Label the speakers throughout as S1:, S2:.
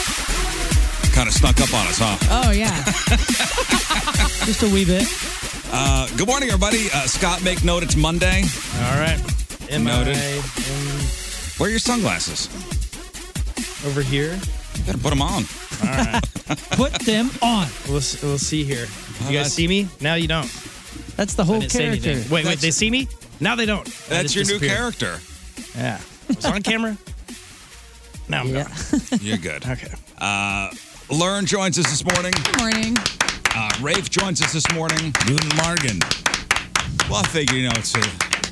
S1: Kind of snuck up on us, huh?
S2: Oh yeah. Just a wee bit.
S1: Uh, good morning, everybody. Uh, Scott, make note it's Monday.
S3: All right. Am
S1: Noted.
S3: I
S1: Wear your sunglasses.
S3: in- over here?
S1: You better put them on.
S3: All right.
S2: Put them on.
S3: we'll, s- we'll see here.
S1: All
S3: You
S1: right.
S3: guys see me? Now you don't.
S2: That's the whole
S3: Didn't say
S2: character.
S3: anything. Wait, wait. They see me? Now they don't. I
S1: That's
S3: just
S1: your new
S3: disappeared.
S1: character.
S3: Yeah. It's on camera. Now I'm gone.
S1: You're good.
S3: Okay.
S1: Uh, Learn joins us this morning.
S2: Morning.
S1: Uh, Rafe joins us this morning. Moon Morgan. Well, I figure you know it's. Uh,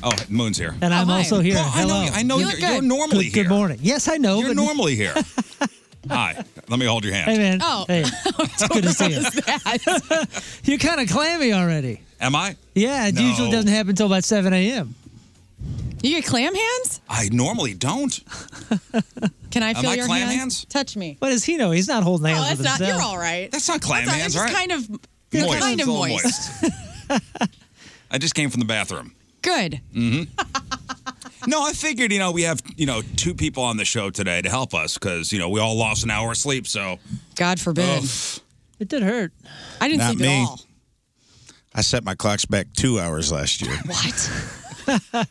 S1: oh, Moon's here.
S4: And I'm
S2: hi.
S4: also here.
S1: Well, I
S4: Hello.
S1: know, you- I know
S2: You
S1: you're,
S2: look
S1: you're
S2: good.
S1: normally
S4: good,
S1: here.
S4: good morning. Yes, I know.
S1: You're
S4: but-
S1: normally here. Hi. Let me hold your hand.
S4: Hey, man.
S2: Oh.
S4: Hey. It's good to see you. You're kind of clammy already.
S1: Am I?
S4: Yeah, it
S1: No.
S4: usually doesn't happen until about 7 a.m.
S2: You get clam hands?
S1: I normally don't.
S2: Can I
S1: Am I clam hands?
S2: Touch me. Oh,
S4: What does he know? He's not holding hands with himself.
S2: right.
S1: That's not clam
S2: That's all right.
S1: hands,
S2: It's
S1: right? Moist.
S2: kind of kind
S1: It's a
S2: of
S1: little
S2: moist.
S1: moist. I just came from the bathroom. Mm-hmm.
S2: good.
S1: No, I figured, you know, we have, you know, two people on the show today to help us because, you know, we all lost an hour of sleep. So,
S2: God forbid.
S1: Ugh,
S4: It did hurt.
S2: I didn't
S5: Not
S2: sleep
S5: me.
S2: at all.
S5: I set my clocks back two hours last year.
S2: What?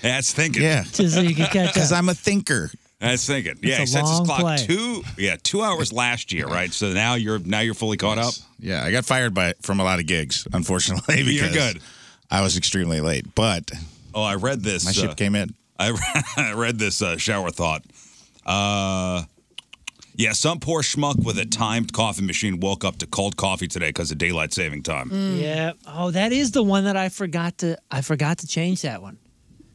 S1: that's thinking.
S5: yeah,
S4: Just so you could catch
S5: because
S4: up.
S5: I'm a thinker.
S1: That's thinking. Yeah,
S4: a
S1: he sets his
S4: long
S1: clock
S4: play.
S1: two. Yeah, two hours last year, right? So now you're now you're fully caught up.
S5: Yeah, I got fired by from a lot of gigs, unfortunately. Because
S1: You're good.
S5: I was extremely late, but
S1: Oh, I read this.
S5: my
S1: uh,
S5: ship came in.
S1: I, re- I read this uh, shower thought. Uh, yeah, some poor schmuck with a timed coffee machine woke up to cold coffee today because of daylight saving time.
S2: Mm.
S4: Yeah. Oh, that is the one that I forgot to. I forgot to change that one.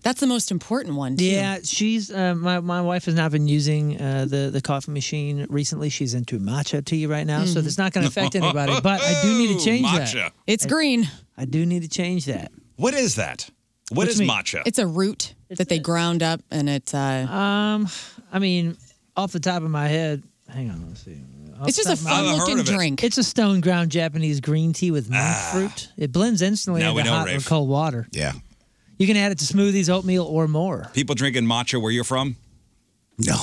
S2: That's the most important one. Too.
S4: Yeah, she's uh, my my wife has not been using uh, the the coffee machine recently. She's into matcha tea right now,
S2: Mm.
S4: so that's not going to affect anybody. But I do need to
S1: Ooh,
S4: change
S1: matcha.
S4: that.
S2: It's green.
S4: I do need to change that.
S1: What is that? What
S4: What
S1: is
S4: you mean?
S1: matcha?
S2: It's a root that they ground up and it's uh,
S4: Um, I mean, off the top of my head, hang on, let's see. Off
S2: it's just
S4: the
S2: a
S4: top of my-
S2: fun looking
S1: of it. Ah.
S2: drink.
S4: It's a stone ground Japanese green tea with monk fruit. It blends instantly
S1: Now we
S4: into
S1: know,
S4: hot
S1: Rafe.
S4: or cold water.
S5: Yeah.
S4: You can add it to smoothies, oatmeal, or more.
S1: People drinking matcha where you're from?
S5: No.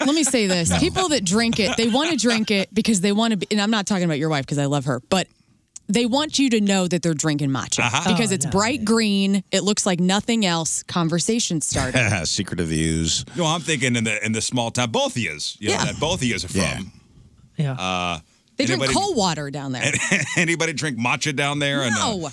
S2: Let me say this: people that drink it, they want to drink it because they want to. be And I'm not talking about your wife because I love her, but they want you to know that they're drinking matcha
S1: Uh-huh.
S2: because
S4: Oh,
S2: it's
S4: no,
S2: bright green. It looks like nothing else. Conversation starter.
S5: Secret of the Ooze.
S1: No, I'm thinking in the in the small town. Both of yous, you know,
S2: Yeah.
S1: that both of yous are from.
S5: Yeah.
S4: Yeah,
S2: They drink
S1: Anybody-
S2: cold water down there.
S1: Anybody drink matcha down there in uh,
S2: no.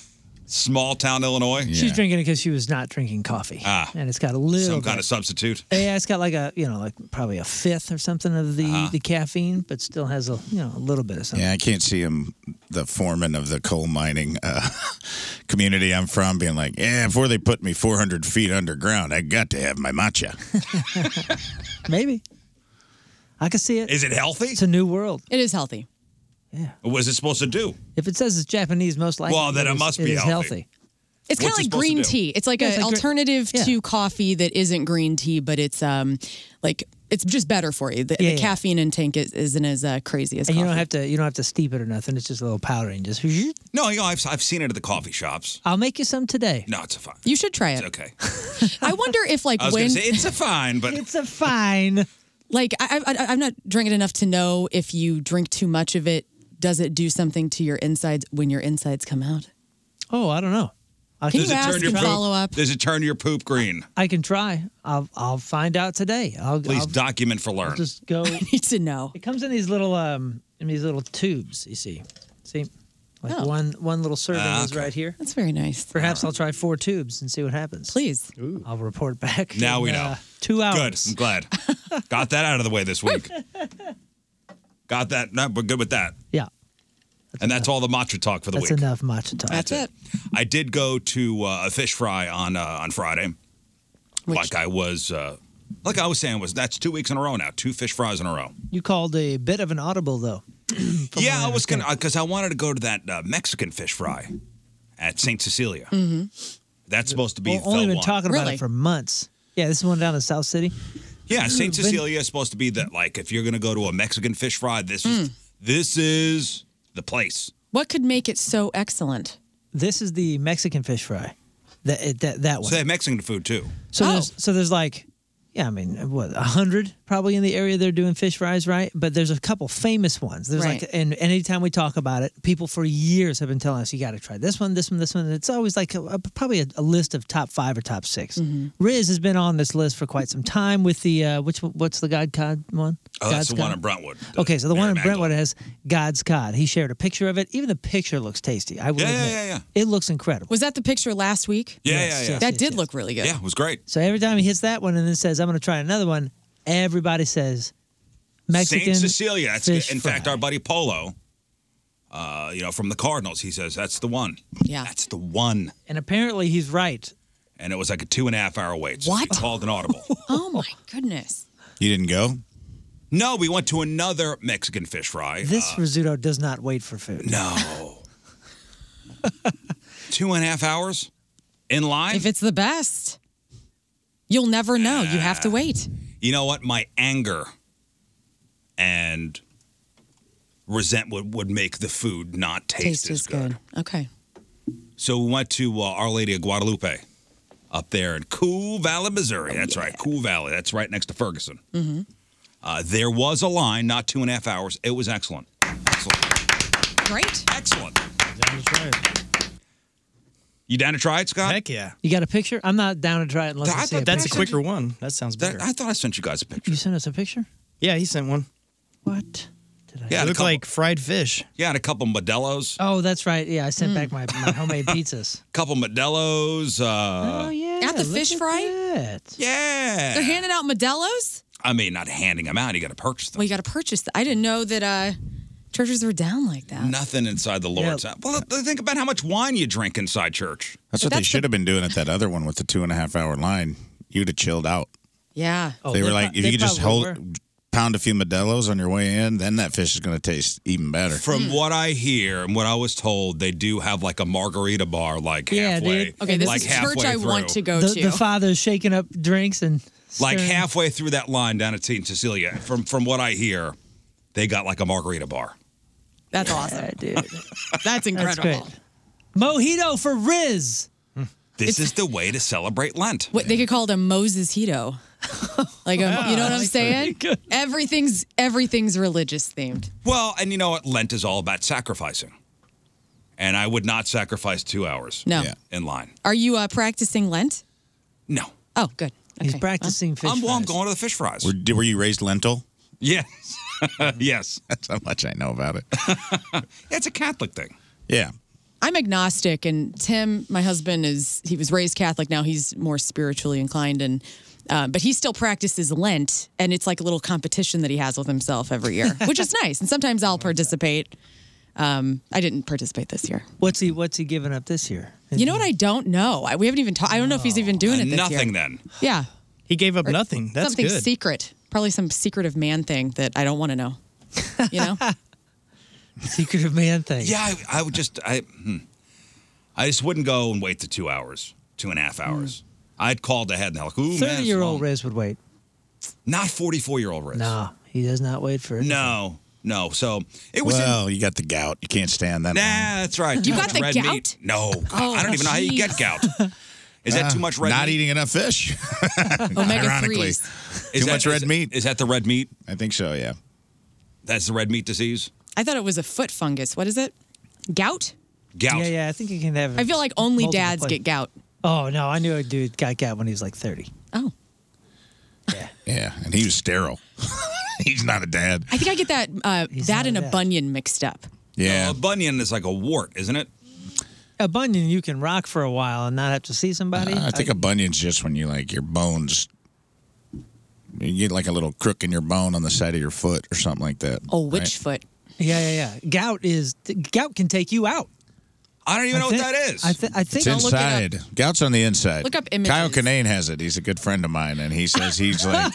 S1: small town Illinois?
S4: She's drinking it because she was not drinking coffee.
S1: Ah,
S4: And it's got a little
S1: some
S4: bit-
S1: kind of substitute.
S4: Yeah, it's got like a you know like probably a fifth or something of the
S1: Uh-huh.
S4: the caffeine, but still has a you know a little bit of something.
S5: Yeah, I can't see him, the foreman of the coal mining uh, community I'm from, being like, yeah, before they put me 400 feet underground, I got to have my matcha.
S4: Maybe I can see it.
S1: Is it healthy?
S4: It's a new world.
S2: It is healthy.
S1: What was it supposed to do?
S4: If it says it's Japanese, most likely.
S1: Well, then it
S4: is-
S1: must be
S4: is
S1: healthy.
S2: It's kind of
S1: What's it
S2: like
S1: supposed to
S2: green
S1: do?
S2: tea. It's like
S1: Yeah,
S2: an
S1: it's like gre-
S2: alternative
S1: yeah.
S2: to coffee that isn't green tea, but it's um like it's just better for you. The,
S4: Yeah,
S2: the
S4: yeah.
S2: caffeine intake is, isn't as uh, crazy as
S4: And you
S2: coffee.
S4: don't have to you don't have to steep it or nothing. It's just a little powder and just.
S1: No, you know, I've, I've seen it at the coffee shops.
S4: I'll make you some today.
S1: No, it's a fine.
S2: You should try it.
S1: It's okay.
S2: I wonder if like
S1: I was
S2: when
S1: going to say, it's a fine, but
S4: a fine.
S2: Like I, I, I- I'm not drinking enough to know if you drink too much of it. Does it do something to your insides when your insides come out?
S4: Oh, I don't know. I
S2: Can you ask and
S1: poop,
S2: follow up?
S1: Does it turn your poop green?
S4: I can try. I'll I'll find out today. I'll,
S1: Please
S4: I'll
S1: document for learn.
S4: just go. I
S2: need to know.
S4: It comes in these little um in these little tubes. You see, see, like
S2: Oh.
S4: one one little serving
S1: Ah,
S4: is
S1: okay.
S4: right here.
S2: That's very nice.
S4: Perhaps I'll try four tubes and see what happens.
S2: Please.
S4: I'll report back.
S1: Now
S4: in,
S1: we know.
S4: uh, two
S1: Good.
S4: hours.
S1: I'm glad. Got that out of the way this week. Got that. No, we're good with that.
S4: Yeah.
S1: and that's all the matcha talk for the
S4: That's
S1: week.
S4: enough matcha talk.
S1: That's it. I did go to uh, a fish fry on uh, on Friday. Like I was, uh, like I was saying, was that's two weeks in a row now, two fish fries in a row.
S4: You called a bit of an audible though.
S1: yeah, I was gonna because I wanted to go to that uh, Mexican fish fry at Saint Cecilia.
S4: Mm-hmm.
S1: That's supposed to be
S4: We've
S1: the
S4: only been
S1: one.
S4: talking about it for months. Yeah, this is one down in South City.
S1: Yeah, Saint
S4: Been-
S1: Cecilia is supposed to be that. Like, if you're gonna go to a Mexican fish fry, this
S4: Mm.
S1: is this is the place.
S2: What could make it so excellent?
S4: This is the Mexican fish fry. That it- that that one.
S1: So they have Mexican food too.
S4: So there's so there's like yeah, I mean what a hundred probably in the area they're doing fish fries, right? But there's a couple famous ones. There's
S2: Right.
S4: like and anytime we talk about it, people for years have been telling us you got to try this one, this one, this one. And It's always like a, a- probably a, a list of top five or top 6 Riz has been on this list for quite some time with the uh, which one- what's the God Cod one?
S1: Oh, that's
S4: God's
S1: the one
S4: Cod?
S1: in Brentwood.
S4: Okay, so the one in Brentwood has God's Cod. He shared a picture of it. Even the picture looks tasty. I will
S1: Yeah, yeah,
S4: admit.
S1: yeah,
S4: It looks incredible.
S2: Was that the picture last week?
S1: Yeah, Yes, yeah, yeah. yes,
S2: That
S1: yes,
S2: did look really good.
S1: Yeah, it was great.
S4: So every time he hits that one and then says, I'm going to try another one, everybody says, Mexican.
S1: Saint Cecilia. That's
S4: fish
S1: in fact our buddy Polo. Uh, you know, from the Cardinals, he says that's the one.
S2: Yeah.
S1: That's the one.
S4: And apparently he's right.
S1: And it was like a two and a half hour wait. So
S2: What?
S1: We called an audible.
S2: Oh my goodness.
S1: you didn't go? No, we went to another Mexican fish fry.
S4: This
S1: Uh,
S4: Rizzuto does not wait for food.
S1: no. two and a half hours in line.
S2: If it's the best, you'll never know. You have to wait.
S1: you know what? My anger and resentment would make the food not taste,
S2: Taste
S1: as
S2: is good. Okay.
S1: So we went to uh, Our Lady of Guadalupe up there in Cool Valley, Missouri.
S3: Oh,
S1: That's right, Cool Valley. That's right next to Ferguson.
S2: Mm-hmm.
S1: Uh, there was a line, not two and a half hours. It was excellent. Excellent.
S2: Great.
S1: Excellent. You down to try it, Scott? Heck
S3: yeah.
S4: You got a picture? I'm not down to try it unless I, see a
S3: that's a
S4: picture.
S3: quicker one. That sounds better.
S1: I thought I sent you guys a picture.
S4: You sent us a picture?
S3: Yeah, he sent one.
S4: What?
S1: Yeah,
S3: it looked like fried fish.
S1: Yeah, and a couple Modelo's.
S4: Oh, that's right. Yeah, I
S2: Hmm.
S4: sent back my, my homemade pizzas.
S1: couple Modelo's. Uh,
S4: Oh, yeah.
S2: At the
S4: look
S2: fish
S4: at
S2: fry?
S4: that.
S1: Yeah.
S2: They're handing out Modelo's?
S1: I mean, not handing them out. You got to purchase them.
S2: Well, you got to purchase. th- I didn't know that uh, churches were down like that.
S1: Nothing inside the Lord's house. Well, th- think about how much wine you drink inside church.
S5: That's what they should have been doing at that other one with the two and a half hour line. You'd have chilled out.
S2: Yeah.
S5: they were like, if you could just hold, pound a few Modelo's on your way in, then that fish is going to taste even better.
S1: From
S2: Hmm.
S1: what I hear and what I was told, they do have like a margarita bar, like halfway.
S2: Okay, this
S1: like
S2: is church
S1: halfway
S2: I want to
S1: through.
S2: go
S4: the,
S2: to.
S4: the father's shaking up drinks and
S1: Like
S4: stirring.
S1: halfway through that line down at St. Cecilia. From from what I hear, they got like a margarita bar.
S2: That's awesome.
S4: dude.
S2: That's
S4: That's
S2: incredible.
S4: great. Mojito for Riz.
S1: This is the way to celebrate Lent.
S2: What they could call it a Moses Hito. Like a,
S1: Wow,
S2: you know what I'm
S1: that's
S2: saying? Everything's everything's religious themed.
S1: Well, and you know what? Lent is all about sacrificing. And I would not sacrifice two hours
S2: No. Yeah.
S1: in line.
S2: Are you uh, practicing Lent?
S1: No.
S2: Oh, good.
S4: He's practicing
S1: I'm, well, I'm going to the fish fries.
S5: Were, were you raised lentil?
S1: Yes. yes.
S5: That's how much I know about it.
S1: it's a Catholic thing.
S5: Yeah.
S2: I'm agnostic, and Tim, my husband, is he was raised Catholic. Now he's more spiritually inclined, and uh, but he still practices Lent, and it's like a little competition that he has with himself every year, which is nice. And sometimes I'll participate. Um, I didn't participate this year.
S4: What's he What's he giving up this year?
S2: You know what? I don't know. I, we haven't even talked. I don't know if he's even doing it this year.
S1: Nothing then.
S2: Yeah.
S3: He gave up nothing. That's
S2: something
S3: good.
S2: secret. Probably some secret of man thing that I don't want to know. You know?
S4: Secret of man thing.
S1: Yeah, I, I would just I hmm. I just wouldn't go and wait the two hours, two and a half hours. I'd called ahead and I'm like, ooh, man, it's
S4: Mm. Thirty-year-old Riz would wait.
S1: not forty-four-year-old Riz.
S4: No, he does not wait for it.
S1: No, no. So it was. in-
S5: Well, you got the gout. You can't stand that.
S1: nah, that's right.
S5: You
S1: Too
S5: got
S1: much
S5: the
S1: red Meat.
S5: gout?
S1: No, God, I don't
S5: Oh,
S1: even know how you get
S5: jeez.
S1: gout. Is that
S5: Uh,
S1: too much red?
S5: not
S1: meat?
S5: eating enough fish. Ironically,
S1: Is
S5: too
S1: that-
S5: much red
S1: is-
S5: meat.
S1: Is that the red meat?
S5: I think so. Yeah.
S1: That's the red meat disease.
S2: I thought it was a foot fungus. What is it? Gout?
S1: Gout.
S4: Yeah, yeah. I think you can have.
S2: I feel like only
S4: multiple
S2: dads
S4: places.
S2: get gout.
S4: Oh no, I knew a dude got gout when he was like thirty.
S5: Yeah, and he was sterile. He's not a dad.
S2: I think I get that uh, that and a bunion mixed up.
S5: Yeah,
S1: a Uh, bunion is like a wart, isn't it?
S4: A bunion you can rock for a while and not have to see somebody.
S1: Uh,
S5: I think a bunion's just when you like your bones. You get like a little crook in your bone on the side of your foot or something like that.
S2: Oh, which foot?
S4: Yeah, yeah, yeah. Gout is gout can take you out.
S1: I don't even know
S4: think-
S1: what that is.
S4: I, th- I think
S5: It's inside. Gout's on the inside.
S4: Look up
S5: Kyle
S4: images.
S5: Kinane has it. He's a good friend of mine, and he says he's like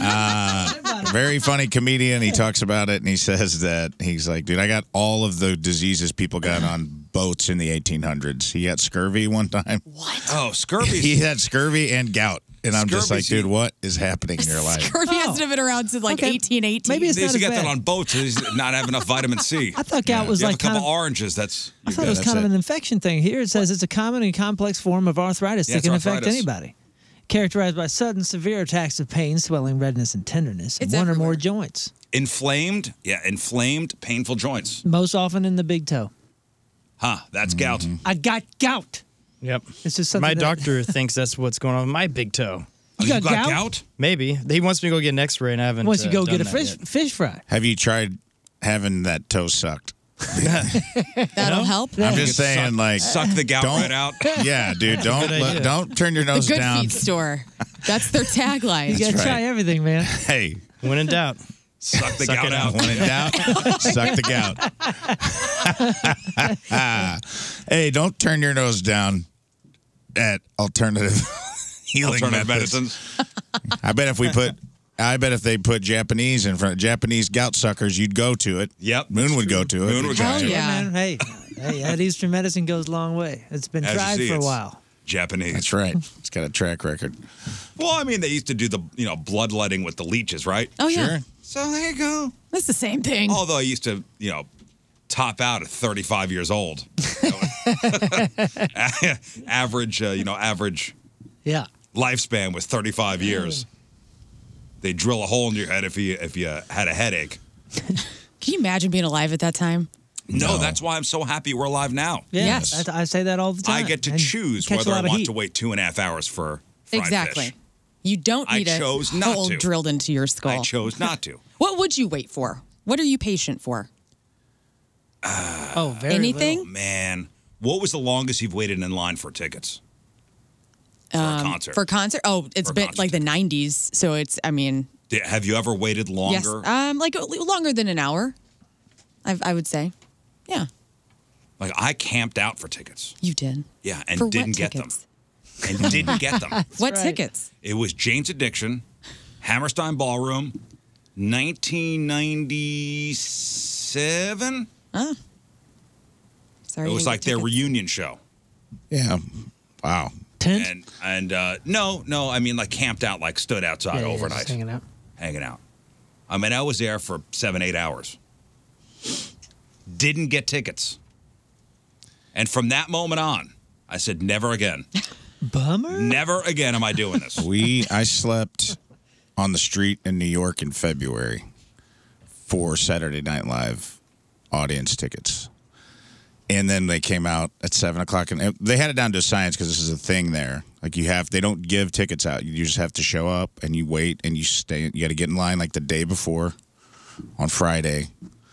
S5: uh, very funny comedian. He talks about it, and he says that he's like, dude, I got all of the diseases people got on boats in the 1800s. He got scurvy one time. What?
S1: Oh, scurvy.
S5: he had scurvy and gout, and I'm just like,
S1: Scurvy's-
S5: dude, what is happening in your life?
S2: Kirby
S4: Oh.
S2: hasn't been around since like 1818.
S1: they used to get that on boats. They used to not have enough vitamin C. I
S4: thought gout was
S1: you have a
S4: like
S1: couple
S4: kind of-
S1: oranges. That's
S4: I thought it was kind of an infection thing. Here it says it's a common and complex form of arthritis
S1: Yeah,
S4: that
S1: it's
S4: can affect
S1: arthritis.
S4: anybody. Characterized by sudden, severe attacks of pain, swelling, redness, and tenderness in one or more joints.
S1: inflamed. Yeah, inflamed, painful joints.
S4: Most often in the big toe.
S1: Huh? That's
S5: Mm.
S1: gout.
S4: I got gout.
S3: Yep.
S4: It's just
S3: my
S4: something that-
S3: doctor thinks that's what's going on with my big toe.
S4: You You got got gout? gout?
S3: Maybe he wants me to go get an X-ray, and I haven't.
S4: Once you
S3: uh,
S4: go
S3: done
S4: get a
S3: that
S4: fish
S3: yet.
S4: fish fry.
S5: Have you tried having that toe sucked?
S2: That'll help.
S5: I'm just saying, like,
S1: suck the gout
S5: don't-
S1: right out.
S5: Yeah, dude,
S2: Good
S5: don't
S2: idea.
S5: let, don't turn your
S2: The
S5: nose
S2: Good
S5: down.
S2: Feet store. That's their tagline.
S5: You gotta Um, That's right. try
S4: everything, man.
S5: Hey,
S3: when in doubt,
S1: suck the
S3: gout out.
S5: When in doubt, suck the gout. hey, don't turn your nose down at alternative healing
S1: Alternative
S5: methods.
S1: medicines.
S5: I bet if we put. I bet if they put Japanese in front Japanese gout suckers, you'd go to it. Yep. Moon would go to it.
S1: Moon would go Hell to it. yeah.
S4: Man, hey, hey, that Eastern medicine goes a long way. It's been
S5: As you
S4: tried
S5: see,
S4: for a
S5: it's-
S4: while.
S1: Japanese.
S5: That's right. It's got a track record.
S1: Well, I mean, they used to do the you know bloodletting with the leeches, right?
S2: Oh yeah.
S1: So there you go.
S2: That's the same thing.
S1: Although I used to you know top out at 35 years old. average, uh, you know, average
S4: Yeah.
S1: lifespan was 35 years. They drill a hole in your head if you if you had a headache.
S2: Can you imagine being alive at that time?
S1: No, that's why I'm so happy we're alive now.
S4: Yeah, that's- I say that all the
S1: I
S4: time.
S1: get to
S4: And
S1: choose
S4: catch a
S1: whether I
S4: lot of
S1: want
S4: heat.
S1: to wait two and a half hours for fried
S2: exactly.
S1: fish.
S2: You don't
S1: I
S2: need a
S1: chose not
S2: hole
S1: to.
S2: drilled into your skull.
S1: I chose not to.
S2: What would you wait for? What are you patient for?
S4: oh,
S2: very Anything? little.
S1: Man, what was the longest you've waited in line for tickets?
S2: For
S1: a concert.
S2: Um, For concert? Oh, it's
S1: For a
S2: been
S1: concert.
S2: like the 90s, so it's. I mean,
S1: Did, have you ever waited longer?
S2: yes,
S4: uh,
S2: um, like longer than an hour. I, I would say. Yeah,
S1: like I camped out for tickets.
S2: you did.
S1: Yeah, and
S2: For what
S1: didn't get them.
S2: tickets?
S1: And didn't get them.
S2: what tickets?
S1: It was Jane's Addiction, Hammerstein Ballroom, 1997.
S2: Huh? Sorry.
S1: it
S2: Ah, you
S1: was
S2: didn't
S1: like
S2: get
S1: their
S2: tickets.
S1: reunion show.
S5: Yeah. Wow.
S1: And and uh, no, no, I mean like camped out, like stood outside overnight,
S4: hanging out.
S1: hanging out. I mean, I was there for seven, eight hours. Didn't get tickets. And from that moment on, I said, never again.
S4: Bummer.
S1: Never again am I doing this.
S5: We I slept on the street in New York in February for Saturday Night Live audience tickets, and then they came out at seven o'clock, and they had it down to a science because this is a thing there. Like you have, they don't give tickets out. You just have to show up and you wait and you stay. You got to get in line like the day before. on Friday.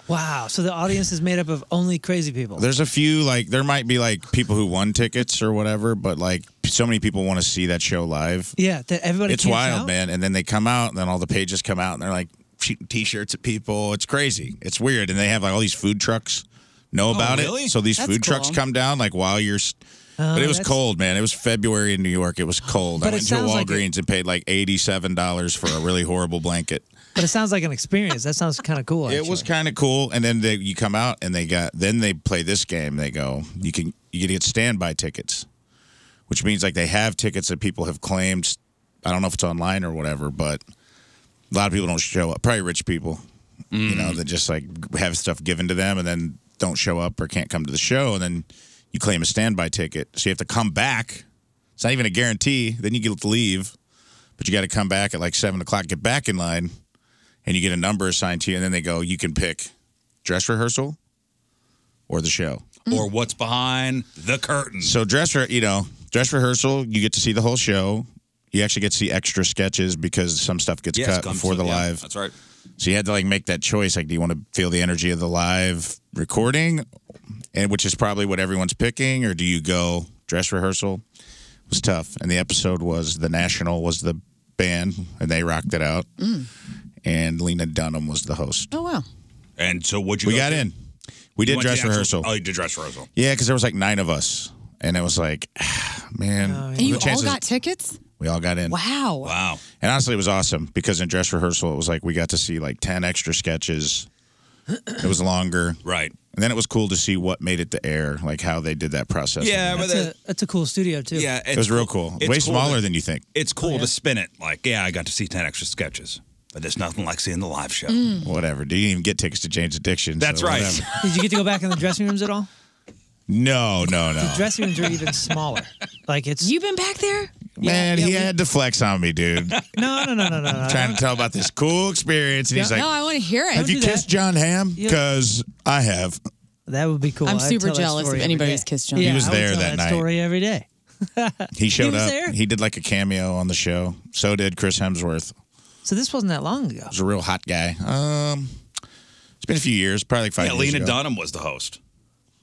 S4: Wow. So the audience is made up of only crazy people.
S5: There's a few like there might be like people who won tickets or whatever, but like so many people want to see that show live.
S4: Yeah, that everybody.
S5: it's
S4: camps
S5: wild,
S4: out?
S5: man. And then they come out, and then all the pages come out, and they're like shooting T-shirts at people. It's crazy. It's weird, and they have like all these food trucks know
S1: Oh,
S5: about
S1: really?
S5: it. So these
S1: That's
S5: food trucks
S1: cool.
S5: come down like while you're. s
S1: Oh,
S5: but it was
S1: that's-
S5: cold, man. It was February in New York. It was cold.
S4: But
S5: I
S4: it
S5: went to a
S4: sounds like
S5: Walgreens and paid like eighty-seven dollars for a really horrible blanket.
S4: But it sounds like an experience. That sounds kind of cool.
S5: It was kind of cool, and then they, you come out and they got then they play this game. They go, you can you can get standby tickets, which means like they have tickets that people have claimed. I don't know if it's online or whatever, but a lot of people don't show up. Probably rich people, you
S6: Mm.
S5: know, that just like have stuff given to them and then don't show up or can't come to the show, and then you claim a standby ticket, so you have to come back. It's not even a guarantee. Then you get to leave, but you got to come back at like seven o'clock. Get back in line and you get a number assigned to you, and then they go, you can pick dress rehearsal or the show
S2: Mm.
S1: or what's behind the curtain.
S5: So dress, re- you know, dress rehearsal, you get to see the whole show. You actually get to see extra sketches because some stuff gets
S1: Yes,
S5: cut
S1: comes
S5: before
S1: to-
S5: the
S1: yeah,
S5: live.
S1: That's right.
S5: So you had to like make that choice. Like, do you want to feel the energy of the live recording, and which is probably what everyone's picking, or do you go dress rehearsal? It was tough, and the episode was the National was the band, and they rocked it out,
S1: Hmm.
S2: Mm.
S5: and Lena Dunham was the host.
S2: Oh wow.
S1: And so what you
S5: We
S1: go
S5: got
S1: to?
S5: in. We
S1: You
S5: did
S1: went to
S5: dress
S1: the actual-
S5: rehearsal.
S1: Oh, you did dress rehearsal.
S5: Yeah, because there was like nine of us, and it was like, man,
S2: And
S5: the
S2: you all
S5: Oh, chances-
S2: got tickets?
S5: we all got in.
S2: Wow.
S1: Wow.
S5: And honestly, it was awesome because in dress rehearsal, it was like we got to see like ten extra sketches. It was longer,
S1: right?
S5: And then it was cool to see what made it to air, like how they did that process.
S1: Yeah, but
S4: that's,
S1: that-
S4: a, that's a cool studio too.
S1: Yeah,
S5: it was real cool.
S1: it's
S5: Way
S1: cool
S5: smaller
S1: that-
S5: than you think.
S1: It's cool
S4: Oh,
S1: to spin it like, yeah, I got to see ten extra sketches, but there's nothing like seeing the live show.
S4: Mm.
S5: Whatever. Didn't even get tickets to Jane's Addiction.
S1: That's
S5: so
S1: right.
S5: whatever.
S4: Did you get to go back in the dressing rooms at all?
S5: No, no, no.
S4: The dressing rooms are even smaller. Like it's
S2: you been back there?
S5: Man, he had to flex on me, dude.
S4: No, no, no, no, no.
S5: I'm trying to tell about this cool experience, and he's like,
S2: Uh, no, I want to hear it.
S5: "Have you kissed John Ham?
S2: Yeah.
S5: Because I have."
S4: That would be cool.
S2: I'm
S4: I'd
S2: super
S4: tell that
S2: jealous
S4: story every
S2: if anybody's
S4: day.
S2: kissed John.
S5: He
S4: Yeah,
S5: was
S4: I would
S5: there
S4: tell
S5: that night.
S4: Story every day.
S5: He showed
S4: was
S5: up.
S4: there?
S5: He did like a cameo on the show. So did Chris Hemsworth.
S4: So this wasn't that long ago.
S5: was a real hot guy. Um, it's been a few years, probably like five.
S1: Yeah,
S5: years
S1: Lena
S5: ago.
S1: Dunham was the host.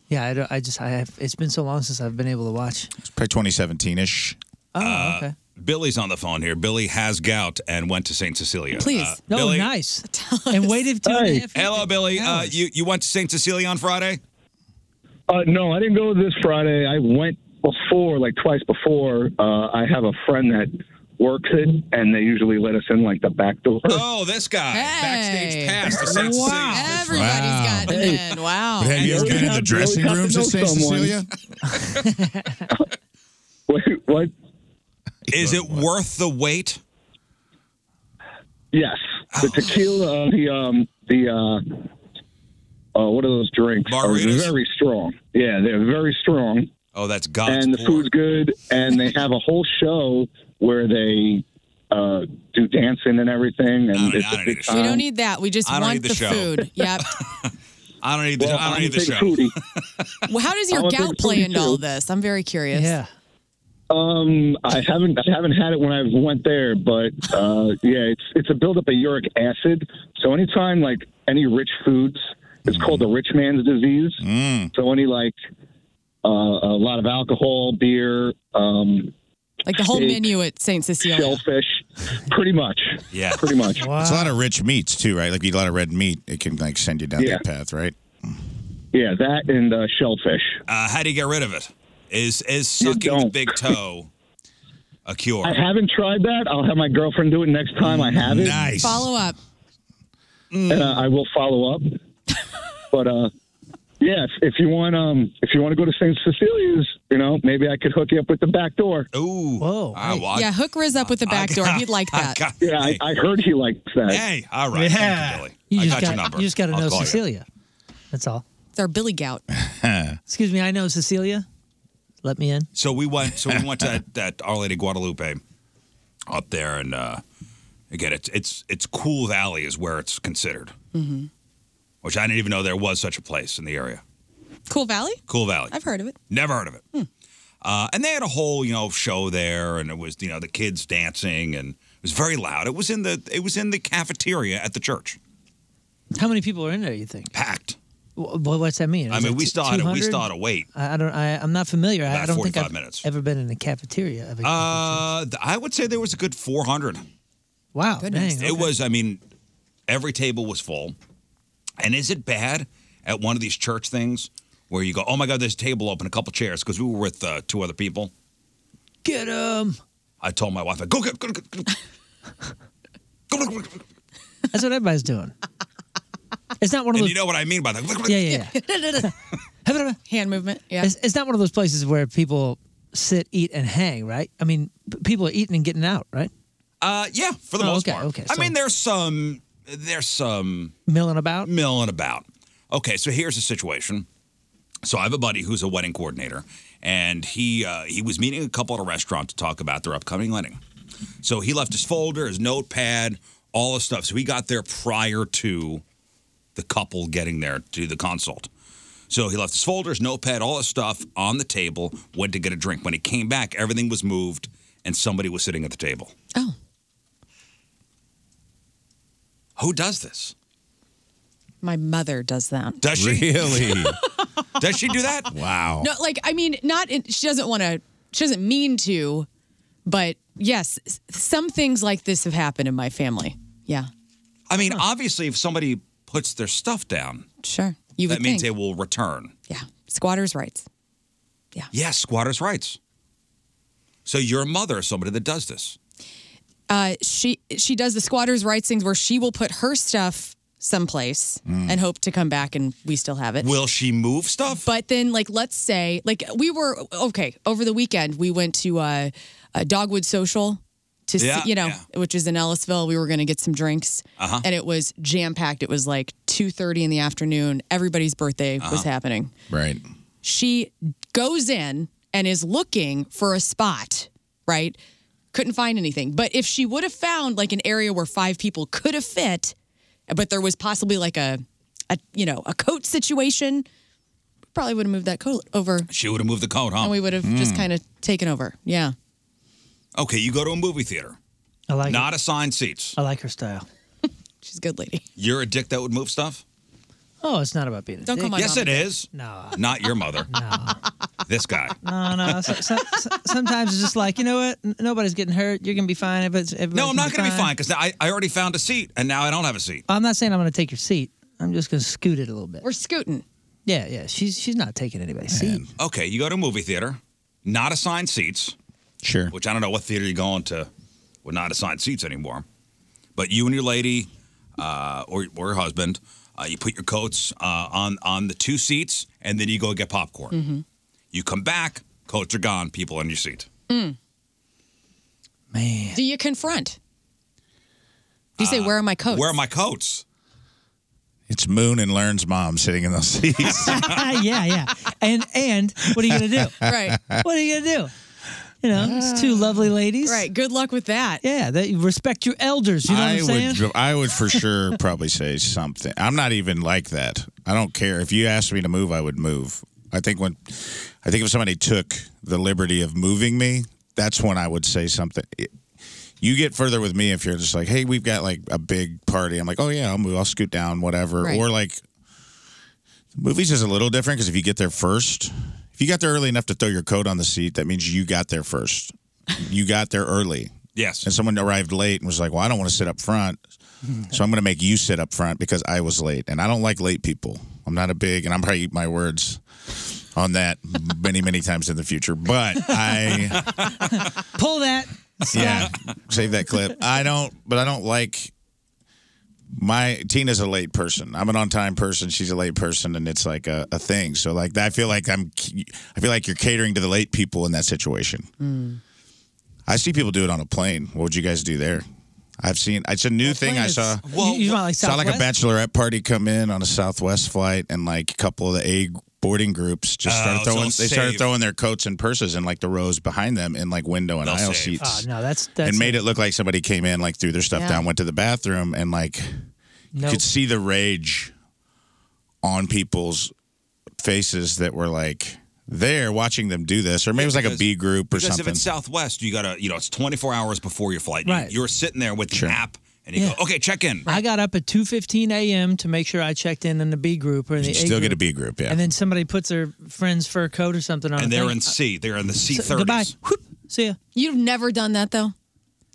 S4: Yeah, I, don't, I just I have. It's been so long since I've been able to watch.
S5: It's probably 2017 ish.
S4: Oh,
S1: Uh,
S4: okay.
S1: Billy's on the phone here. Billy has gout and went to St. Cecilia. Uh,
S4: no,
S1: Billy.
S4: nice. And waited two and a half
S1: Hello, Billy. Uh, you you went to St. Cecilia on Friday?
S7: Uh, no, I didn't go this Friday. I went before, like twice before. Uh, I have a friend that works it, and they usually let us in like the back door.
S1: Oh, this guy backstage pass to St. Cecilia.
S2: Everybody's gotten in. Wow.
S5: Have you ever been in the dressing rooms at St. Cecilia?
S7: Wait, what?
S1: Is it worth the wait? Oh.
S7: Yes, the tequila, uh, the um, the uh, uh, what are those drinks? Are
S1: Margaritas?
S7: very strong. Yeah, they're very strong.
S1: Oh, that's God's
S7: and the food's good, and they have a whole show where they uh, do dancing and everything. And it's a big
S2: We
S5: Um,
S7: time.
S2: don't need that. We just
S7: I don't
S2: want
S7: need the
S2: the,
S7: show.
S2: food. Yep.
S1: I don't need the
S7: Well,
S1: I
S7: I'm
S1: don't
S7: a
S1: need the
S7: big
S1: show.
S7: foodie.
S2: Well, how does
S7: I'm
S2: your
S7: a big
S2: gout play
S7: foodie,
S2: into all
S7: too.
S2: this? I'm very curious. Yeah.
S7: Um, I haven't I haven't had it when I went there, but uh, yeah, it's it's a buildup of uric acid. So anytime like any rich foods, it's called the rich man's disease. So any like uh, a lot of alcohol, beer, um,
S2: Like the whole
S7: steak,
S2: menu at St. Cecilia.
S7: shellfish, pretty much.
S1: Yeah,
S7: pretty much.
S5: It's a lot of rich meats too, right? Like you eat a lot of red meat, it can like send you down
S7: Yeah.
S5: that path, right?
S7: Yeah, that and uh, shellfish.
S1: Uh, how do you get rid of it? Is is sucking the big toe a cure?
S7: I haven't tried that. I'll have my girlfriend do it next time I have it.
S2: Follow up.
S7: and uh, I will follow up. but uh, yeah, if, if you want, um, if you want to go to St. Cecilia's, you know, maybe I could hook you up with the back door.
S1: Ooh,
S4: whoa,
S2: yeah, hook Riz up with the back door. He'd like that.
S7: yeah, I, I heard he likes that.
S1: Hey, all right,
S4: Yeah.
S1: thank you, Billy.
S4: You
S1: I
S4: just
S1: got, your number.
S4: You just got to
S1: I'll
S4: know
S1: call you.
S4: Cecilia. That's all.
S2: It's our Billy Gout.
S4: Excuse me, I know Cecilia. Let me in.
S1: So we went. So we went to that, that Our Lady Guadalupe up there, and uh, again, it's it's it's Cool Valley is where it's considered,
S2: Mm-hmm.
S1: which I didn't even know there was such a place in the area.
S2: Cool Valley?
S1: Cool Valley.
S2: I've heard of it.
S1: Never heard of it. Uh, and they had a whole you know show there, and it was you know the kids dancing, and it was very loud. It was in the it was in the cafeteria at the church.
S4: How many people are in there? You think?
S1: Packed.
S4: Wh- wh- what's that mean?
S1: I
S4: Is
S1: mean,
S4: it
S1: we
S4: t-
S1: still had a- we
S4: 200?
S1: still had a wait.
S4: I, I don't. I, I'm not familiar. I,
S1: About
S4: I don't think
S1: 45
S4: I've
S1: minutes.
S4: ever been in a cafeteria. Of a,
S1: Uh, th- I would say there was a good 400.
S4: wow. Dang, okay.
S1: It was, I mean, every table was full. And is it bad at one of these church things where you go, oh my God, there's a table open, a couple chairs? Because we were with uh, two other people.
S4: Get him.
S1: I told my wife, I go, go, go, go, go.
S4: That's what everybody's doing. It's not one of
S1: And
S4: those.
S1: you know what I mean by that.
S4: yeah, yeah, yeah.
S2: Hand movement. Yeah.
S4: It's, it's not one of those places where people sit, eat, and hang, right? I mean, p- people are eating and getting out, right?
S1: Uh, yeah, for the
S4: Oh,
S1: most
S4: okay,
S1: part.
S4: okay,
S1: I
S4: so-
S1: mean, there's some, there's some
S4: Milling about.
S1: milling about. Okay, so here's the situation. So I have a buddy who's a wedding coordinator, and he uh, he was meeting a couple at a restaurant to talk about their upcoming wedding. So he left his folder, his notepad, all his stuff. So he got there prior to the couple getting there to the consult. So he left his folders, notepad, all his stuff on the table, went to get a drink. When he came back, everything was moved and somebody was sitting at the table.
S2: Oh.
S1: Who does this?
S2: My mother does that.
S1: Does she? Really? does she do that? Wow.
S2: No, like I mean, not in, she doesn't want to. She doesn't mean to, but yes, s- some things like this have happened in my family. Yeah,
S1: I mean, obviously, if somebody puts their stuff down,
S2: sure. You
S1: that
S2: would
S1: means
S2: think.
S1: they will return.
S2: Yeah, squatters' rights.
S1: Yes, squatters' rights. So your mother is somebody that does this.
S2: Uh, she she does the squatters' rights things where she will put her stuff someplace
S1: Mm.
S2: and hope to come back and we still have it.
S1: Will she move stuff?
S2: But then, like, let's say, like, we were okay over the weekend. We went to uh, uh, Dogwood Social to
S8: Yeah,
S2: see, you know,
S8: yeah.
S2: which is in Ellisville. We were going to get some drinks,
S8: Uh-huh.
S2: and it was jam packed. It was like two thirty in the afternoon. Everybody's birthday was
S8: Uh-huh.
S2: happening.
S5: Right.
S2: She goes in and is looking for a spot, right? Couldn't find anything. But if she would have found like an area where five people could have fit, but there was possibly like a, a you know, a coat situation, probably would have moved that coat over
S1: She would have moved the coat, huh?
S2: and we would have
S1: Hmm. Mm.
S2: just kind of taken over. Yeah.
S1: of. Okay, you go to a movie theater.
S4: I like
S1: Not assigned seats.
S4: I like her style.
S2: She's a good lady.
S1: You're a dick that would move stuff?
S4: Oh, it's not about being. A
S2: Don't
S4: dick.
S2: call my
S1: yes, it is.
S4: No.
S1: Not your mother. no. This guy.
S4: No, no. so, so, so- sometimes it's just like you know what? N- Nobody's getting hurt. You're gonna be fine. If it's
S1: No, I'm not going to be fine because I, I already found a seat and now I don't have a seat.
S4: I'm not saying I'm gonna take your seat. I'm just gonna scoot it a little bit.
S2: We're scooting.
S4: Yeah, yeah. She's she's not taking anybody's seat.
S1: Okay, you go to a movie theater, not assigned seats.
S5: Sure.
S1: Which I don't know what theater you're going to with not assigned seats anymore. But you and your lady uh, or, or your husband, uh, you put your coats uh, on, on the two seats and then you go get popcorn.
S6: Mm.
S1: You come back, coats are gone, people on your seat.
S2: Mm. Man. Do you confront? Do you say, Where are my coats?
S1: Where are my coats?
S5: It's Moon and Learn's mom sitting in those seats.
S4: yeah, yeah. And and what are you gonna do?
S5: Right.
S4: What are you gonna do? You know, it's two lovely ladies.
S2: Right. Good luck with that.
S4: Yeah, that you respect your elders. You know
S5: I
S4: what I'm saying?
S5: would, dr- I would for sure probably say something. I'm not even like that. I don't care if you asked me to move. I would move. I think when, I think if somebody took the liberty of moving me, that's when I would say something. It- you get further with me if you're just like, hey, we've got like a big party. I'm like, oh yeah, I'll move. I'll scoot down, whatever.
S9: Right.
S5: Or like, movies is a little different because if you get there first, if you got there early enough to throw your coat on the seat, that means you got there first. You got there early.
S1: Yes.
S5: And someone arrived late and was like, well, I don't want to sit up front. So I'm going to make you sit up front because I was late, and I don't like late people. I'm not a big, and I'm probably eat my words on that many, many times in the future. But I,
S4: Pull that.
S5: yeah, save that clip. I don't, but I don't like my Tina's a late person. I'm an on time person. She's a late person, and it's like a, a thing. So like, I feel like I'm, I feel like you're catering to the late people in that situation.
S2: Mm-hmm. Mm.
S5: I see people do it on a plane. What would you guys do there? I've seen it's a new thing I saw.
S4: Well, you, you want like
S5: saw like a
S4: Southwest?
S5: bachelorette party come in on a Southwest flight, and like a couple of the A boarding groups just
S4: Oh,
S5: started
S4: so
S5: throwing.
S4: they'll
S5: they started
S4: save.
S5: throwing their coats and purses in like the rows behind them in like window and aisle seats,
S4: Oh, no, that's that's
S5: and made it look like somebody came in like threw their stuff
S4: Yeah.
S5: down, went to the bathroom, and like you
S4: Nope.
S5: could see the rage on people's faces that were like there watching them do this, or maybe it was like a B group or
S1: because
S5: something.
S1: if it's Southwest, you gotta, you know, it's 24 hours before your flight. You-
S5: Right.
S1: You're sitting there with the app and you go, okay, check in.
S4: I got up at two fifteen a.m. to make sure I checked in in the B group or in the
S5: You
S4: A
S5: still
S4: group.
S5: get a B group, yeah.
S4: And then somebody puts their friend's fur coat or uh, something on.
S1: and
S4: the
S1: they're
S4: thing.
S1: in C. They're in the C
S4: So,
S1: thirties.
S4: goodbye. Whoop. See ya.
S2: You've never done that though.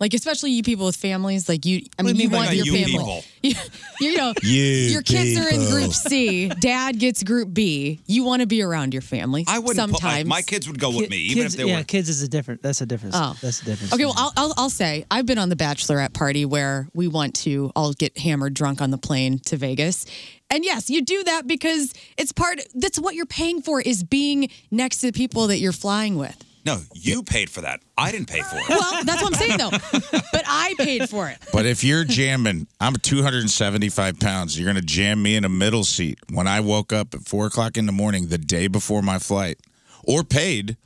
S2: Like especially you people with families, like you. I
S1: What
S2: mean,
S1: do
S2: you
S1: you mean by
S2: want your
S1: you
S2: family.
S1: people?
S2: You, you know,
S1: You
S2: your kids are in
S1: people.
S2: Group C. Dad gets Group B. You want to be around your family.
S1: I wouldn't. put-
S2: Sometimes
S1: my, my kids would go with me, even
S4: kids,
S1: if they
S4: yeah,
S1: were.
S4: kids is a different. That's a difference.
S2: Oh.
S4: That's a difference.
S2: Okay, well, I'll, I'll, I'll say I've been on the bachelorette party where we want to all get hammered drunk on the plane to Vegas. And yes, you do that because it's part, that's what you're paying for is being next to the people that you're flying with.
S1: No, you paid for that. I didn't pay for it.
S2: Well, that's what I'm saying though. But I paid for it.
S5: But if you're jamming, I'm 275 pounds. You're going to jam me in a middle seat. When I woke up at four o'clock in the morning the day before my flight, or paid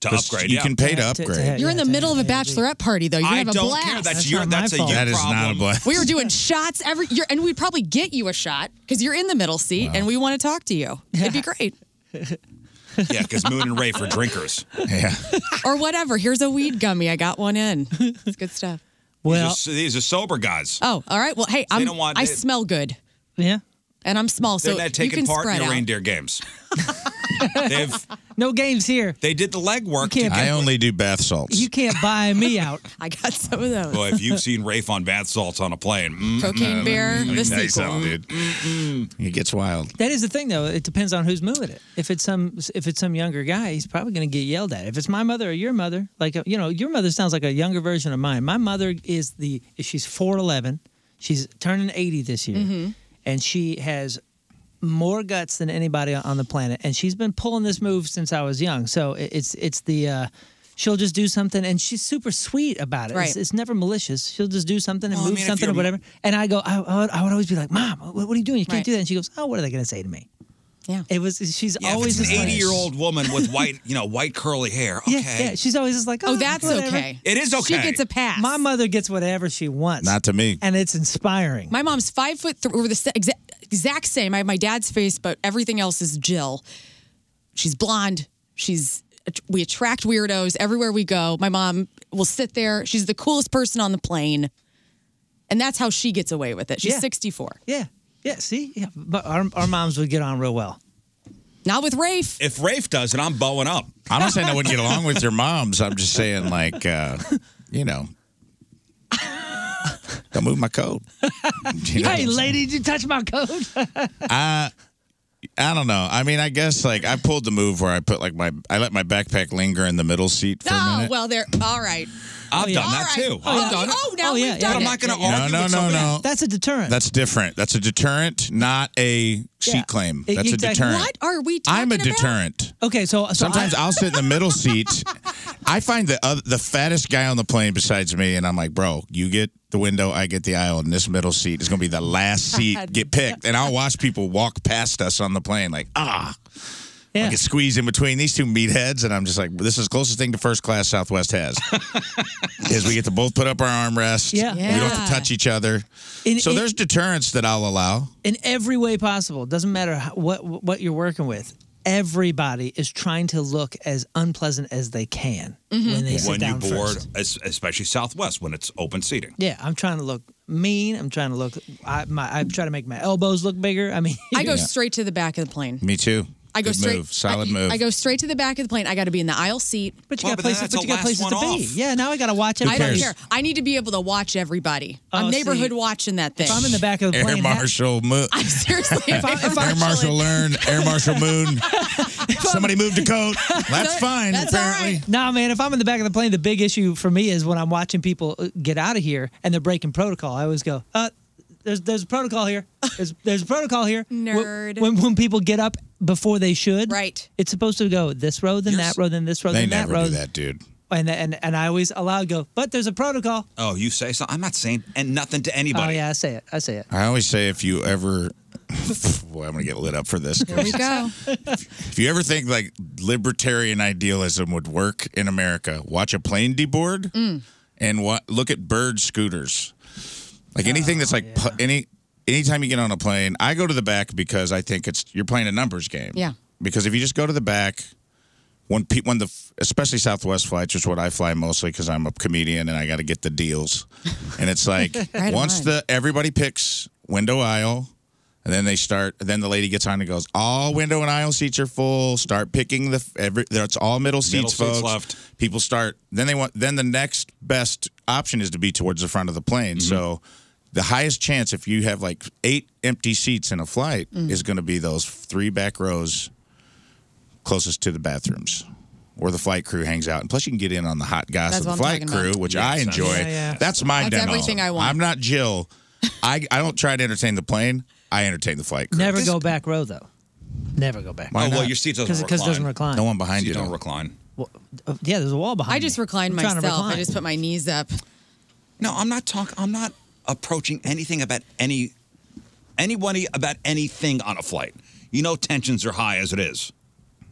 S1: To
S5: 'cause
S1: upgrade,
S5: You
S1: yeah.
S5: can pay to
S1: Yeah, to- to-
S5: upgrade.
S2: You're in the middle of a bachelorette party though. You're
S1: I
S2: gonna have a
S1: don't
S2: blast.
S1: care. That's, your. That's a you
S5: That is not a
S1: problem.
S5: blast.
S2: We were doing shots every, you're, and we'd probably get you a shot because you're in the middle seat and we want to talk to you. It'd be great.
S1: yeah, because Moon and Rafe are drinkers.
S5: Yeah.
S2: or whatever. Here's a weed gummy. I got one in. It's good stuff.
S1: Well, these are, these are sober guys.
S2: Oh, all right. Well, hey,
S1: They
S2: I'm,
S1: don't want-
S2: I
S1: they-
S2: smell good.
S4: Yeah.
S2: And I'm small,
S1: They're
S2: so
S1: not
S2: you
S1: taking
S2: can
S1: part in
S2: spread
S1: your
S2: out.
S1: reindeer games. They've
S4: no games here.
S1: they did the legwork. To
S4: You
S1: get,
S4: can't-
S5: I only do bath salts.
S4: You can't buy me out.
S2: I got some of those.
S1: boy, if you've seen Rafe on bath salts on a plane, mm,
S2: Cocaine
S1: mm,
S2: Bear,
S1: mm,
S2: the
S1: nice
S2: sequel.
S1: out, dude.
S5: It gets wild.
S4: That is the thing, though. It depends on who's moving it. If it's some, if it's some younger guy, he's probably going to get yelled at. If it's my mother or your mother, like you know, your mother sounds like a younger version of mine. My mother is the she's four eleven. She's turning eighty this year,
S8: Mhm.
S4: and she has more guts than anybody on the planet. And she's been pulling this move since I was young. So it- it's it's the. Uh, She'll just do something, and she's super sweet about it. It's,
S2: Right.
S4: it's never malicious. She'll just do something and
S2: Well, I
S4: move
S2: mean, if
S4: something or
S2: you're-
S4: whatever. And I go, I, I would, I would always be like, "Mom, what, what are you doing? You can't
S2: Right.
S4: do that." And she goes, "Oh, what are they going to say to me?"
S2: Yeah.
S4: It was she's
S1: Yeah,
S4: always
S1: if it's
S4: just
S1: an
S4: like-
S1: eighty-year-old woman with white, you know, white curly hair. Okay.
S4: Yeah, yeah. She's always just like,
S2: Oh,
S4: "Oh,
S2: that's
S4: whatever."
S2: okay.
S1: It is okay.
S2: She gets a pass.
S4: My mother gets whatever she wants.
S5: Not to me.
S4: And it's inspiring.
S2: My mom's five foot three. We're the sa- exa- exact same. I have my dad's face, but everything else is Jill. She's blonde. She's we attract weirdos everywhere we go. My mom will sit there. She's the coolest person on the plane, and that's how she gets away with it. She's
S4: Yeah.
S2: 64.
S4: Yeah, yeah. See, yeah. But our, our moms would get on real well.
S2: Not with Rafe.
S1: If Rafe does it, I'm bowing up.
S5: I'm not saying I wouldn't get along with your moms. I'm just saying, like, uh, you know, don't move my coat. You know?
S4: hey, lady, did you touch my coat?
S5: I I don't know. I mean, I guess like I pulled the move where I put like my I let my backpack linger in the middle seat for a
S2: Oh
S5: minute.
S2: well, there. All right.
S1: I've
S5: yeah.
S1: done that too.
S2: Oh,
S1: I've done it.
S2: oh, now
S4: Oh, yeah, yeah,
S2: we've done
S1: But I'm
S2: it.
S1: not going to
S5: No,
S1: argue
S5: no,
S1: with
S5: no,
S1: somebody.
S5: no.
S4: That's a deterrent.
S5: That's different. That's a deterrent, not a seat
S4: Yeah.
S5: claim.
S4: E-
S5: That's a
S4: exactly.
S5: deterrent.
S2: What are we talking
S5: I'm a
S2: about?
S5: deterrent.
S4: okay. So, so
S5: Sometimes
S4: I,
S5: I'll sit in the middle seat. I find the other, the fattest guy on the plane besides me, and I'm like, bro, you get the window, I get the aisle, and this middle seat is going to be the last seat get picked. And I'll watch people walk past us on the plane, like, ah.
S4: Yeah.
S5: I get squeezed in between these two meatheads, and I'm just like, this is the closest thing to first class Southwest has. Is we get to both put up our armrests.
S4: Yeah.
S5: We don't have
S2: Yeah.
S5: to touch each other.
S4: In-
S5: so
S4: in-
S5: there's deterrence that I'll allow.
S4: in every way possible. Doesn't matter how, what what you're working with. Everybody is trying to look as unpleasant as they can
S2: Mm-hmm.
S4: when they sit
S1: when you
S4: down
S1: board,
S4: first.
S1: es- especially Southwest, when it's open seating.
S4: Yeah, I'm trying to look mean. I'm trying to look. I my I try to make my elbows look bigger. I mean,
S2: I go straight to the back of the plane.
S5: Me too.
S2: I go
S5: Good
S2: straight.
S5: Move. Solid
S2: I,
S5: move.
S2: I go straight to the back of the plane. I got to be in the aisle seat.
S4: But you
S1: Well,
S4: got
S1: but
S4: places.
S1: that's
S4: But you
S1: the
S4: got
S1: last
S4: places
S1: one
S4: to be.
S1: off.
S4: Yeah. Now I got to watch
S2: I don't
S4: everybody.
S2: care. I need to be able to watch everybody.
S4: Oh,
S2: I'm
S4: see.
S2: neighborhood watching that thing.
S4: If I'm in the back of the
S5: Air
S4: plane, that-
S5: Marshal. Mo-
S2: I'm seriously. If
S4: I- if I-
S5: Air Marshal Learn, Air Marshal Moon. Somebody moved a coat. That's fine,
S2: That's all
S5: apparently.
S4: Nah, man. If I'm in the back of the plane, the big issue for me is when I'm watching people uh, get out of here and they're breaking protocol. I always go, uh, "There's there's a protocol here. There's there's a protocol here." When-
S2: Nerd.
S4: When, when people get up before they should,
S2: Right.
S4: It's supposed to go this road, then
S1: You're
S4: that
S1: s-
S4: road, then this road,
S5: They
S4: then that
S5: never
S4: road.
S5: do that, dude.
S4: And and and I always allow go, but there's a protocol.
S1: Oh, you say so? I'm not saying and nothing to anybody.
S4: Oh yeah, I say it. I say it.
S5: I always say if you ever. Boy, I'm going to get lit up for this.
S2: Here we go.
S5: If you ever think like libertarian idealism would work in America, watch a plane deboard and wa- look at bird scooters. Like anything that's like pu- any anytime you get on a plane, I go to the back because I think it's you're playing a numbers game.
S2: Yeah.
S5: Because if you just go to the back, when pe- when the especially Southwest flights is what I fly mostly because I'm a comedian and I got to get the deals, and it's like
S8: Right
S5: once
S8: on.
S5: the everybody picks window aisle, and then they start. Then the lady gets on and goes, all window and aisle seats are full. Start picking the every. That's all middle seats,
S1: Middle seats
S5: folks.
S1: left.
S5: People start. Then they want. Then the next best option is to be towards the front of the plane.
S1: Mm-hmm.
S5: So. The highest chance if you have like eight empty seats in a flight
S9: Mm.
S5: is going to be those three back rows closest to the bathrooms where the flight crew hangs out. And plus, you can get in on the hot gossip of
S2: That's what
S5: the
S2: I'm
S5: flight
S2: talking
S5: crew,
S2: about.
S5: which
S2: Yeah,
S5: I
S2: sounds-
S5: enjoy.
S2: Yeah, yeah.
S5: That's my
S2: That's
S5: demo.
S2: everything I want.
S5: I'm not Jill. I, I don't try to entertain the plane. I entertain the flight crew.
S4: Never go back row though. Never go back.
S5: Why
S1: Oh,
S4: row.
S5: not?
S4: Because- because it doesn't recline.
S5: No one behind
S1: So
S5: you.
S1: you don't
S5: recline.
S4: Uh, Yeah, there's a wall behind.
S2: I just reclined
S4: I'm trying to
S2: myself. I
S4: recline.
S2: just put my knees up.
S1: No, I'm not talking. I'm not approaching anything about any anybody about anything on a flight. You know, tensions are high as it is.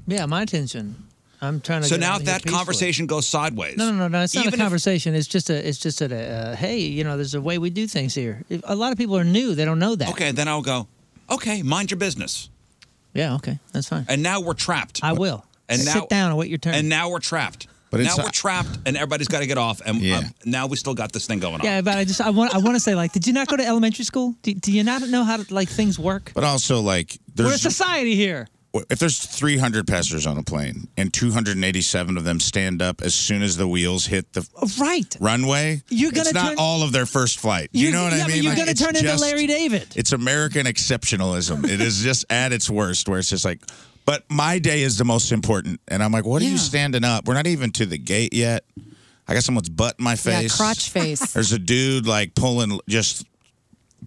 S4: Yeah, my attention. I'm trying to.
S1: So
S4: get
S1: now if
S4: out of here
S1: that
S4: peacefully.
S1: conversation goes sideways.
S4: No, no, no, no. It's not
S1: Even
S4: a
S1: if-
S4: conversation. it's just a. It's just a. Uh, hey, you know, there's a way we do things here. If- a lot of people are new. They don't know that.
S1: Okay, then I'll go. Okay, mind your business.
S4: Yeah. Okay. That's fine.
S1: And now we're trapped.
S4: I will.
S1: And now
S4: sit down and wait your turn.
S1: And now we're trapped.
S4: But
S1: now
S4: it's
S1: we're
S4: not-
S1: trapped, and everybody's got to get off. And uh, now we still got this thing going on.
S4: yeah, but I just I want I want to say like, did you not go to elementary school? Do, do you not know how to, like things work?
S5: But also, like,
S4: We're a
S5: there's.
S4: society here.
S5: If there's 300 passengers on a plane and 287 of them stand up as soon as the wheels hit the
S4: Right.
S5: runway,
S4: Oh, You're gonna
S5: it's not
S4: turn-
S5: all of their first flight. You
S4: You're-
S5: know what
S4: yeah,
S5: I
S4: but
S5: mean?
S4: You're
S5: Like,
S4: gonna
S5: it's
S4: turn into
S5: just-
S4: Larry David.
S5: It's American exceptionalism. it is just at its worst, where it's just like, but my day is the most important. And I'm like, what are you standing up? We're not even to the gate yet. I got someone's butt in my
S2: Yeah,
S5: face.
S2: crotch face.
S5: There's a dude like pulling, just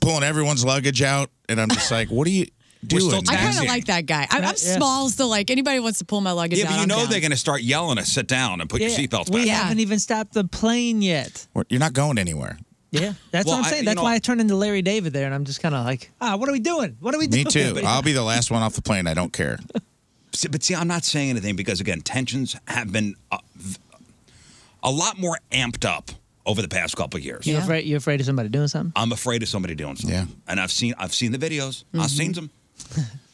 S5: pulling everyone's luggage out. And I'm just like, what are you doing?
S2: I kind of
S5: man?
S2: like that guy. I'm, I'm
S5: Yeah.
S2: small, so like anybody wants to pull my luggage
S1: Yeah,
S2: out.
S1: but you
S2: I'm
S1: know
S2: down.
S1: they're going to start yelling us, sit down and put your seatbelts
S4: We e-
S1: back.
S4: haven't even stopped the plane yet.
S5: We're- You're not going anywhere.
S4: Yeah, that's
S5: Well,
S4: what I'm
S5: I-
S4: saying.
S5: you
S4: That's
S5: know-
S4: why I turned into Larry David there, and I'm just kind of like, ah, what are we doing? What are we
S5: Me
S4: doing?
S5: too. I'll be the last one off the plane. I don't care.
S1: See, but see, I'm not saying anything because again, tensions have been uh, v- a lot more amped up over the past couple of years.
S4: You afraid? You afraid of somebody doing something?
S1: I'm afraid of somebody doing something. Yeah. And I've seen I've seen the videos.
S2: Mm-hmm.
S1: I've
S4: Mhm.
S1: seen them.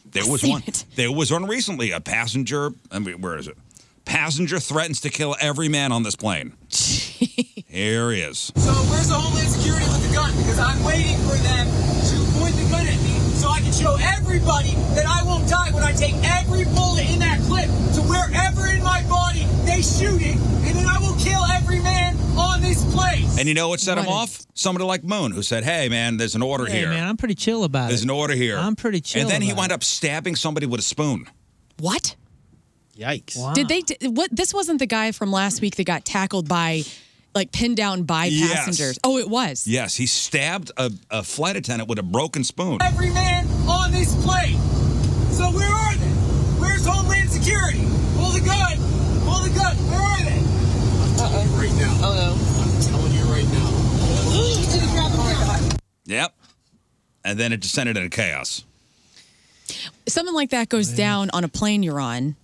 S1: There was
S4: seen
S1: one. There was one recently. A passenger. I mean, where is it? Passenger threatens to kill every man on this plane. Here he is.
S6: So where's the Homeland Security with the gun? Because I'm waiting for them to point the gun at me so I can show everybody that I won't die when I take every bullet in that clip to wherever in my body they shoot it, and then I will kill every man on this place.
S1: And you know what set him off? Somebody like Moon, who said, "Hey, man, there's an order
S4: hey,
S1: here.
S4: man, I'm pretty chill about
S1: there's
S4: it.
S1: an order here."
S4: I'm pretty chill
S1: And then he
S4: about
S1: wound up stabbing somebody with a spoon.
S2: What?
S1: Yikes!
S2: Did they? d- What? This wasn't the guy from last week that got tackled by, like pinned down by
S1: Yes.
S2: passengers. Oh, it was.
S1: Yes, he stabbed a, a flight attendant with a broken spoon.
S6: Every man on this plane. So where are they? Where's Homeland Security? Pull the gun. Pull the gun. Where are they? I'm telling you right now. Hello. I'm telling you right now.
S1: Yep. And then it descended into chaos.
S2: Something like that goes down on a plane you're on.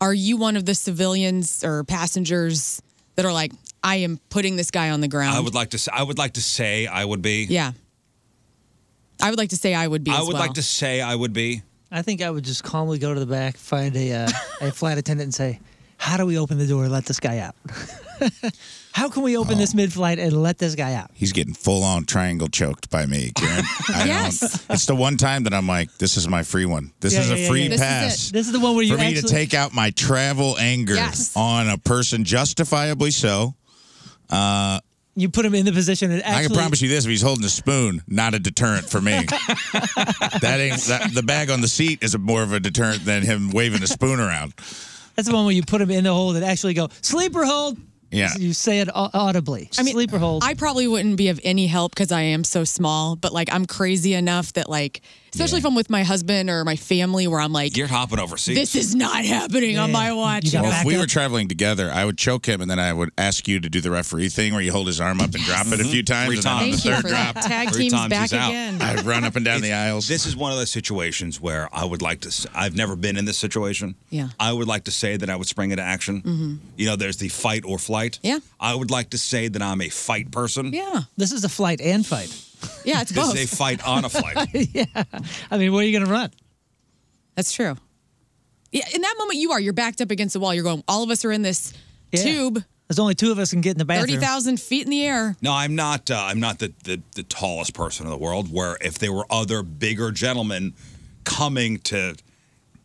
S2: Are you one of the civilians or passengers that are like, I am putting this guy on the ground?
S1: I would like to. s- I would like to say I would be.
S2: Yeah. I would like to say I would be.
S1: I
S2: as
S1: would
S2: well.
S1: like to say I would be.
S4: I think I would just calmly go to the back, find a uh, a flight attendant, and say, "How do we open the door and let this guy out? How can we open
S5: Oh.
S4: this mid-flight and let this guy out?"
S5: He's getting full on triangle choked by me, Karen. I
S4: Yes.
S5: It's the one time that I'm like, this is my free one. This
S4: Yeah,
S5: is a
S4: yeah, yeah,
S5: free
S4: yeah. This is
S5: pass.
S4: it. This is the one where you
S5: For me to
S4: actually-
S5: take out my travel anger
S4: Yes.
S5: on a person, justifiably so. Uh,
S4: You put him in the position and actually.
S5: I can promise you this: if he's holding a spoon, not a deterrent for me. that ain't that, the bag on the seat is a, more of a deterrent than him waving a spoon around.
S4: That's the one where you put him in the hold and actually go sleeper hold.
S5: Yeah.
S4: You say it au- audibly.
S2: I mean,
S4: sleeper hold.
S2: I probably wouldn't be of any help because I am so small, but like I'm crazy enough that like, especially if I'm with my husband or my family, where I'm like,
S1: You're hopping overseas.
S2: this is not happening on my watch. you know?
S5: Well, if we were traveling together, I would choke him, and then I would ask you to do the referee thing where you hold his arm up and drop it a few times.
S1: Mm-hmm. Three
S5: and then on
S1: times.
S5: the
S2: Thank you
S5: third
S2: for
S5: drop,
S2: that. Tag
S1: Three
S2: team's
S1: times
S2: back
S1: he's out.
S2: again.
S5: I run up and down the aisles.
S1: This is one of those situations where I would like to. s- I've never been in this situation.
S2: Yeah.
S1: I would like to say that I would spring into action.
S4: Mm.
S2: Mhm.
S1: You know, there's the fight or flight.
S2: Yeah.
S1: I would like to say that I'm a fight person.
S2: Yeah.
S4: This is a flight and fight.
S2: Yeah, it's
S1: This
S2: both.
S1: is a fight on a flight.
S4: yeah. I mean, where are you going to run?
S2: That's true. Yeah, in that moment, you are. You're backed up against the wall. You're going, all of us are in this tube,
S4: There's only two of us can get in the bathroom.
S2: 30,000 feet in the air.
S1: No, I'm not. Uh, I'm not the, the the tallest person in the world. Where if there were other bigger gentlemen coming to,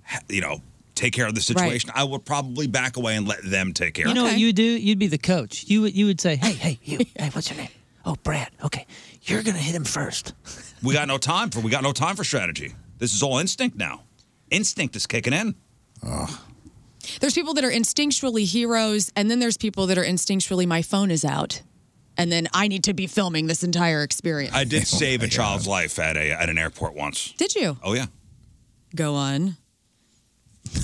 S1: ha- you know, take care of the situation, I would probably back away and let them take care.
S4: You know
S1: of
S4: what
S1: it.
S4: you do? You'd be the coach. You would you would say, hey, hey, you, hey, what's your name? Oh, Brad. Okay, you're gonna hit him first.
S1: we got no time for. We got no time for strategy. This is all instinct now. Instinct is kicking in.
S2: There's people that are instinctually heroes, and then there's people that are instinctually, my phone is out, and then I need to be filming this entire experience.
S1: I did save a child's life at a at an airport once.
S2: Did you?
S1: Oh yeah.
S2: Go on.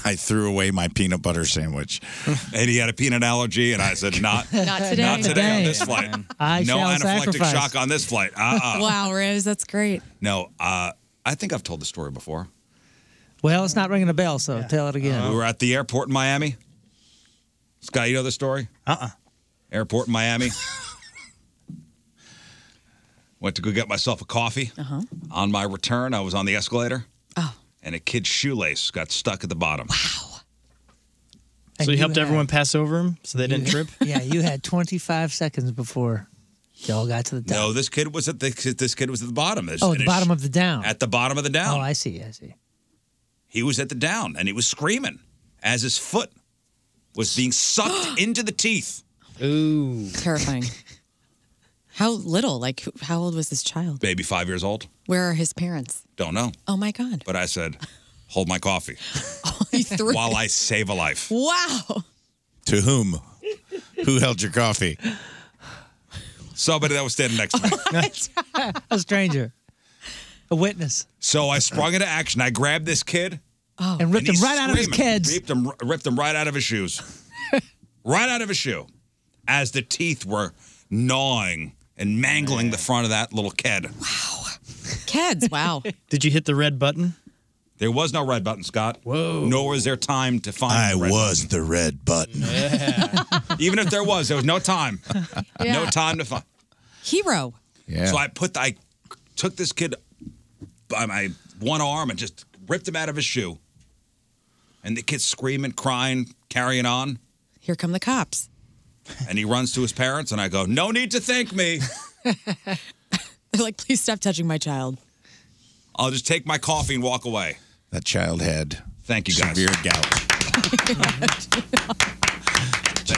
S5: I threw away my peanut butter sandwich.
S1: and he had a peanut allergy, and I said, "Not,
S2: Not today.
S1: not today on this
S2: Today.
S1: flight.
S2: I
S1: no
S2: shall
S1: anaphylactic
S2: sacrifice."
S1: shock on this flight." Uh-uh.
S2: Wow, Riz, that's great.
S1: No, uh, I think I've told the story before.
S4: Well,
S2: Mm.
S4: it's not ringing a bell, so tell it again.
S1: We were at the airport in Miami. Scott, you know the story? Uh-uh. Airport in Miami. Went to go get myself a coffee. Uh-huh. On my return, I was on the escalator.
S2: Oh.
S1: And a kid's shoelace got stuck at the bottom. Wow.
S3: So you,
S4: you
S3: helped
S4: had-
S3: everyone pass over him so they didn't
S4: You-
S3: trip?
S4: yeah, you had 25 seconds before y'all got to the top.
S1: No, this kid was at the this kid was at the bottom. This-
S4: oh,
S1: and
S4: the
S1: it-
S4: bottom of the down.
S1: At the bottom of the down.
S4: Oh, I see. I see.
S1: He was at the down and he was screaming as his foot was being sucked into the teeth.
S2: Ooh. Terrifying. how little? Like, who- how old was this child?
S1: Baby five years old.
S2: Where are his parents?
S1: Don't know.
S2: Oh, my God.
S1: But I said, hold my coffee
S2: He threw it.
S1: while I save a life.
S2: Wow.
S5: To whom? Who held your coffee?
S1: Somebody that was standing next to me.
S4: a stranger, a witness.
S1: So I sprung into action. I grabbed this kid.
S4: Oh. And ripped
S1: and
S4: him
S1: he's
S4: right out of his
S1: screaming.
S4: kids.
S1: Ripped him, ripped him right out of his shoes. right out of his shoe. As the teeth were gnawing and mangling the front of that little kid.
S2: Keds, wow.
S3: Did you hit the red button?
S1: There was no red button, Scott. Whoa. Nor was there time to find I was
S5: the red button.
S1: Even if there was, there was no time. No
S2: Yeah.
S1: time to find.
S2: Hero.
S1: So I put, I took this kid by my one arm and just ripped him out of his shoe. And the kid's screaming, crying, carrying on.
S2: Here come the cops.
S1: And he runs to his parents, and I go, No need to thank me.
S2: They're like, please stop touching my child.
S1: I'll just take my coffee and walk away.
S5: That child had
S1: Thank you guys.
S5: severe gout.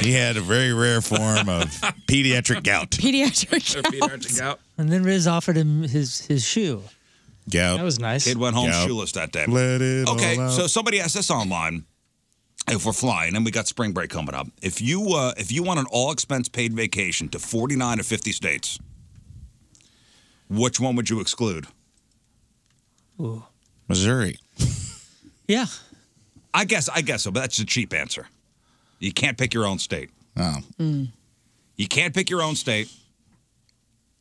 S5: He had a very rare form of pediatric gout.
S2: Pediatric.
S1: Pediatric gout.
S4: And then Riz offered him his, his shoe.
S5: Gout.
S4: That was nice.
S1: Kid went home
S4: Yep.
S1: shoeless that day.
S5: Let it
S1: okay,
S5: all out.
S1: so somebody asked us online if we're flying, and we got spring break coming up. If you uh, if you want an all expense paid vacation to forty nine or fifty states, which one would you exclude?
S5: Missouri.
S4: Yeah.
S1: I guess I guess so, but that's a cheap answer. You can't pick your own state.
S5: Oh.
S1: You can't pick your own state.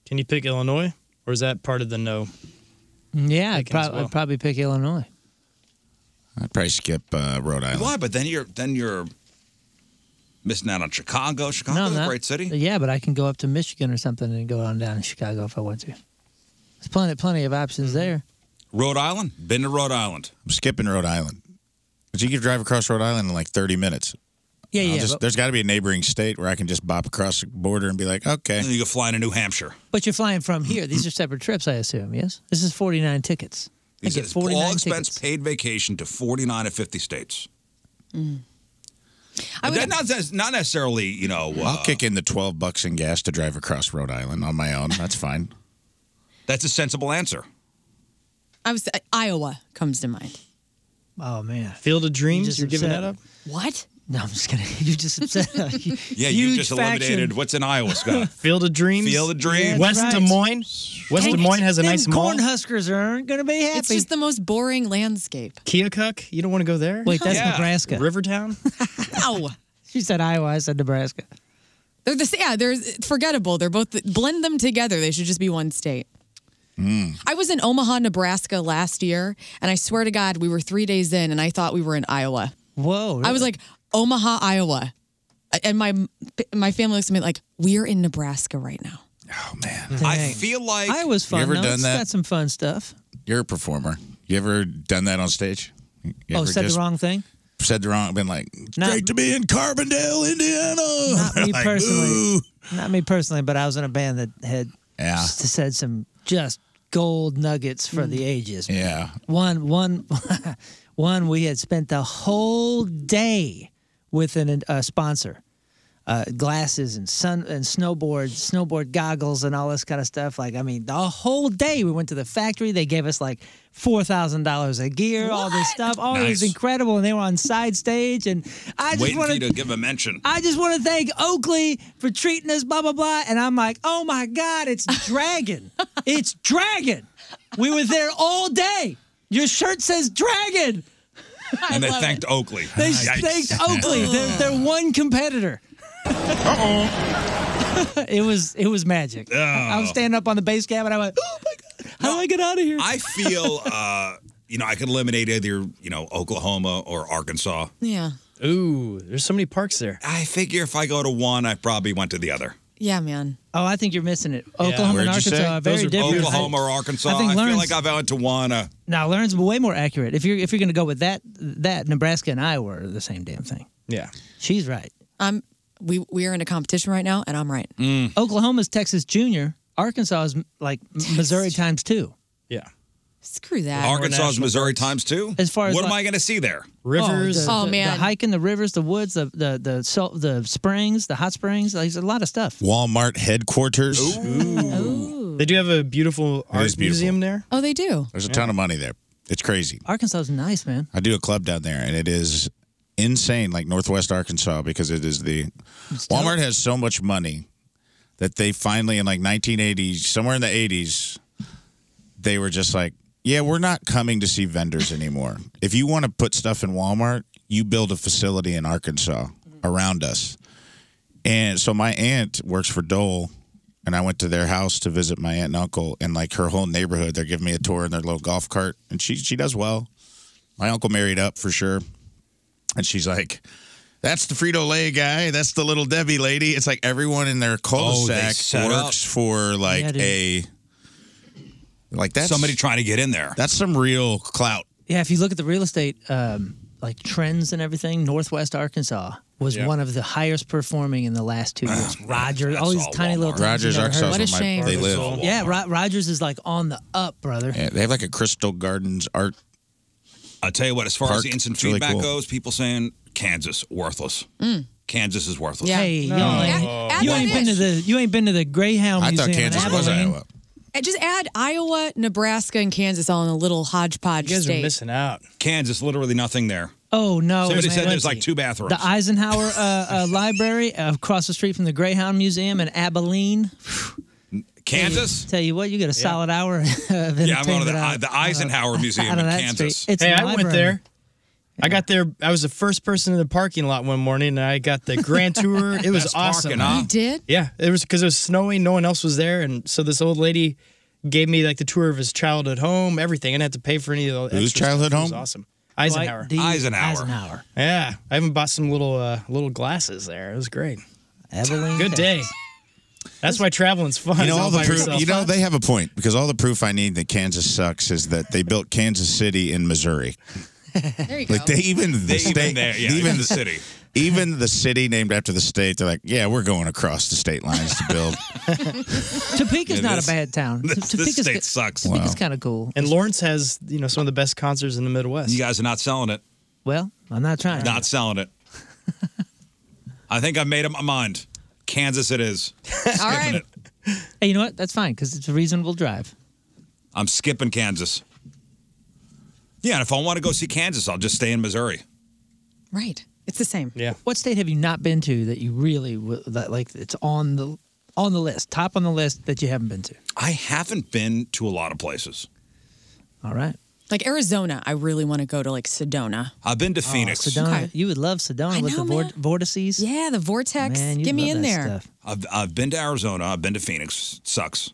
S3: Can you pick Illinois? Or is that part of the no?
S4: Yeah, I'd,
S3: Thinking as
S4: prob-
S3: well.
S4: I'd probably pick Illinois.
S5: I'd probably skip uh, Rhode Island.
S1: Why? But then you're then you're missing out on Chicago.
S4: No,
S1: Chicago's
S4: I'm
S1: a
S4: not-
S1: great city.
S4: Yeah, but I can go up to Michigan or something and go on down to Chicago if I want to. There's plenty, plenty of options there.
S1: Rhode Island? Been to Rhode Island.
S5: I'm skipping Rhode Island. But you can drive across Rhode Island in like 30 minutes.
S4: Yeah,
S5: I'll
S4: yeah.
S5: just-
S4: but,
S5: there's got to be a neighboring state where I can just bop across the border and be like, okay.
S1: you can fly into New Hampshire.
S4: but you're flying from here. These are separate trips, I assume. Yes, this is 49 tickets. I
S1: These
S4: get
S1: are
S4: 49
S1: all expense paid vacation to 49 of 50 states. And that not, that's not necessarily, you know, uh,
S5: I'll kick in the 12 bucks in gas to drive across Rhode Island on my own. That's fine.
S1: that's a sensible answer.
S2: I was uh, Iowa comes to mind.
S4: Oh man,
S3: Field of Dreams.
S4: just
S3: You're giving that up.
S4: upset.
S2: What?
S4: No, I'm just kidding. You just upset.
S1: Yeah,
S4: yeah,
S1: you just eliminated what's in Iowa, Scott.
S3: Field of Dreams.
S1: Field of Dreams.
S3: West Des Moines. West Des Moines has a
S4: Them
S3: nice mall.
S4: Cornhuskers aren't going to be happy.
S2: It's just the most boring landscape.
S3: Keokuk. You don't want to go there.
S4: Wait, that's Yeah. Nebraska.
S3: Rivertown.
S2: Wow.
S4: she said Iowa. I said Nebraska.
S2: They're the yeah. They're forgettable. They're both blend them together. They should just be one state.
S1: Hmm.
S2: I was in Omaha, Nebraska last year, and I swear to God, we were three days in, and I thought we were in Iowa.
S4: Whoa!
S2: I was like Omaha, Iowa, and my my family looks at me like we're in Nebraska right now.
S1: I feel like
S4: I was fun.
S5: You ever
S4: though.
S5: done
S4: It's
S5: that?
S4: Got some fun stuff.
S5: You're a performer. You ever done that on stage? You
S4: oh,
S5: ever
S4: said
S5: just
S4: the wrong thing.
S5: said the wrong, been like, it's great to be in Carbondale, Indiana.
S4: Not me
S5: Like,
S4: personally.
S5: "Ooh."
S4: Not me personally, but I was in a band that had
S5: Yeah.
S4: s- said some just gold nuggets for the ages. man.
S5: Yeah.
S4: One, one, one. We had spent the whole day with an, a sponsor, uh, glasses and sun and snowboards, snowboard goggles, and all this kind of stuff. Like, I mean, the whole day we went to the factory. They gave us like four thousand dollars a gear, all this stuff. Oh, it
S1: Nice.
S4: was incredible. And they were on side stage, and I
S1: Waiting
S4: just
S1: for you
S4: wanted
S1: to give a mention.
S4: I just want to thank Oakley for treating us, blah, blah, blah. And I'm like, oh my God, it's Dragon. it's Dragon. We were there all day. Your shirt says Dragon.
S1: and they thanked Oakley.
S4: They
S1: Yikes.
S4: thanked Oakley. they're, they're one competitor. Uh-oh. it was it was magic.
S1: Oh.
S4: I was standing up on the base cab and I went, oh my God, how do I get out of here?
S1: I feel, uh, you know, I could eliminate either, you know, Oklahoma or Arkansas.
S2: Yeah.
S1: Ooh, there's so many parks there. I figure if I go to one, I probably went to the other.
S2: Yeah, man.
S4: Oh, I think you're missing it. Oklahoma
S1: Where'd
S4: and
S1: you
S4: Arkansas
S1: say?
S4: are very
S1: Those
S4: different.
S1: Oklahoma or Arkansas.
S4: I
S1: I,
S4: think
S1: feel
S4: Lawrence-
S1: like I've went to one. Uh,
S4: Now, Lauren's way more accurate. If you're if you're going to go with that, that Nebraska and Iowa are the same damn thing.
S2: Yeah.
S4: She's right.
S2: I'm. We we are in a competition right now, and I'm right.
S5: Mm.
S4: Oklahoma's Texas Junior. Arkansas is like Missouri times two.
S1: yeah.
S2: Screw that.
S1: Arkansas's Missouri times two. As
S4: far as
S1: what am
S4: like-
S1: I going to see there?
S4: Oh, the, the- the hiking, the rivers, the woods, the the the salt, the springs, the hot springs. Like, there's a lot of stuff.
S5: Walmart headquarters.
S3: They do have a beautiful
S5: It
S3: art
S5: is beautiful.
S3: museum there.
S2: Oh, they do.
S5: There's a ton of money there. It's crazy.
S4: Arkansas is nice, man.
S5: I do a club down there, and it is insane, like Northwest Arkansas, because it is the Walmart has so much money that they finally, in like 1980s, somewhere in the 80s, they were just like, "Yeah, we're not coming to see vendors anymore. if you want to put stuff in Walmart, you build a facility in Arkansas around us." And so my aunt works for Dole. And I went to their house to visit my aunt and uncle, and like her whole neighborhood, they're giving me a tour in their little golf cart, and she she does well my uncle married up for sure. And she's like, that's the Frito Lay guy. That's the little Debbie lady. It's like everyone in their cul-de-sac
S1: Oh, set up.
S5: works for like
S1: Yeah, dude.
S5: a like that's
S1: Somebody trying to get in there.
S5: That's some real clout.
S4: Yeah, if you look at the real estate um, like trends and everything, Northwest Arkansas was
S5: Yeah.
S4: one of the highest performing in the last two years. Rogers, all these tiny little towns
S5: Rogers,
S4: you never
S5: Arkansas
S4: heard
S5: is
S4: of.
S5: where my- they live.
S4: Yeah, Ro- Rogers is like on the up, brother.
S5: Yeah, they have like a Crystal Gardens art.
S1: I'll tell you what, as far as
S5: Park,
S1: the instant
S5: it's really
S1: feedback
S5: cool.
S1: goes, people saying Kansas worthless.
S4: Mm.
S1: Kansas is worthless.
S4: Yeah. Hey, you ain't, you ain't been to the you ain't been to the Greyhound Museum. in Abilene.
S2: Uh, Just add Iowa, Nebraska, and Kansas all in a little hodgepodge state.
S1: out. Kansas, literally nothing there.
S4: Oh no!
S1: Somebody
S4: man.
S1: said there's like two bathrooms.
S4: The Eisenhower uh, uh, Library uh, across the street from the Greyhound Museum in Abilene.
S1: Kansas?
S4: Tell you what, you get a solid hour of
S1: Yeah, I'm going to
S4: entertainment
S1: the,
S4: out-
S1: the
S5: Uh,
S1: Eisenhower Museum
S4: out
S1: in
S4: of that
S1: Kansas.
S4: street. It's
S3: hey,
S4: a
S3: I went
S4: library.
S3: there. I got there. I was the first person in the parking lot one morning, and I got the grand tour. It was
S4: Best
S3: awesome.
S4: parking, huh? You did?
S3: Yeah, it was because it was snowing. No one else was there, and so this old lady gave me like the tour of his childhood home, everything. I didn't have to pay for any of the
S5: Whose
S3: extra
S5: childhood
S3: stuff. It was
S5: home?
S3: awesome. Eisenhower.
S5: Dwight D. Eisenhower. Eisenhower.
S3: Yeah, I even bought some little uh, little glasses there. It was great.
S4: Abilene.
S3: Good day. That's why traveling's fun.
S5: You know
S3: It's
S5: all the
S3: by
S5: proof.
S3: yourself.
S5: You know they have a point because all the proof I need that Kansas sucks is that they built Kansas City in Missouri.
S2: There you
S5: Like they even the
S1: They even
S5: state,
S1: there, yeah, even the city.
S5: even the city named after the state. They're like, yeah, we're going across the state lines to build. Yeah,
S4: Topeka's not
S5: this-
S4: a bad town. Topeka's
S3: state
S1: sucks.
S4: Topeka's kind of cool.
S3: And Lawrence has you know some of the best concerts in the Midwest. You
S1: guys are not selling it.
S4: Well, I'm not trying.
S1: Not selling it. I think I've made up my mind. Kansas it is.
S4: All right. Hey, you know what? That's fine because it's a reasonable drive.
S1: I'm skipping Kansas. Yeah, and if I want to go see Kansas, I'll just stay in Missouri.
S2: Right. It's the same.
S3: Yeah.
S4: What state have you not been to that you really w- that like it's on the on the list, top on the list that you haven't been to?
S1: I haven't been to a lot of places.
S4: All right.
S2: Like Arizona, I really want to go to like Sedona.
S1: I've been to
S4: Oh,
S1: Phoenix.
S4: Sedona. You would love Sedona with the vor- vortices.
S2: Yeah, the vortex. Get me in there.
S1: I've, I've been to Arizona. I've been to Phoenix. Sucks.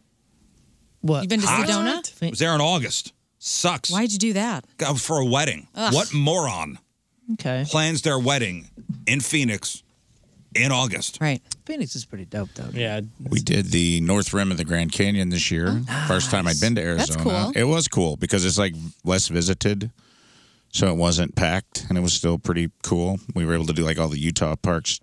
S4: What?
S2: You've been to Sedona?
S1: I was there in August. Sucks.
S2: Why'd you do that?
S1: Go for a wedding.
S2: Ugh.
S1: What moron
S4: Okay.
S1: plans their wedding in Phoenix in August?
S2: Right.
S4: Phoenix is pretty dope, though.
S3: Yeah.
S5: We did the North Rim of the Grand Canyon this year. First time I'd been to
S4: Oh, That's
S5: Arizona.
S4: cool.
S5: It was cool because it's like less visited. so it wasn't packed, and it was still pretty cool. We were able to do like all the Utah parks.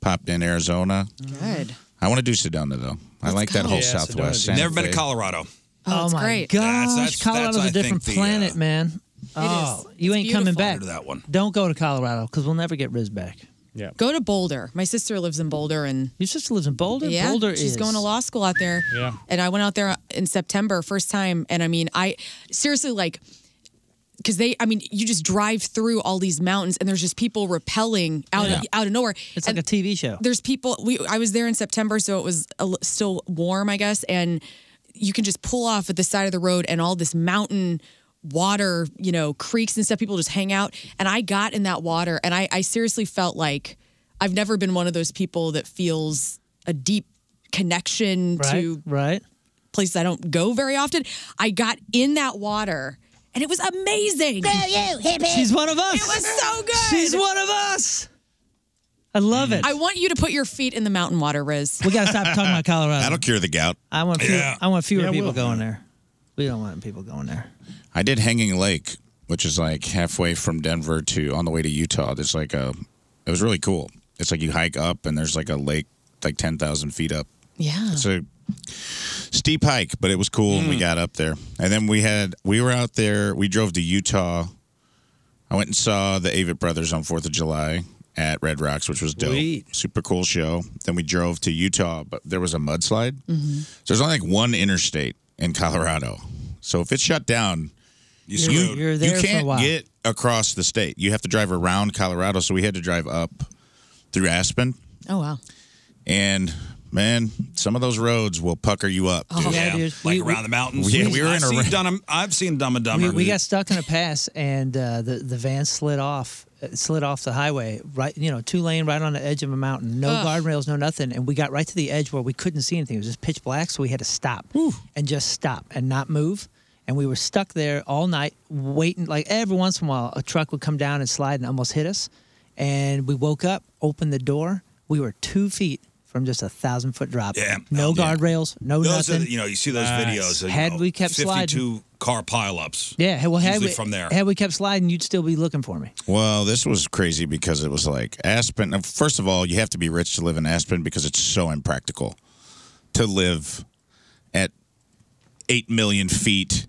S5: Popped in Arizona.
S2: Good.
S5: I want to do Sedona though. I like that whole Southwest. Santa
S1: Never been to
S5: Fe.
S1: Colorado.
S4: Oh,
S2: it's
S4: my
S2: great.
S4: gosh,
S1: That's- that's-
S4: Colorado's
S1: that's, I
S4: a different
S1: think, the, uh,
S4: planet, man. oh, you
S2: It's
S4: ain't coming
S2: beautiful.
S4: back.
S2: Go to
S1: that one.
S4: Don't go to Colorado because we'll never get Riz back.
S5: Yeah.
S2: Go to Boulder. My sister lives in Boulder, and
S4: your sister lives in Boulder.
S2: Yeah,
S4: Boulder
S2: she's
S4: is-
S2: going to law school out there.
S4: Yeah.
S2: and I went out there in September, first time, and I mean, I seriously like. Because they, I mean, you just drive through all these mountains, and there's just people rappelling out
S4: Yeah.
S2: of, out of nowhere.
S4: It's
S2: And
S4: like a TV show.
S2: There's people. We I was there in September, so it was a l still warm, I guess, and you can just pull off at the side of the road, and all this mountain water, you know, creeks and stuff. People just hang out, and I got in that water, and I, I seriously felt like I've never been one of those people that feels a deep connection
S4: Right,
S2: to
S4: right
S2: places I don't go very often. I got in that water. And it was amazing.
S4: She's one of us.
S2: It was so good.
S4: She's one of us. I love it.
S2: I want you to put your feet in the mountain water, Riz.
S4: We gotta stop talking about Colorado.
S5: That'll cure the gout.
S4: I want few, I want fewer
S5: Yeah,
S4: people
S5: we'll.
S4: going there. We don't want people going there.
S5: I did Hanging Lake, which is like halfway from Denver to on the way to Utah. There's like a, it was really cool. It's like you hike up and there's like a lake, like ten thousand feet up.
S2: Yeah.
S5: It's a steep hike, but it was cool. And we got up there, and then we had we were out there. We drove to Utah. I went and saw the Avett Brothers on Fourth of July at Red Rocks, which was dope. Super cool show. Then we drove to Utah, but there was a mudslide. So there's only like one interstate in Colorado. So if it's shut down,
S1: you
S4: You're-
S5: you,
S4: you're there for a
S5: can't
S4: while.
S5: get across the state. You have to drive around Colorado. So we had to drive up through Aspen,
S2: Oh wow.
S5: and man, some of those roads will pucker you up.
S4: Oh,
S5: Dude.
S1: Like around the mountains.
S5: Yeah, we were
S1: I've
S5: in a
S1: seen
S5: ra-
S1: Dunham, I've seen Dumb and
S4: We,
S1: Dumber.
S4: we got stuck in a pass, and uh, the the van slid off, uh, slid off the highway, right, you know, two lane, right on the edge of a mountain, no
S8: Ugh.
S4: guardrails, no nothing, and we got right to the edge where we couldn't see anything. It was just pitch black, so we had to stop and just stop and not move, and we were stuck there all night waiting. Like every once in a while, a truck would come down and slide and almost hit us, and we woke up, opened the door, we were two feet from just a thousand foot drop.
S1: Yeah.
S4: no guardrails, no
S1: those
S4: nothing.
S1: Are, you know, you see those
S4: Nice.
S1: videos. Of, you
S4: Had
S1: know,
S4: we kept
S1: 52
S4: sliding.
S1: car pileups.
S4: Yeah, well, had
S1: usually
S4: we,
S1: from there.
S4: had we kept sliding, you'd still be looking for me.
S5: Well, this was crazy because it was like Aspen. First of all, you have to be rich to live in Aspen because it's so impractical to live at eight million feet.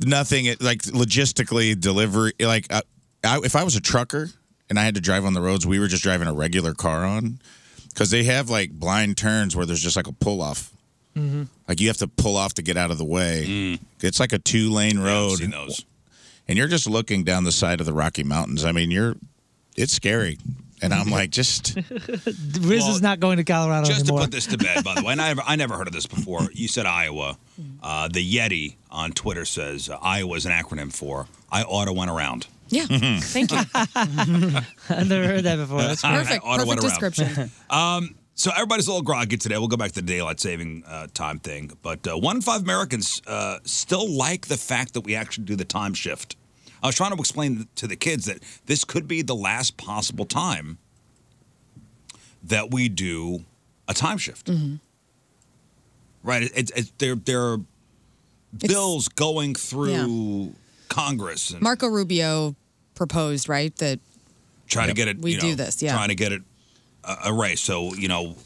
S5: Nothing like logistically delivery. Like uh, I, if I was a trucker and I had to drive on the roads, we were just driving a regular car on because they have like blind turns where there's just like a pull off.
S4: Mm-hmm.
S5: Like you have to pull off to get out of the way.
S1: Mm.
S5: It's like a two lane road. And you're just looking down the side of the Rocky Mountains. I mean, you're it's scary. And I'm like, just
S4: Riz is not going to Colorado
S1: Just to
S4: anymore.
S1: put this to bed, by the way, and I, I never heard of this before. You said Iowa. Uh, the Yeti on Twitter says uh, Iowa is an acronym for I auto went around. Hmm.
S2: Yeah. Thank you.
S4: I've never heard that before. That's great.
S1: Perfect. Auto went around. Um, so everybody's a little groggy today. We'll go back to the daylight saving uh, time thing, but uh, one in five Americans uh, still like the fact that we actually do the time shift. I was trying to explain to the kids that this could be the last possible time that we do a time shift. Right? It, it, it, there, there are bills going through Congress and
S2: Marco Rubio proposed, right? That
S1: try to get it.
S2: We
S1: you know,
S2: do this, yeah.
S1: Trying to get it uh, erased. So you know,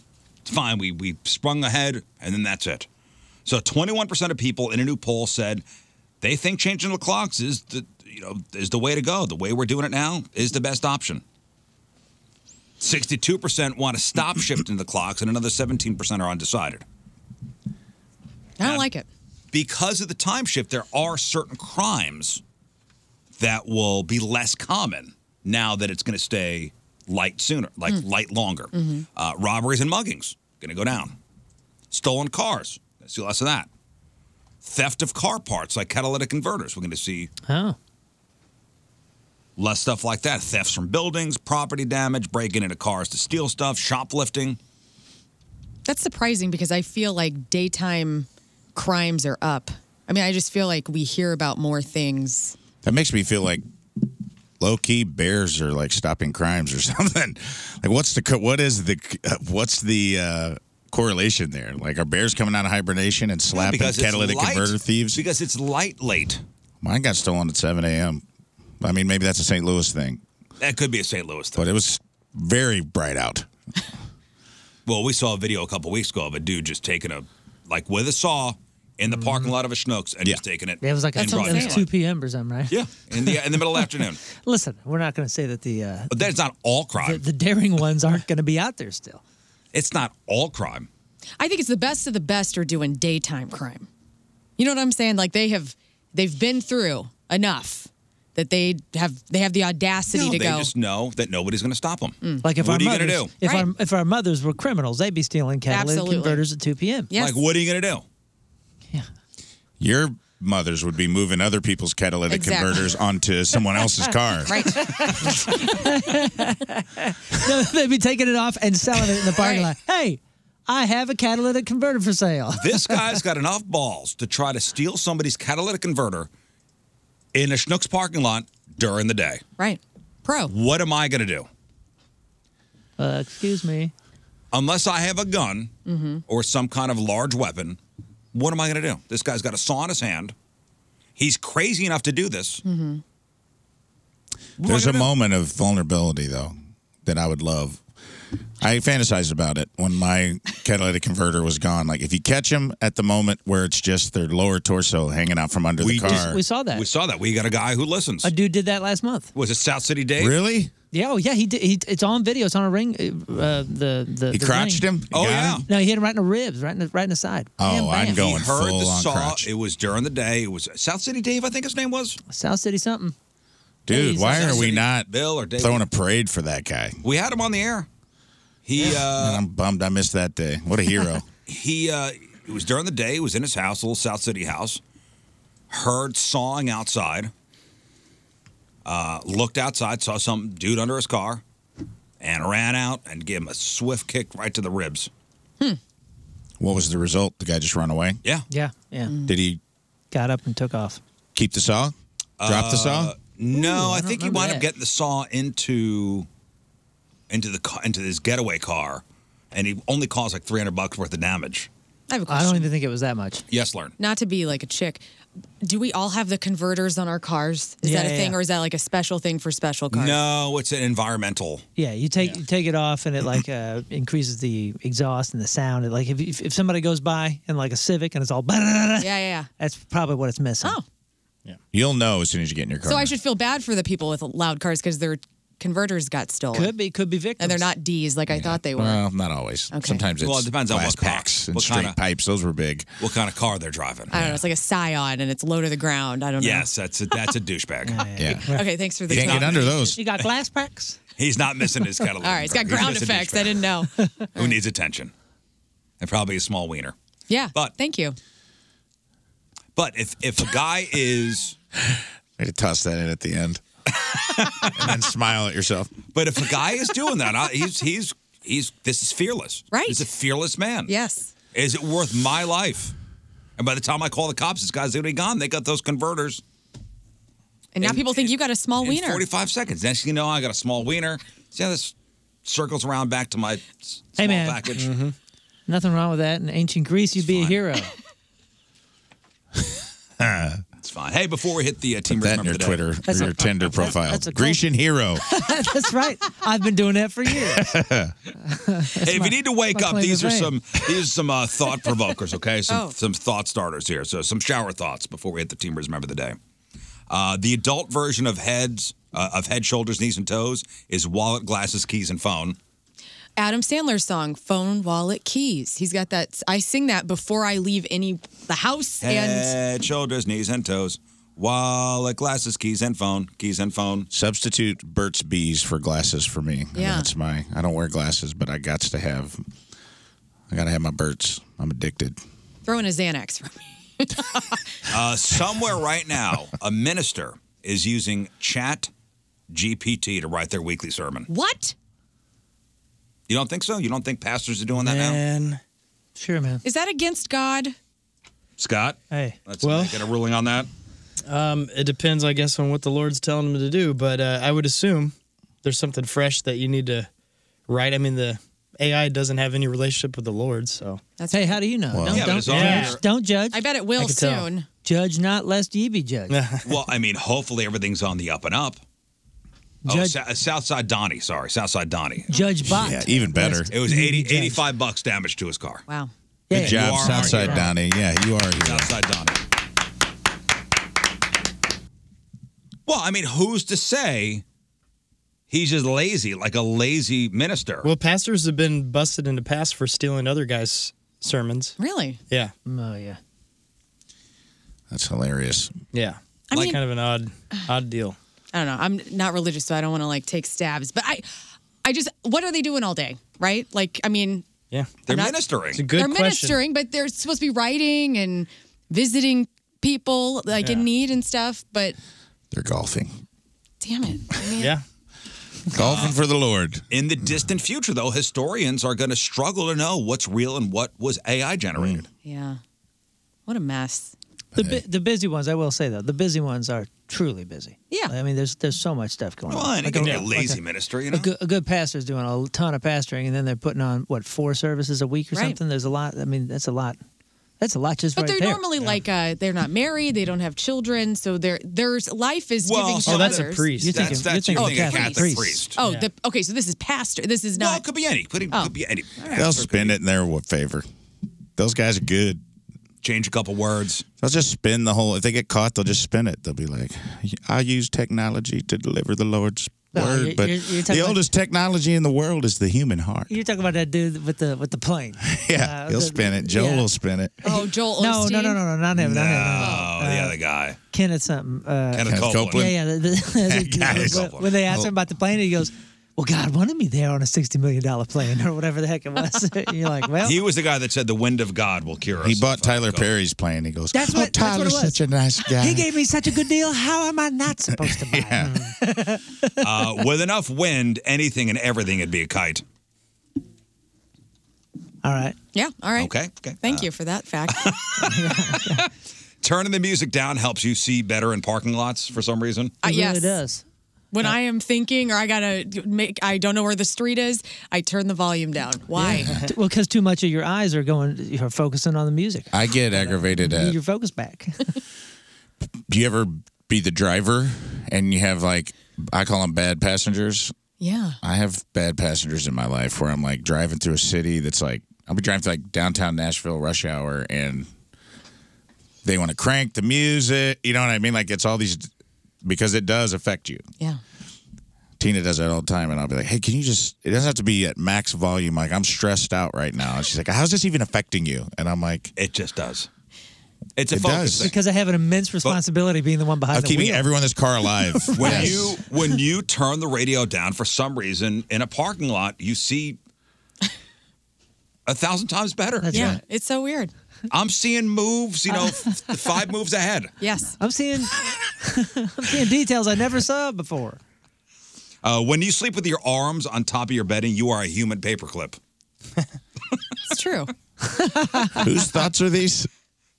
S1: it's fine. We we sprung ahead, and then that's it. So 21% of people in a new poll said they think changing the clocks is the you know is the way to go. The way we're doing it now is the best option. 62% want to stop shifting the clocks, and another 17% are undecided.
S2: I don't like it.
S1: Because of the time shift, there are certain crimes that will be less common now that it's going to stay light sooner, like
S2: Mm.
S1: light longer.
S2: Mm-hmm.
S6: Mhm.
S1: Uh, robberies and muggings going to go down. Stolen cars, going to see less of that. Theft of car parts, like catalytic converters, we're going to see
S4: Oh.
S1: less stuff like that. Thefts from buildings, property damage, breaking into cars to steal stuff, shoplifting.
S2: That's surprising because I feel like daytime crimes are up. I mean, I just feel like we hear about more things.
S5: that makes me feel like low key bears are like stopping crimes or something. Like what's the co- what is the what's the uh correlation there? Like are bears coming out of hibernation and slapping
S1: because it's
S5: catalytic
S1: light.
S5: converter thieves?
S1: Because it's light late.
S5: Mine got stolen at 7 a.m. I mean, maybe that's a St. Louis thing,
S1: That could be a St. Louis thing.
S5: but it was very bright out.
S1: Well, we saw a video a couple weeks ago of a dude just taking a, like with a saw in the parking lot of a Schnucks and just taking it.
S4: Mm-hmm. It was like a
S1: in
S4: it
S1: broad
S4: was
S1: daylight.
S4: 2 p.m. or something, right?
S1: Yeah. in the in the middle of the afternoon.
S4: Listen, we're not going to say that the, uh,
S1: But that's not all crime.
S4: the the daring ones aren't going to be out there still.
S1: it's not all crime.
S2: I think it's the best of the best are doing daytime crime. You know what I'm saying? Like they have they've been through enough that they have they have the audacity
S1: No,
S2: to
S1: they
S2: go.
S1: just know that nobody's going to stop them.
S4: Mm. Like if
S1: what
S4: our
S1: are you
S4: mothers,
S1: going to do?
S4: if our if our mothers were criminals, they'd be stealing catalytic
S1: Absolutely.
S4: converters at 2 p.m.
S1: Like what are you going to do?
S5: Your mothers would be moving other people's catalytic
S4: Exactly.
S5: converters onto someone else's car.
S2: Right.
S4: no, they'd be taking it off and selling it in the parking lot. Hey, I have a catalytic converter for sale.
S1: This guy's got enough balls to try to steal somebody's catalytic converter in a Schnucks parking lot during the day.
S2: Right. Pro.
S1: What am I going to do?
S4: Uh, excuse me.
S1: Unless I have a gun
S4: Mm-hmm.
S1: or some kind of large weapon, what am I going to do? This guy's got a saw in his hand. He's crazy enough to do this.
S2: Mm-hmm.
S5: There's a moment of vulnerability though that I would love. I fantasized about it when my catalytic converter was gone. Like if you catch them at the moment where it's just their lower torso hanging out from under the car.
S4: just- we saw that.
S1: We saw that. We got a guy who listens.
S4: A dude did that last month.
S1: Was it South City Dave?
S5: Really?
S4: Yeah, oh yeah, he did. He, it's on video. It's on a ring. Uh, the the
S5: He
S4: the
S5: crotched
S4: ring.
S5: him? Oh. He Oh, got yeah.
S4: No, he hit him right in the ribs, right in the right in the side. Bam, bam.
S1: He heard the saw. It was during the day. It was South City Dave, I think his name was.
S4: South City something.
S5: Dude,
S4: Hey,
S5: why
S4: South
S5: are we
S4: City.
S5: not
S1: Bill or Dave?
S5: throwing a parade for that guy?
S1: We had him on the air. He uh,
S5: Man, I'm bummed I missed that day. What a hero.
S1: he uh, it was during the day. He was in his house, a little South City house. Heard sawing outside. Uh, looked outside, saw some dude under his car, and ran out and gave him a swift kick right to the ribs.
S5: what was the result? The guy just ran away?
S1: Yeah.
S4: Yeah, yeah.
S5: Did he
S4: Got up and took off.
S5: keep the saw? Drop the saw?
S1: Uh, No,
S5: Ooh, I
S1: I
S5: don't
S1: think he
S5: remember
S1: wound
S5: that.
S1: up getting the saw into into the ca- into his getaway car, and he only caused like three hundred bucks worth of damage.
S2: I have a
S4: I
S2: question.
S4: don't even think it was that much.
S1: Yes, learn.
S2: Not to be like a chick. Do we all have the converters on our cars? Is
S4: Yeah,
S2: that a
S4: yeah,
S2: thing
S4: yeah.
S2: or is that like a special thing for special cars?
S1: No, it's an environmental.
S4: Yeah, you take you take it off and it like uh, increases the exhaust and the sound. It, like if, if if somebody goes by in like a Civic and it's all yeah
S2: yeah.
S4: that's probably what it's missing. Oh,
S5: You'll know as soon as you get in your car.
S2: So I should feel bad for the people with loud cars because their converters got stolen.
S4: Could be, could be victims.
S2: And they're not D's like I thought they were.
S5: Well, not always.
S2: Okay.
S5: Sometimes it's
S2: Well, it depends on
S5: glass
S1: what car-
S5: packs and
S1: what
S5: straight
S1: kinda-
S5: pipes. Those were big.
S1: What kind of car they're driving?
S2: I don't know. It's like a scion and it's low to the ground. I don't know.
S1: Yes, that's a, that's a douchebag.
S5: yeah.
S2: Okay, thanks for the
S1: Can't
S2: talk.
S1: get under those.
S4: You got glass packs?
S1: He's not missing his
S2: All
S1: catalog.
S2: right, it's got
S1: He's
S2: ground
S1: just a
S2: effects.
S1: douchebag
S2: I didn't know.
S1: Who needs attention? And probably a small wiener.
S2: Yeah. But thank you.
S1: But if if a guy is
S5: Way to toss that in at the end. and then smile at yourself.
S1: But if a guy is doing that, I, he's he's he's this is fearless. Right. He's a fearless man.
S2: Yes.
S1: Is it worth my life? And by the time I call the cops, this guy's already gone. They got those converters
S2: And now people think you got a small
S1: in
S2: wiener.
S1: 45 seconds. Next thing you know, I got a small wiener. See how this circles around back to my s- small
S4: Hey, man.
S1: package?
S4: nothing wrong with that. In ancient Greece, you'd be a hero.
S1: it's fine. Hey, before we hit the uh, team,
S5: Put that in
S1: remember
S5: your
S1: the day.
S5: Twitter
S1: That's
S5: or
S1: a-
S5: your Tinder profile.
S1: that's a cult-
S5: Grecian hero.
S4: that's right. I've been doing that for years.
S1: Hey, if
S4: my-
S1: you need to wake
S4: my
S1: up,
S4: claim
S1: these
S4: to
S1: are
S4: fame.
S1: some these are some uh, thought provokers. Okay, some
S4: Oh.
S1: some thought starters here. So some shower thoughts before we hit the teamers. Remember the day. Uh, the adult version of heads uh, of head, shoulders, knees, and toes is wallet, glasses, keys, and phone.
S2: Adam Sandler's song, Phone, Wallet, Keys. He's got that. I sing that before I leave any the house and
S1: Head, shoulders, knees, and toes. Wallet, glasses, keys, and phone. Keys and phone.
S5: Substitute Burt's Bees for glasses for me. I mean,
S2: Yeah.
S5: that's my. I don't wear glasses, but I got to have. I gotta have my Burt's. I'm addicted.
S2: throw in a Xanax for me.
S1: Uh, somewhere right now, a minister is using Chat GPT to write their weekly sermon.
S2: What?
S1: You don't think so? You don't think pastors are doing that now?
S4: Sure, man.
S2: Is that against God?
S1: Scott.
S4: Hey.
S1: Let's
S3: Well-
S1: make it a ruling on that.
S3: Um, it depends, I guess, on what the Lord's telling them to do. But uh, I would assume there's something fresh that you need to write. I mean, the AI doesn't have any relationship with the Lord, so
S4: hey, how do you know?
S3: Well-
S4: don't
S3: Yeah, but
S4: don't
S3: it's
S4: judge.
S3: all
S4: Don't judge.
S2: I bet it will
S3: I could tell.
S2: soon.
S4: Judge not, lest ye be judged.
S1: well, I mean, hopefully everything's on the up and up. oh, Sa- Southside Donnie, sorry, Southside Donnie.
S4: Judge Bot.
S1: It was 80, 85 bucks damage to his car.
S2: Wow.
S5: Good
S1: Yeah,
S5: job,
S1: you are
S5: Southside
S1: our
S5: Donnie. Yeah, you are a hero.
S1: Southside Donnie. Well, I mean, who's to say he's just lazy, like a lazy minister?
S3: Well, pastors have been busted in the past for stealing other guys' sermons.
S2: Really?
S3: Yeah.
S4: Oh yeah.
S5: That's hilarious.
S3: Yeah.
S2: I
S3: like
S2: mean-
S3: kind of an odd, odd deal.
S2: I don't know. I'm not religious, so I don't want to like take stabs. But I, I just, what are they doing all day, right? Like, I mean,
S3: Yeah.
S1: They're
S2: not-
S1: ministering.
S3: It's a good
S2: they're
S3: question.
S2: ministering, but they're supposed to be writing and visiting people like in
S5: Yeah.
S2: need and stuff. But
S5: They're golfing.
S2: damn it,
S3: Yeah.
S5: Golfing for the Lord.
S1: In the distant future, though, historians are going to struggle to know what's real and what was AI generated.
S5: Mm.
S2: yeah, what a mess.
S4: The bu- the busy ones, I will say though, the busy ones are truly busy.
S2: Yeah.
S4: I mean, there's there's so much stuff going
S1: Well,
S4: on.
S1: and it
S4: Like
S1: can
S4: a-
S1: be a
S4: like
S1: lazy minister, you
S4: a
S1: know?
S4: good, a good pastor's doing a ton of pastoring, and then they're putting on what four services a week or
S2: Right.
S4: something. There's a lot. I mean, that's a lot. That's a lot just
S2: But
S4: right
S2: they're
S4: there.
S2: normally like uh, they're not married, they don't have children, so their there's life is giving to others.
S1: oh,
S4: You're
S1: That's-
S4: thinking,
S1: that's-
S4: you're
S1: you're
S4: thinking,
S1: thinking a Catholic priest.
S2: Oh, the, okay, so this is pastor. This is not. Oh. Well, it
S1: could be any. Could, could be any.
S5: They'll spend it in their wa- favor. Those guys are good.
S1: Change a couple words.
S5: They'll just spin the whole. If they get caught, they'll just spin it. They'll be like, "I use technology to deliver the Lord's
S4: No,
S5: word,"
S4: you're-
S5: but
S4: you're- you're talking
S5: the
S4: about-
S5: oldest technology in the world is the human heart.
S4: You're talking about that dude with the with the plane. Uh,
S5: Yeah, he'll
S4: Oh, the-
S5: spin it. Joel
S4: yeah.
S5: will spin it.
S2: Oh, Joel.
S4: No, no, no, no, no, not him. Not him.
S1: Oh, the other guy.
S4: Kenneth something. Uh,
S1: Kenneth Copeland. Copeland.
S4: Yeah, yeah. The, the,
S1: Kenneth
S4: when-
S1: Copeland.
S4: when they asked
S1: Oh.
S4: him about the plane, he goes, "Well, God wanted me there on a sixty million dollar plane or whatever the heck it was." And you're like, "Well,
S1: he was the guy that said the wind of God will cure us.
S5: He bought Tyler Perry's plane. He goes,
S4: that's
S5: "Oh,
S4: what, that's what
S5: Tyler's
S4: it was."
S5: such a nice guy."
S4: He gave me such a good deal. How am I not supposed to?
S5: yeah.
S1: uh, with enough wind, anything and everything would be a kite.
S4: All right.
S2: Yeah. All right.
S1: Okay. Okay. Uh,
S2: Thank you for that fact. Uh,
S1: Turning the music down helps you see better in parking lots for some reason.
S2: Uh, yes. does. When I am thinking or I gotta make, I don't know where the street is. I turn the volume down. Why?
S4: T- Well, because too much of your eyes are going, you're focusing on the music.
S5: I get aggravated
S4: Need
S5: at.
S4: your focus back.
S5: Do you ever be the driver and you have like I call them bad passengers?
S2: Yeah.
S5: I have bad passengers in my life where I'm like driving through a city that's like I'll be driving through like downtown Nashville rush hour and they want to crank the music. You know what I mean? Like it's all these because it does affect you.
S2: Yeah.
S5: Tina does that all the time, and I'll be like, "Hey, can you just?" It doesn't have to be at max volume. Like I'm stressed out right now, and she's like, "How's this even affecting you?" And I'm like,
S1: "It just does. It's a
S5: it
S1: focus
S5: does.
S4: because I have an immense responsibility being the one behind
S5: Of
S4: the
S5: keeping
S4: wheel.
S5: everyone in this car alive.
S1: When
S5: Yes.
S1: you when you turn the radio down for some reason in a parking lot, you see a thousand times better.
S2: yeah. It's so weird.
S1: I'm seeing moves, you know, f- five moves ahead.
S2: Yes.
S4: I'm seeing, I'm seeing details I never saw before.
S1: Uh, when you sleep with your arms on top of your bedding, you are a human paperclip.
S2: It's true.
S5: Whose thoughts are these?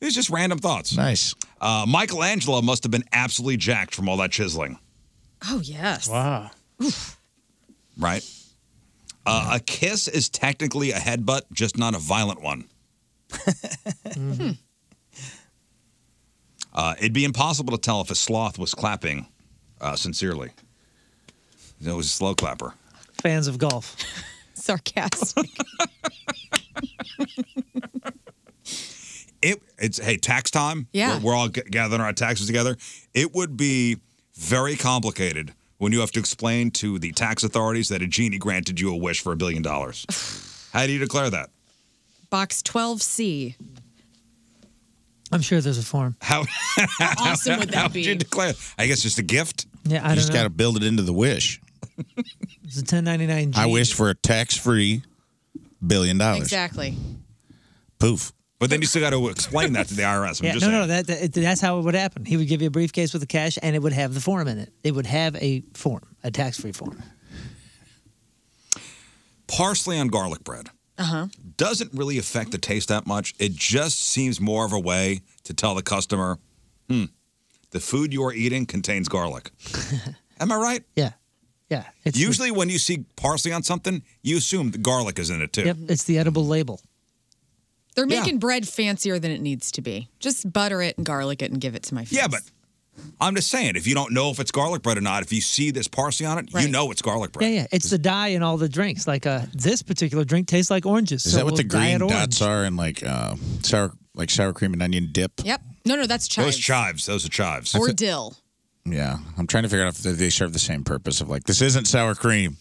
S1: It's just random thoughts.
S5: Nice.
S1: Uh, Michelangelo must have been absolutely jacked from all that chiseling,
S2: Oh yes.
S3: Wow.
S1: right? Uh, a kiss is technically a headbutt, just not a violent one.
S4: Mm-hmm.
S1: Uh, it'd be impossible to tell if a sloth was clapping uh, sincerely. It was a slow clapper.
S4: Fans of golf.
S2: Sarcastic.
S1: It, it's hey tax time.
S2: Yeah.
S1: we're, we're all g- gathering our taxes together. It would be very complicated when you have to explain to the tax authorities that a genie granted you a wish for a billion dollars. How do you declare that?
S2: Box 12C.
S4: I'm sure there's a form.
S1: How,
S2: awesome would that
S1: how you declare? I guess just a gift.
S4: Yeah, I
S5: you
S4: don't
S5: just
S4: know.
S5: got to build it into the wish.
S4: It's a 1099 G.
S5: I wish for a tax-free billion dollars.
S2: Exactly.
S5: Poof.
S1: But then you still got to explain that to the IRS. I'm
S4: Yeah, no,
S1: just saying.
S4: no, that, that that's how it would happen. He would give you a briefcase with the cash, and it would have the form in it. It would have a form, a tax-free form.
S1: Parsley on garlic bread
S2: Uh huh.
S1: doesn't really affect the taste that much. It just seems more of a way to tell the customer, hmm, the food you are eating contains garlic. Am I right?
S4: Yeah, yeah. It's the-
S1: Usually, when you see parsley on something, you assume the garlic is in it too.
S4: Yep, it's the edible label.
S2: They're making bread fancier than it needs to be. Just butter it and garlic it and give it to my face.
S1: Yeah, but I'm just saying, if you don't know if it's garlic bread or not, if you see this parsley on it, you know it's garlic bread.
S4: Yeah, yeah. It's the dye in all the drinks. Like uh, this particular drink tastes like oranges.
S5: Is
S4: so
S5: that what
S4: we'll
S5: the
S4: dye
S5: green
S4: it orange.
S5: dots are in like uh, sour like sour cream and onion dip?
S2: Yep. No, no, that's chives.
S5: Those chives, those are chives.
S2: or dill.
S5: yeah, I'm trying to figure out if they serve the same purpose of like this isn't sour cream.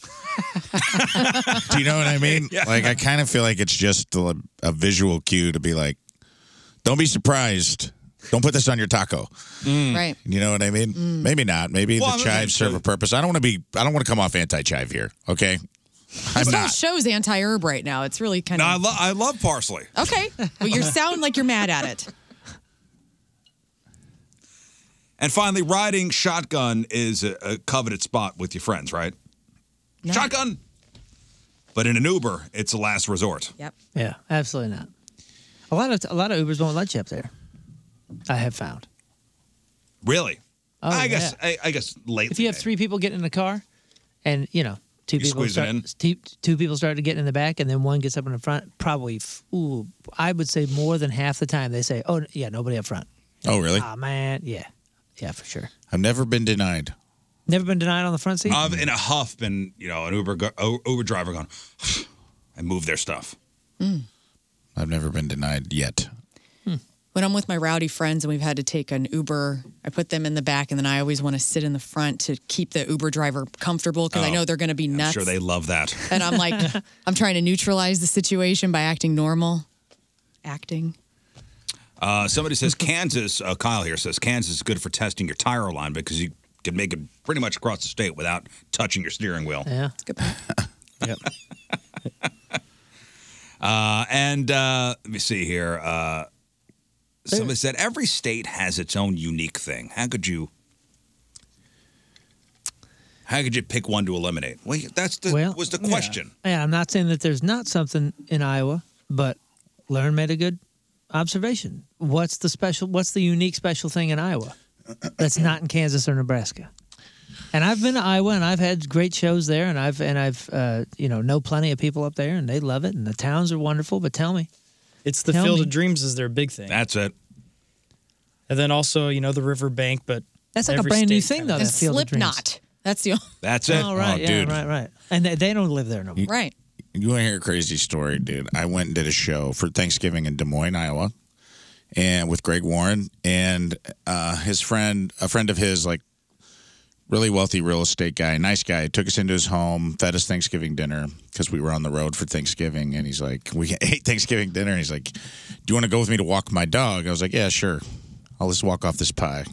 S5: Do you know what I mean? Like I kind of feel like it's just a, a visual cue to be like, don't be surprised. Don't put this on your taco.
S1: Hmm.
S2: Right.
S5: You know what I mean? Maybe not. Maybe
S2: Mm. Well, I
S5: the
S2: mean,
S5: chives serve a purpose. I don't want to be. I don't want to come off anti-chive here. Okay, I'm
S2: This whole
S5: not.
S2: show's anti-herb right now. It's really kind
S1: No, I,
S2: of
S1: lo- I love parsley.
S2: okay. Well, you sound like you're mad at it.
S1: And finally, riding shotgun is a, a coveted spot with your friends, right? Shotgun. But in an Uber, it's a last resort.
S2: Yep.
S4: Yeah, absolutely not. A lot of a lot of Ubers won't let you up there. I have found.
S1: Really?
S4: Oh,
S1: I guess.
S4: yeah.
S1: I, I guess lately.
S4: If you have three people getting in a car, and you know two
S1: You
S4: people
S1: squeeze it
S4: start,
S1: in?
S4: Two, two people start to get in the back, and then one gets up in the front. Probably, f- ooh, I would say more than half the time they say, "Oh yeah, nobody up front."
S5: Oh really?
S4: Ah man, yeah, yeah for sure.
S5: I've never been denied.
S4: Never been denied on the front seat.
S1: I've in a huff been, you know, an Uber go- o- Uber driver going and move their stuff.
S5: I've never been denied yet.
S2: When I'm with my rowdy friends and we've had to take an Uber, I put them in the back and then I always want to sit in the front to keep the Uber driver comfortable because I
S1: Oh,
S2: know they're going to be
S1: I'm
S2: nuts.
S1: sure they love that.
S2: and I'm like, I'm trying to neutralize the situation by acting normal. Acting.
S1: Uh, somebody says Kansas. Uh, Kyle here says Kansas is good for testing your tire alignment because you can make it pretty much across the state without touching your steering wheel.
S4: Yeah,
S2: it's good. point.
S4: yep.
S1: Uh, and uh, let me see here. Uh, somebody said every state has its own unique thing. How could you? How could you pick one to eliminate? Well, that's the was the question.
S4: Yeah, I'm not saying that there's not something in Iowa, but Lauren made a good observation. What's the special? What's the unique special thing in Iowa that's not in Kansas or Nebraska? And I've been to Iowa, and I've had great shows there, and I've and I've uh, you know know plenty of people up there, and they love it, and the towns are wonderful. But tell me,
S3: It's the
S4: Tell
S3: Field
S4: me.
S3: of Dreams is their big thing.
S1: That's it.
S3: And then also, you know, the river bank, but
S4: That's like a
S3: every
S4: brand new
S3: state
S4: thing,
S3: kinda
S4: though,
S3: has
S4: that
S3: it.
S4: Field of Dreams.
S2: Slipknot. That's the
S1: That's
S5: it.
S4: Oh, right,
S5: Oh,
S4: yeah,
S5: dude.
S4: right, right, and they, they don't live there no more.
S2: right.
S5: You want to hear a crazy story, dude? I went and did a show for Thanksgiving in Des Moines, Iowa, and with Greg Warren and uh, his friend, a friend of his, like really wealthy real estate guy, nice guy, took us into his home, fed us Thanksgiving dinner because we were on the road for Thanksgiving, and he's like, we ate Thanksgiving dinner, and he's like, do you want to go with me to walk my dog? I was like, yeah, sure. I'll just walk off this pie.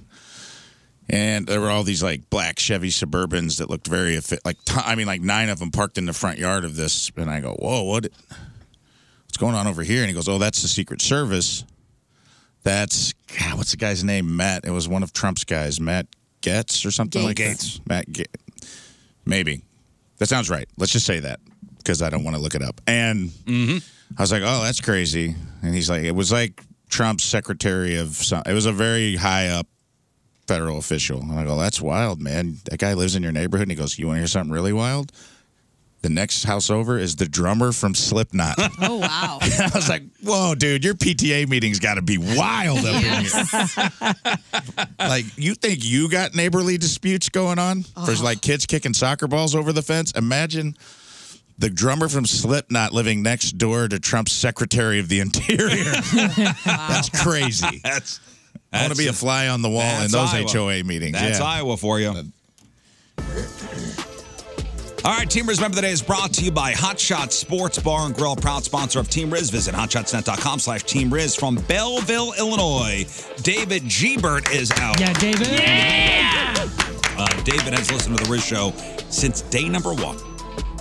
S5: And there were all these like black Chevy Suburbans that looked very effi- like t- I mean like nine of them parked in the front yard of this, and I go, "Whoa, what? What's going on over here?" And he goes, "Oh, that's the Secret Service. That's God, what's the guy's name? Matt. It was one of Trump's guys, Matt Getz or something like
S1: Gates.
S5: that. Matt Gates. Maybe that sounds right. Let's just say that because I don't want to look it up. And
S1: Mm-hmm.
S5: I was like, oh, that's crazy. And he's like, it was like Trump's secretary of some, it was a very high up federal official. And I go, that's wild, man. That guy lives in your neighborhood. And he goes, you want to hear something really wild? The next house over is the drummer from Slipknot.
S2: Oh wow.
S5: And I was like, whoa, dude, your PTA meeting's got to be wild up in here. Like, you think you got neighborly disputes going on? There's like kids kicking soccer balls over the fence. Imagine the drummer from Slipknot living next door to Trump's Secretary of the Interior. That's crazy.
S1: That's,
S5: I want to be a fly on the wall in
S1: That's
S5: those
S1: Iowa.
S5: HOA meetings.
S1: That's
S5: yeah.
S1: Iowa for you. All right, Team Riz Member of the Day is brought to you by Hot Shot Sports Bar and Grill, proud sponsor of Team Riz. Visit hotshotsnet.com slash Team Riz from Belleville, Illinois. David Gebert is out.
S4: Yeah, David.
S1: Yeah! Uh, David has listened to the Riz Show since day number one.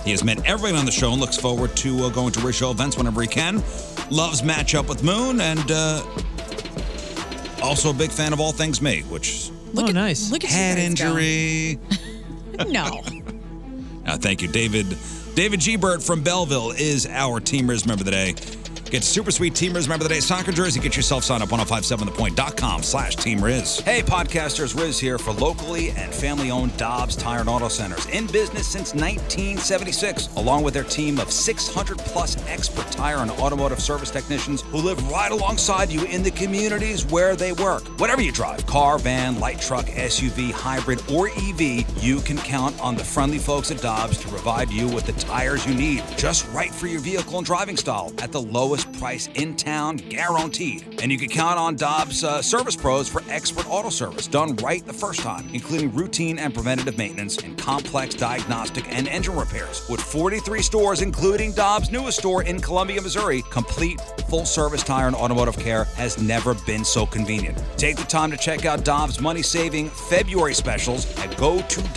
S1: He has met everyone on the show and looks forward to uh, going to Riz Show events whenever he can. Loves Match Up with Moon and uh, also a big fan of all things me, which
S2: Look
S4: Oh,
S2: at nice. Look at you
S1: head
S2: guys go.
S1: injury.
S2: No.
S1: Uh, thank you, David. David Gebert from Belleville is our Team Riz member of the day. Get super sweet Team Riz member of the day soccer jersey. Get yourself signed up 1057thepoint.com slash Team Riz. Hey, podcasters, Riz here for locally and family owned Dobbs Tire and Auto Centers. In business since 1976, along with their team of 600 plus expert tire and automotive service technicians who live right alongside you in the communities where they work. Whatever you drive car, van, light truck, SUV, hybrid, or EV you can count on the friendly folks at Dobbs to provide you with the tires you need, just right for your vehicle and driving style, at the lowest price in town, guaranteed. And you can count on Dobbs uh, service pros for expert auto service done right the first time, including routine and preventative maintenance and complex diagnostic and engine repairs. With 43 stores, including Dobbs' newest store in Columbia, Missouri, complete full service tire and automotive care has never been so convenient. Take the time to check out Dobbs' money saving February specials at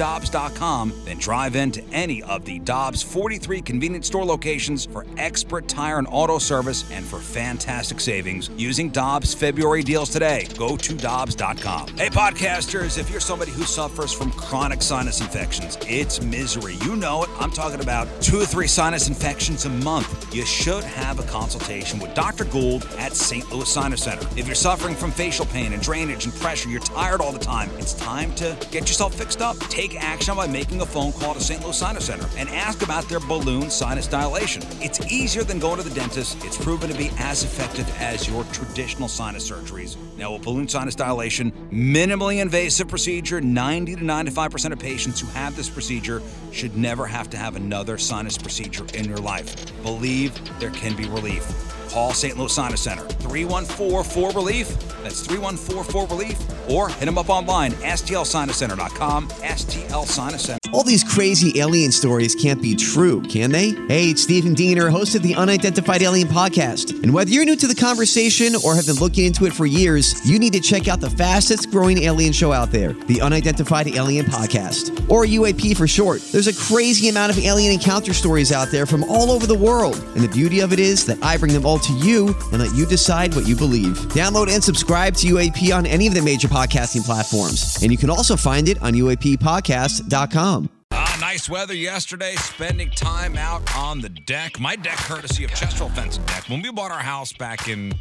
S1: gotodobbs.com, then drive into any of the Dobbs 43 convenience store locations for expert tire and auto service and for fantastic savings using Dobbs February deals today. Go to Dobbs.com. Hey, podcasters, if you're somebody who suffers from chronic sinus infections, it's misery. You know it. I'm talking about two or three sinus infections a month. You should have a consultation with Dr. Gould at St. Louis Sinus Center. If you're suffering from facial pain and drainage and pressure, you're tired all the time, it's time to get yourself fixed up. Take action by making a phone call to St. Louis Sinus Center and ask about their balloon sinus dilation. It's easier than going to the dentist. It's proven to be as effective as your traditional sinus surgeries. Now, a balloon sinus dilation, minimally invasive procedure, 90 to 95% of patients who have this procedure should never have to have another sinus procedure in your life. Believe there can be relief. Call St. Louis Sinus Center, 3144 Relief. That's 3144 Relief. Or hit them up online, stlsinuscenter.com, STL Sinus Center.
S8: All these crazy alien stories can't be true, can they? Hey, it's Stephen Diener, host of the Unidentified Alien Podcast. And whether you're new to the conversation or have been looking into it for years, you need to check out the fastest growing alien show out there, the Unidentified Alien Podcast, or UAP for short. There's a crazy amount of alien encounter stories out there from all over the world. And the beauty of it is that I bring them all to you and let you decide what you believe. Download and subscribe to UAP on any of the major podcasting platforms. And you can also find it on UAPpodcast.com.
S1: Ah, nice weather yesterday, spending time out on the deck. My deck, courtesy of Chesterfield Fence and Deck. When we bought our house back in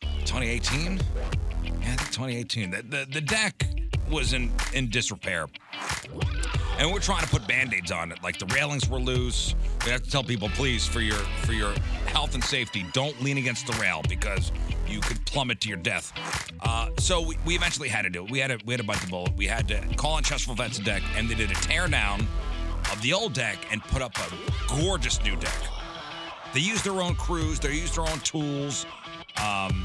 S1: 2018, yeah, I think 2018, the, the, the deck was in, in disrepair. And we're trying to put band-aids on it. Like the railings were loose. We have to tell people, please, for your for your health and safety, don't lean against the rail because you could plummet to your death. Uh, so we, we eventually had to do it. We had to we had to bite the bullet. We had to call on Chesterfield Vets and Deck, and they did a tear down of the old deck and put up a gorgeous new deck. They used their own crews. They used their own tools. Um,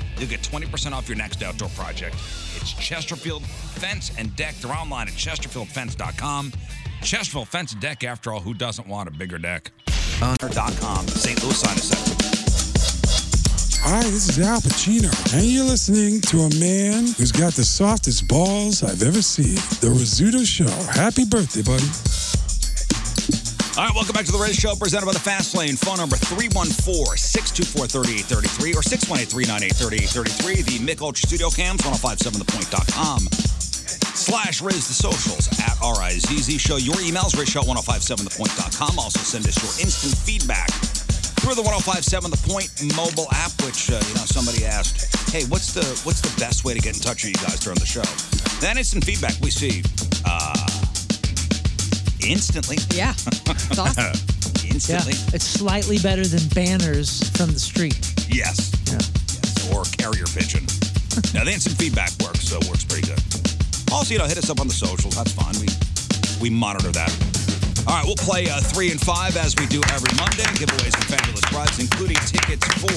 S1: you'll get 20% off your next outdoor project. It's Chesterfield Fence and Deck. They're online at chesterfieldfence.com. Chesterfield Fence and Deck, after all, who doesn't want a bigger deck? Honor.com, St. Louis Sinus Center.
S9: Hi, this is Al Pacino, and you're listening to a man who's got the softest balls I've ever seen. The Rizzuto Show. Happy birthday, buddy.
S1: All right, welcome back to the Red Show, presented by the Fast Lane. Phone number 314-624-3833 or 618-398-3833. The Mick Ultra Studio Cams, 1057thepoint.com. Slash Riz the socials at R-I-Z-Z Show. Your emails, rizshow1057thepoint.com. Also send us your instant feedback through the 1057 The Point mobile app, which, uh, you know, somebody asked, hey, what's the what's the best way to get in touch with you guys during the show? That instant feedback we see uh, instantly.
S2: Yeah. It's awesome.
S1: instantly.
S4: Yeah, it's slightly better than banners from the street.
S1: Yes. yes. Or carrier pigeon. now, the instant feedback works, so it works pretty good. Also, you know, hit us up on the socials. That's fine. We, we monitor that. All right, we'll play uh, three and five as we do every Monday. Giveaways and fabulous prizes, including tickets for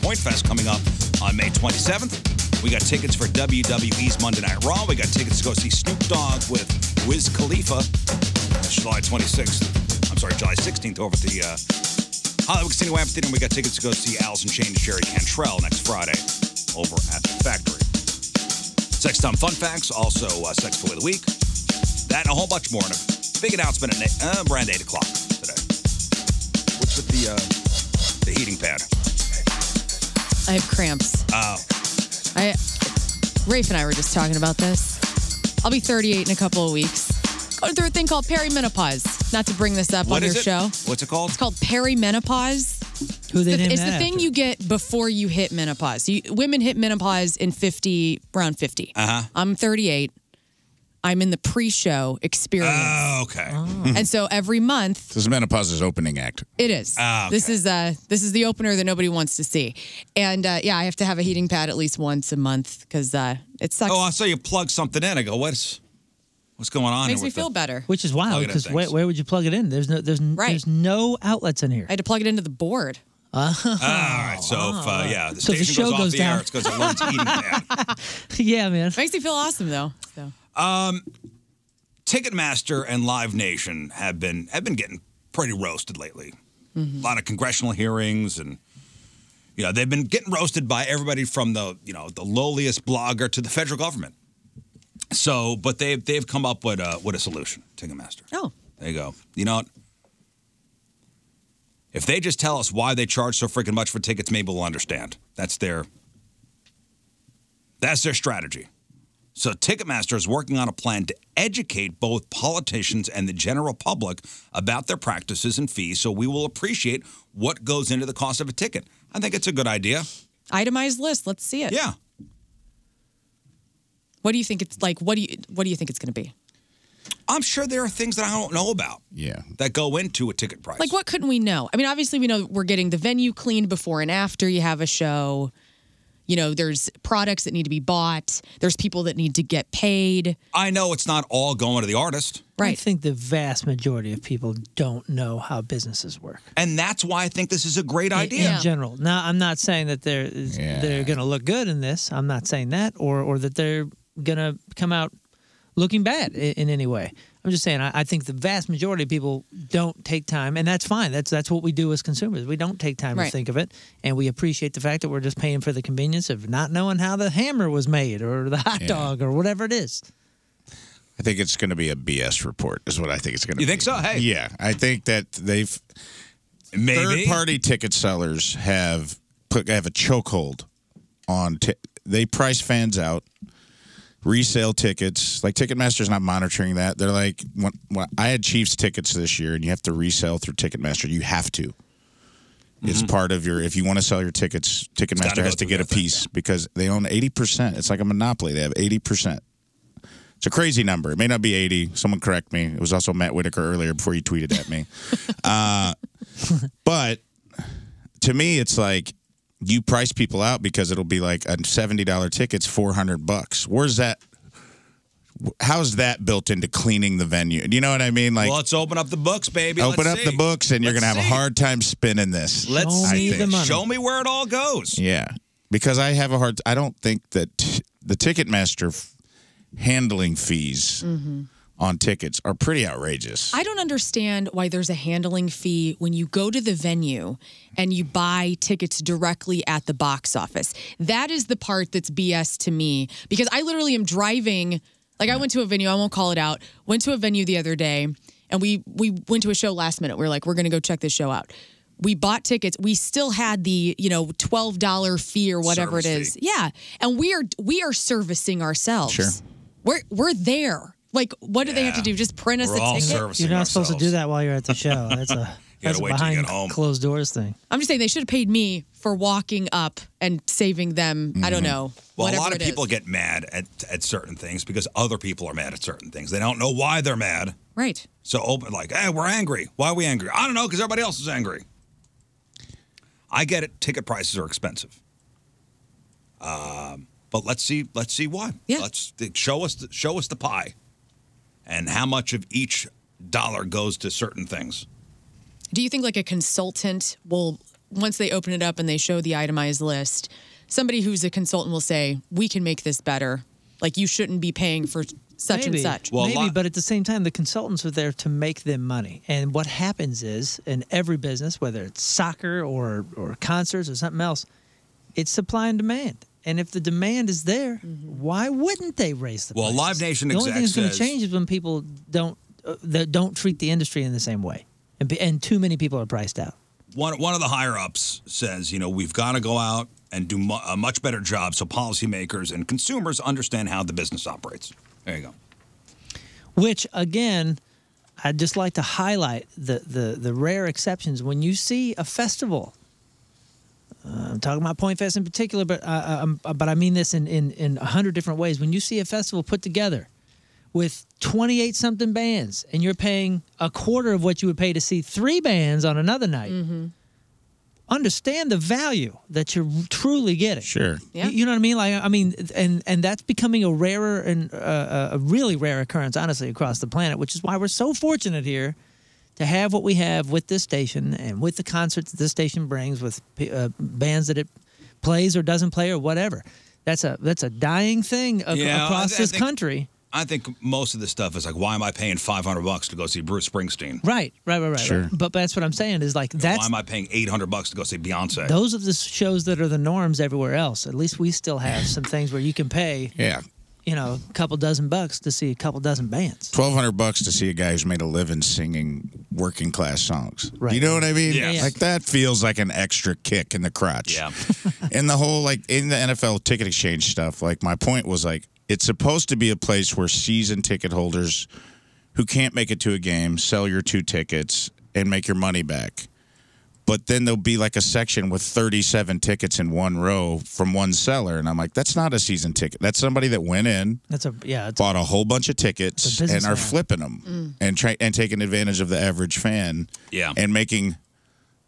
S1: Point Fest coming up on May 27th. We got tickets for WWE's Monday Night Raw. We got tickets to go see Snoop Dogg with Wiz Khalifa July 26th. I'm sorry, July 16th over at the uh, Hollywood Casino Amphitheater. We got tickets to go see Allison Chain and Jerry Cantrell next Friday over at the Factory. Sex Tom Fun Facts, also uh, Sex Toy of the Week. That and a whole bunch more. And a big announcement at na- uh, around 8 o'clock today. What's with the, uh, the heating pad?
S2: I have cramps.
S1: Oh.
S2: I Rafe and I were just talking about this. I'll be 38 in a couple of weeks. Going through a thing called perimenopause. Not to bring this up
S1: What
S2: on your
S1: is it?
S2: show.
S1: What's it called?
S2: It's called perimenopause.
S4: Who they
S2: it's the,
S4: named
S2: it's
S4: that
S2: the thing
S4: after?
S2: you get before you hit menopause. You, women hit menopause in 50, around 50.
S1: Uh-huh.
S2: I'm 38. I'm in the pre-show experience.
S5: Oh, okay.
S1: Hmm.
S2: And so every month
S5: This is menopause's opening act.
S2: It is.
S5: Ah, okay.
S2: This is uh this is the opener that nobody wants to see, and uh, yeah, I have to have a heating pad at least once a month because uh, it sucks.
S1: Oh, I saw you plug something in. I go, what's what's going on?
S2: Makes
S1: here
S2: me
S1: with the-
S2: feel better.
S4: Which is
S1: Plug
S4: wild
S1: it in,
S4: because where,
S1: thanks.
S4: where would you plug it in? There's no there's n- there's no outlets in here. Uh-huh.
S2: I had to plug it into the board.
S1: Ah, all right. So if uh,
S2: Oh.
S1: yeah, the
S4: So if the
S1: station
S4: show
S1: goes off
S4: goes
S1: the
S4: down-
S1: air, it's because of Lawrence Eating Pad.
S4: yeah, man.
S2: Makes me feel awesome though. So
S1: Um, Ticketmaster and Live Nation have been have been getting pretty roasted lately. A lot of congressional hearings and you know, they've been getting roasted by everybody from the, you know, the lowliest blogger to the federal government. So, but they've they've come up with a with a solution, Ticketmaster.
S2: Oh.
S1: There you go. You know what? If they just tell us why they charge so freaking much for tickets, maybe we'll understand. That's their that's their strategy. So Ticketmaster is working on a plan to educate both politicians and the general public about their practices and fees so we will appreciate what goes into the cost of a ticket. I think it's a good idea.
S2: itemized list. Let's see it.
S1: Yeah.
S2: What do you think it's like? What do you What do you think it's going to be?
S1: I'm sure there are things that I don't know about. Yeah. That go into a ticket price.
S2: Like, what couldn't we know? I mean, obviously, we know we're getting the venue cleaned before and after you have a show. You know, there's products that need to be bought. There's people that need to get paid.
S1: I know it's not all going to the artist.
S4: I think the vast majority of people don't know how businesses work.
S1: And that's why I think this is a great
S4: in-
S1: idea.
S4: in general. Now, I'm not saying that they're they're going to look good in this. I'm not saying that, or or that they're going to come out looking bad in, in any way. I'm just saying I, I think the vast majority of people don't take time, and that's fine. That's that's what we do as consumers. We don't take time to
S2: Right.
S4: think of it, and we appreciate the fact that we're just paying for the convenience of not knowing how the hammer was made or the hot
S5: Yeah.
S4: dog or whatever it is.
S5: I think it's going to be a BS report. Is what I think it's going to.
S1: You
S5: be.
S1: think so? Hey.
S5: Yeah, I think that they've
S1: Maybe.
S5: third-party ticket sellers have put have a chokehold on. T- they price fans out, resale tickets. Like Ticketmaster's not monitoring that. They're like, when, when I had Chiefs tickets this year, and you have to resell through Ticketmaster. You have to.
S1: Mm-hmm.
S5: It's part of your. If you want to sell your tickets,
S1: gotta go
S5: Ticketmaster has to
S1: through
S5: get a piece because they own eighty percent. It's like a monopoly. They have eighty percent. It's a crazy number. It may not be eighty. Someone correct me. It was also Matt Whitaker earlier before you tweeted at me. uh, but to me, it's like you price people out because it'll be like a seventy dollar ticket's four hundred bucks. Where's that? How's that built into cleaning the venue? Do you know what I mean? Like,
S1: well, let's open up the books, baby.
S5: open
S1: Let's
S5: up
S1: see.
S5: the books, and you're
S1: Let's
S5: gonna have
S1: see.
S5: a hard time spinning this.
S1: Let's
S5: I
S1: see
S5: think.
S1: Show me where it all goes.
S5: Yeah, because I have a hard. I don't think that t- the Ticketmaster f- handling fees
S4: Mm-hmm.
S5: on tickets are pretty outrageous.
S2: Mm. I don't understand why there's a handling fee when you go to the venue and you buy tickets directly at the box office. That is the part that's BS to me because I literally am driving. Like I went to a venue, I won't call it out. Went to a venue the other day and we we went to a show last minute. We were like, we're going to go check this show out. We bought tickets. We still had the, you know, $12 fee or whatever it
S10: Service
S2: is.
S10: fee.
S2: Yeah. And we are we are servicing ourselves.
S5: Sure.
S2: We're we're there. Like what do they have to do? Just print us
S1: We're
S2: a
S1: all
S2: ticket?
S1: servicing
S4: You're not supposed to do that while you're at the show. That's a that's a
S1: wait till you
S4: behind
S1: get home.
S4: closed doors thing.
S2: I'm just saying they should have paid me for walking up and saving them. I don't know.
S1: Mm-hmm. Well, a
S2: whatever
S1: lot of
S2: it is.
S1: people get mad at, at certain things because other people are mad at certain things. They don't know why they're mad.
S2: Right.
S1: So open like, hey, we're angry. Why are we angry? I don't know, because everybody else is angry. I get it. Ticket prices are expensive. Um, but let's see. Let's see why. Yeah. Let's show us. The, show us the pie, and how much of each dollar goes to certain things.
S2: Do you think like a consultant will once they open it up and they show the itemized list, somebody who's a consultant will say, "We can make this better. Like you shouldn't be paying for such
S4: Maybe.
S2: and such.
S4: Maybe, but at the same time, the consultants are there to make them money. And what happens is, in every business, whether it's soccer or or concerts or something else, it's supply and demand. And if the demand is there,
S2: Mm-hmm.
S4: why wouldn't they raise the
S1: Well,
S4: prices?
S1: Live Nation
S4: The only
S1: exec
S4: thing that's going
S1: says-
S4: to change is when people don't uh, that don't treat the industry in the same way, and, be, and too many people are priced out.
S1: one one of the higher ups says, you know, we've got to go out and do mu- a much better job so policymakers and consumers understand how the business operates. There you go.
S4: which again i'd just like to highlight the the, the rare exceptions when you see a festival uh, i'm talking about point fest in particular but uh, um, but i mean this in in in a hundred different ways when you see a festival put together with 28 something bands and you're paying a quarter of what you would pay to see three bands on another night understand the value that you're truly getting.
S5: Sure.
S4: You- You, know what I mean? Like, I mean, and and that's becoming a rarer and uh, a really rare occurrence, honestly, across the planet. Which is why we're so fortunate here to have what we have with this station and with the concerts that this station brings, with uh, bands that it plays or doesn't play or whatever. That's a that's a dying thing ac-
S1: Yeah, I-
S4: across
S1: I
S4: this
S1: think-
S4: country.
S1: I think most of this stuff is like, why am I paying five hundred bucks to go see Bruce Springsteen?
S4: Right, right, right, right.
S1: Sure.
S4: But that's what I'm saying is like that's
S1: why am I paying eight hundred bucks to go see Beyonce?
S4: Those are the shows that are the norms everywhere else. At least we still have some things where you can pay,
S5: Yeah.
S4: you know, a couple dozen bucks to see a couple dozen bands.
S5: Twelve hundred bucks to see a guy who's made a living singing working class songs.
S4: Right.
S5: You know what I mean?
S4: Yes. Yeah.
S5: Like that feels like an extra kick in the crotch. Yeah. and the whole like in the NFL ticket exchange stuff. Like my point was like it's supposed to be a place where season ticket holders who can't make it to a game sell your two tickets and make your money back. But then there'll be like a section with 37 tickets in one row from one seller. And I'm like, that's not a season ticket. That's somebody that went in,
S4: That's a yeah. It's
S5: bought a whole bunch of tickets,
S4: It's a
S5: and
S4: business
S5: are
S4: man.
S5: flipping them
S2: Mm.
S5: and try and taking advantage of the average fan.
S1: Yeah.
S5: And making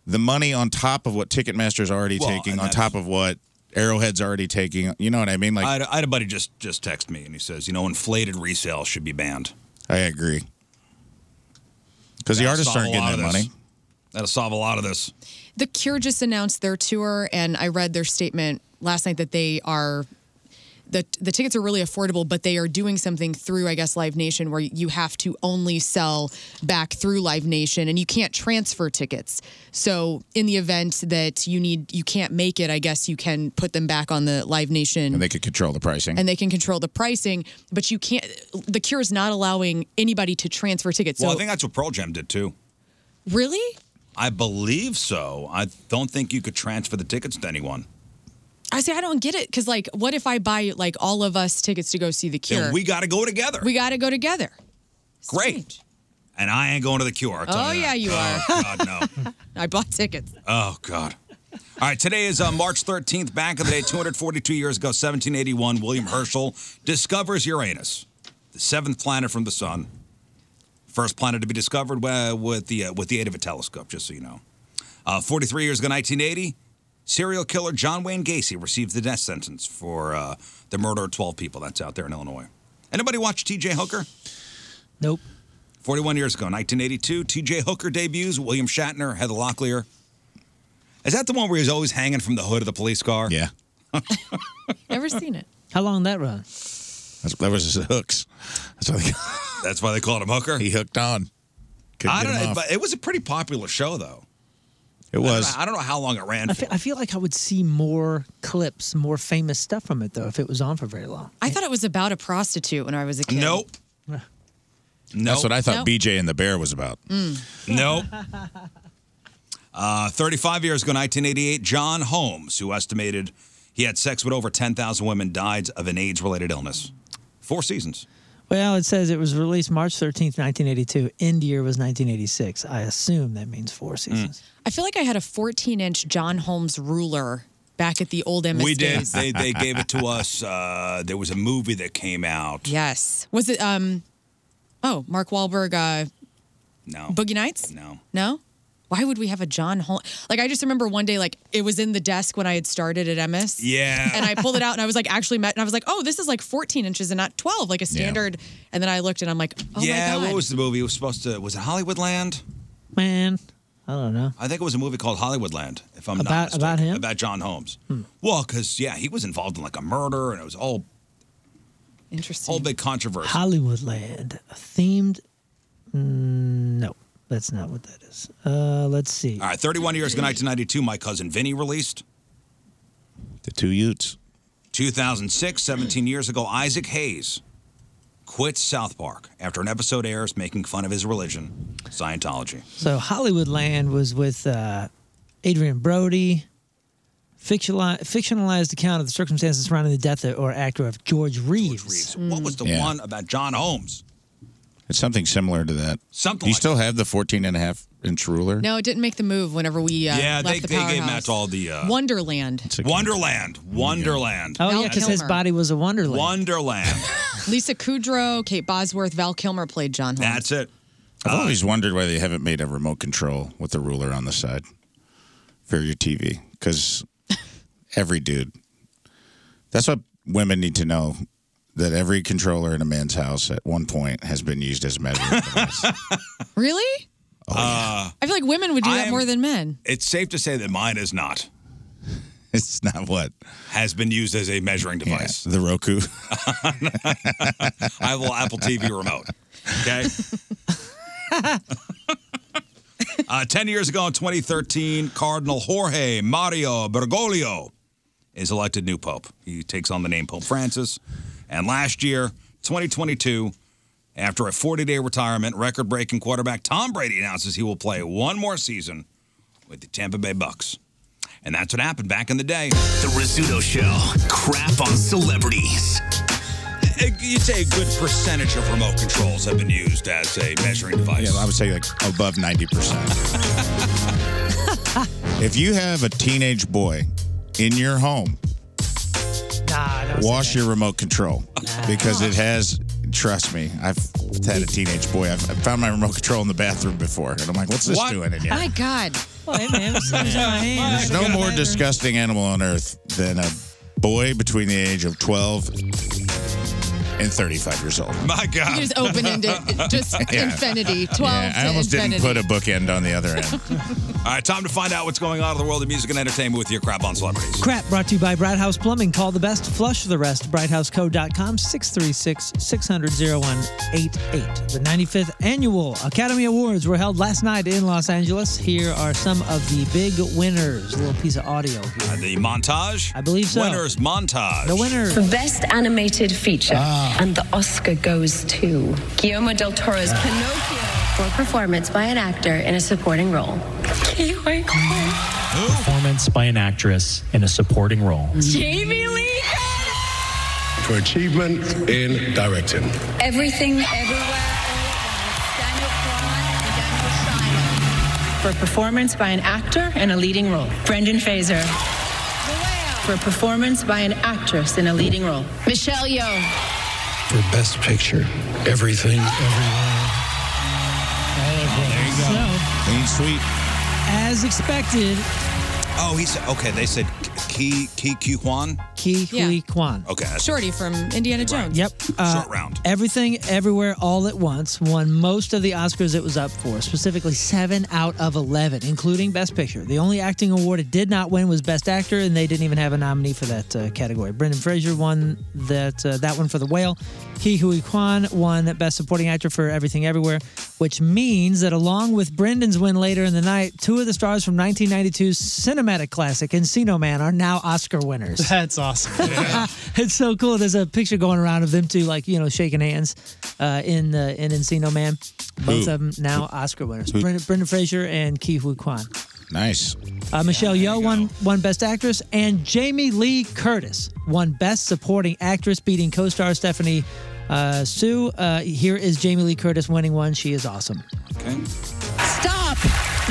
S5: the money on top of what Ticketmaster's already
S1: Well,
S5: taking,
S1: and
S5: on top of what Arrowhead's already taking. You know what I mean? Like
S1: I, had, I had a buddy just just text me and he says, you know, inflated resale should be banned
S5: I agree. Because the
S1: That'll
S5: artists
S1: solve
S5: aren't
S1: a
S5: getting
S1: lot
S5: that
S1: of this.
S5: money.
S1: That'll solve a lot of this.
S2: The Cure just announced their tour, and I read their statement last night that they are. The, the tickets are really affordable, but they are doing something through, I guess, Live Nation where you have to only sell back through Live Nation and you can't transfer tickets. So, in the event that you need, you can't make it, I guess you can put them back on the Live Nation
S5: And they could control the pricing.
S2: and they can control the pricing, but you can't, the Cure is not allowing anybody to transfer tickets.
S1: well,
S2: so,
S1: I think that's what Pearl Jam did too.
S2: really?
S1: I believe so. I don't think you could transfer the tickets to anyone.
S2: I say I don't get it because like, what if I buy like all of us tickets to go see the Cure?
S1: Then we got to go together.
S2: We got to go together.
S1: Great. And I ain't going to the cure. I'll tell
S2: oh
S1: you
S2: yeah,
S1: that.
S2: you
S1: Oh,
S2: are.
S1: God, no.
S2: I bought tickets.
S1: Oh, God. All right, today is uh, March 13th. Back in the day, 242 years ago, 1781, William Herschel discovers Uranus, the seventh planet from the sun. First planet to be discovered uh, with, the, uh, with the aid of a telescope, just so you know. Uh, 43 years ago, 1980, serial killer John Wayne Gacy received the death sentence for uh, the murder of 12 people. That's out there in Illinois. Anybody watch T.J. Hooker?
S4: Nope.
S1: 41 years ago, 1982, T.J. Hooker debuts, William Shatner, Heather Locklear. Is that the one where he was always hanging from the hood of the police car?
S5: Yeah.
S2: Never seen it.
S4: How long that run?
S5: That's, that was his hooks. That's why they,
S1: That's why they called him Hooker. He
S5: hooked on. Couldn't
S1: I
S5: get
S1: don't
S5: him
S1: know,
S5: off.
S1: but it was a pretty popular show, though.
S5: It was.
S1: I don't know, I don't know how long it ran.
S4: I
S1: for.
S4: feel, I feel like I would see more clips, more famous stuff from it though, if it was on for very long.
S2: I thought it was about a prostitute when I was a kid.
S1: Nope. No.
S5: That's what I thought
S2: Nope.
S5: BJ and the Bear was about.
S2: mm.
S1: No. Uh, 35 years ago, 1988, John Holmes, who estimated he had sex with over 10,000 women, died of an AIDS related illness. Four seasons.
S4: Well, it says it was released March 13th, 1982. End year was 1986. I assume that means four seasons.
S2: I feel like I had a 14-inch John Holmes ruler back at the old MS
S1: we did.
S2: days.
S1: They, they gave it to us. Uh, there was a movie that came out.
S2: Yes. Was it? Um. Oh, Mark Wahlberg. Uh,
S1: no.
S2: Boogie Nights.
S1: No.
S2: No. Why would we have a John Holmes? Like I just remember one day, like it was in the desk when I had started at MS.
S1: Yeah.
S2: and I pulled it out and I was like actually met and I was like, oh, this is like 14 inches and not 12, like a standard. And then I looked and I'm like, oh
S1: yeah,
S2: my god.
S1: what was the movie? It was supposed to. Was it Hollywoodland?
S4: Man, I don't know.
S1: I think it was a movie called Hollywoodland. If I'm
S4: About-
S1: not mistaken.
S4: about him? Hmm.
S1: about John Holmes. Well, because yeah, he was involved in like a murder, and it was all
S2: Interesting.
S1: Whole big controversy.
S4: Hollywoodland a themed. Mm, No, that's not what that is. Uh, let's see.
S1: All right, 31 years ago, 1992, my cousin Vinny released.
S5: The two Utes.
S1: 2006, 17 years ago, Isaac Hayes quits South Park after an episode airs making fun of his religion, Scientology.
S4: So Hollywoodland was with uh, Adrian Brody. Fictionalized, fictionalized account of the circumstances surrounding the death of, or actor of George Reeves.
S1: What was the
S5: Yeah.
S1: one about John Holmes?
S5: It's something similar to that.
S1: Something.
S5: Do you still have the 14 and a half inch ruler?
S2: No, it didn't make the move whenever we uh,
S1: yeah,
S2: left
S1: they,
S2: the
S1: they gave
S2: powerhouse.
S1: that to all the. Uh,
S2: Wonderland.
S1: Wonderland. Wonderland.
S4: Oh yeah, because his body was a wonderland.
S1: Wonderland.
S2: Lisa Kudrow, Kate Bosworth, Val Kilmer played John Holmes.
S1: That's it. Uh,
S5: I've always wondered why they haven't made a remote control with a ruler on the side for your TV. Because every dude, that's what women need to know that every controller in a man's house at one point has been used as a Oh, measuring device.
S2: Really?
S1: Uh,
S2: I feel like women would do
S1: I
S2: that
S1: am-
S2: more than men.
S1: it's safe to say that mine is not.
S5: It's not what?
S1: Has been used as a measuring device.
S5: the Roku.
S1: I have a little Apple TV remote. Okay. uh, 10 years ago in 2013, Cardinal Jorge Mario Bergoglio is elected new pope. He takes on the name Pope Francis. And last year, 2022, after a 40 day retirement, record breaking quarterback Tom Brady announces he will play one more season with the Tampa Bay Bucks. And that's what happened back in the day. The Rizzuto Show. Crap on celebrities. You'd say a good percentage of remote controls have been used as a measuring device.
S5: Yeah, I would say like above 90%. if you have a teenage boy in your home, wash your remote control because it has, trust me, I've had a teenage boy. I've I found my remote control in the bathroom before. And I'm like, what's this
S2: What?
S5: doing in
S2: My
S5: here?
S2: God.
S4: Well, hey, man, it's
S2: in
S4: my hand.
S5: There's no more disgusting animal on earth than a boy between the age of 12 and 35 years old.
S1: My God.
S2: You just open into just
S5: Yeah.
S2: infinity. 12
S5: yeah, I
S2: to
S5: almost didn't
S2: infinity.
S5: put a bookend on the other end.
S1: All right, time to find out what's going on in the world of music and entertainment with your crap on celebrities.
S4: Crap brought to you by Bright House Plumbing. Call the best, flush the rest. BrightHouseCo.com 636 600 0188. The 95th Annual Academy Awards were held last night in Los Angeles. Here are some of the big winners. A little piece of audio here.
S1: Uh, the montage? I
S4: believe so.
S1: Winner's montage.
S4: The winner.
S10: For Best Animated Feature. And the Oscar goes to Guillermo del Toro's Pinocchio for a performance by an actor in a supporting role.
S11: Performance by an actress in a supporting role.
S10: Jamie Lee.
S12: For achievement in directing.
S10: Everything, everywhere.
S13: for a performance by an actor in a leading role. Brendan Fraser. For a performance by an actress in a leading role.
S10: Michelle Yeoh.
S12: For best picture. Everything, everywhere.
S1: there you go.
S5: Clean sweep.
S4: As expected,
S1: Oh, he said, okay, they said Ki Ki Ki Kwan.
S4: Ki
S2: Yeah.
S4: Hui Kwan.
S1: Okay. that's-
S2: Shorty from Indiana Jones.
S4: Yep. uh,
S1: Short round.
S4: Everything, Everywhere, All at Once won most of the Oscars it was up for, specifically seven out of 11, including Best Picture. The only acting award it did not win was Best Actor, and they didn't even have a nominee for that uh, category. Brendan Fraser won that uh, that one for The Whale. Ki Hui Kwan won Best Supporting Actor for Everything Everywhere, which means that along with Brendan's win later in the night, two of the stars from 1992's cinematic classic Encino Man are now Oscar winners.
S3: That's awesome.
S4: it's so cool. There's a picture going around of them two, like you know, shaking hands uh, in uh, in Encino Man. Both
S5: Who?
S4: of them now Oscar winners:
S5: Who?
S4: Brendan, Brendan Fraser and Ki Hui Kwan.
S5: Nice.
S4: Uh, Michelle Yeoh won won Best Actress, and Jamie Lee Curtis won Best Supporting Actress, beating co-star Stephanie uh, Sue. Uh, here is Jamie Lee Curtis winning one. She is awesome.
S14: Stop!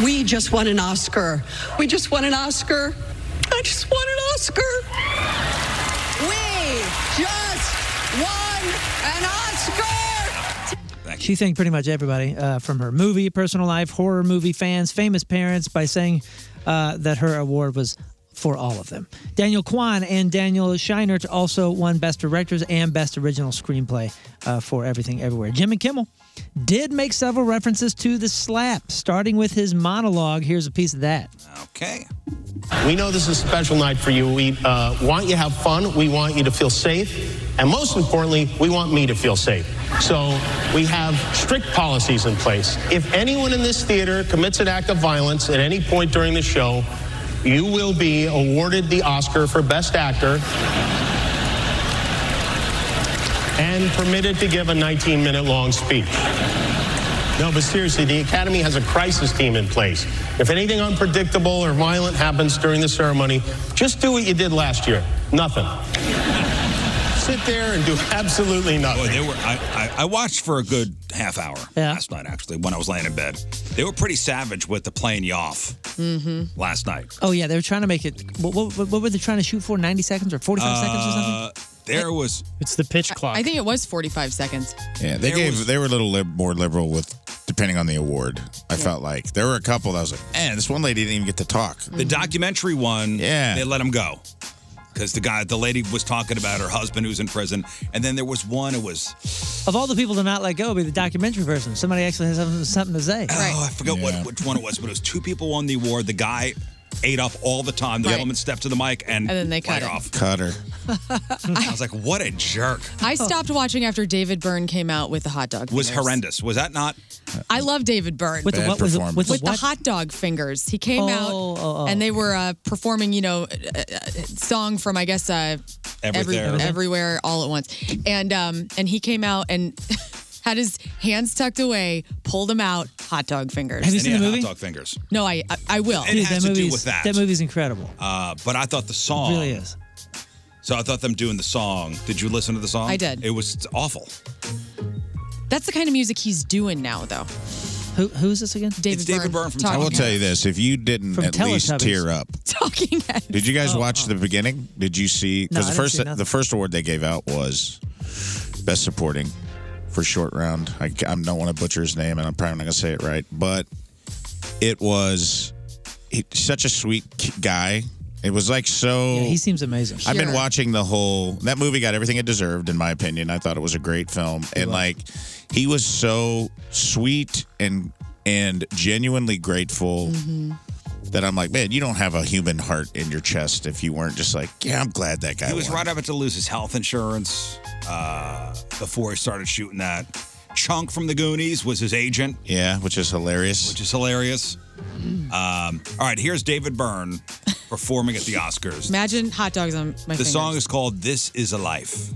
S14: We just won an Oscar. We just won an Oscar. I just won an Oscar. We just won an Oscar.
S4: She thanked pretty much everybody uh, from her movie, personal life, horror movie fans, famous parents by saying uh, that her award was for all of them. Daniel Kwan and Daniel Scheinert also won Best Directors and Best Original Screenplay uh, for Everything Everywhere. Jimmy Kimmel did make several references to the slap, starting with his monologue. Here's a piece of that.
S1: Okay.
S12: We know this is a special night for you. We uh, want you to have fun. We want you to feel safe.
S15: And most importantly, we want me to feel safe. So we have strict policies in place. If anyone in this theater commits an act of violence at any point during the show, you will be awarded the Oscar for Best Actor and permitted to give a 19 minute long speech. No, but seriously, the Academy has a crisis team in place. If anything unpredictable or violent happens during the ceremony, just do what you did last year nothing. Sit there and do absolutely nothing.
S1: Boy, they were. I, I, I watched for a good half hour last night, actually, when I was laying in bed. They were pretty savage with the playing you off
S4: Mm-hmm.
S1: last night.
S4: Oh yeah, they were trying to make it. What, what, what were they trying to shoot for? Ninety seconds or forty-five seconds or something?
S1: Uh, there was.
S3: It's the pitch clock.
S2: I think it was 45 seconds.
S5: Yeah, they gave they were a little lib- more liberal with depending on the award. I felt like there were a couple that was like, man, this one lady didn't even get to talk.
S1: The documentary one,
S5: yeah,
S1: they let him go because the guy, the lady was talking about her husband who's in prison, and then there was one. It was
S4: Of all the people to not let go, it'd be the documentary person. Somebody actually has something, something to say.
S1: oh, I forgot what which one it was, but it was two people on the award. The guy ate up all the time. The
S2: Right.
S1: woman stepped to the mic and
S2: And then they
S1: light
S2: cut it.
S1: off.
S5: Cut her.
S1: I was like, what a jerk.
S2: I stopped watching after David Byrne came out with the hot dog.
S1: Was
S2: fingers.
S1: horrendous. Was that not?
S2: I love David Byrne.
S1: With the Bad what- with the-
S2: With,
S1: with the
S2: the
S1: what?
S2: hot dog fingers. He came
S1: Oh,
S2: out
S1: oh, oh.
S2: and they were uh, performing, you know, a, a- a song from I guess uh,
S1: Everything.
S2: Every, everywhere all at once. And um, and he came out and had his hands tucked away, pulled them out, hot dog fingers.
S1: And he had Hot dog fingers.
S2: No, I I, I will.
S1: It has to do with that.
S4: movie's incredible.
S1: Uh, but I thought the song
S4: really is.
S1: So I thought them doing the song. Did you listen to the song?
S2: I did.
S1: It was awful.
S2: That's the kind of music he's doing now, though.
S4: Who who's this again?
S2: David Byrne.
S5: I
S2: Talking
S5: will tell you
S2: Heads.
S5: this: if you didn't
S2: From
S5: at least
S2: Teletubbies.
S5: tear up,
S2: Talking Heads. Oh.
S5: did you guys watch the beginning? Did you see?
S2: No,
S5: Because
S2: I
S5: the
S2: didn't see
S5: first
S2: nothing.
S5: the first award they gave out was best supporting for short round. I, I don't want to butcher his name, and I'm probably not going to say it right, but it was he, such a sweet ki- guy. It was like so.
S4: Yeah, he seems amazing.
S5: I've been watching the whole that movie got everything it deserved in my opinion. I thought it was a great film and like he was so sweet and and genuinely grateful
S4: Mm-hmm.
S5: that I'm like, man, you don't have a human heart in your chest if you weren't just like, yeah, I'm glad that guy
S1: He was
S5: won.
S1: right up to lose his health insurance uh, before he started shooting that. Chunk from the Goonies was his agent.
S5: Yeah, which is hilarious.
S1: Which is hilarious. Um, all right, here's David Byrne performing at the Oscars.
S2: Imagine hot dogs on my
S1: the
S2: fingers.
S1: song is called This Is a Life.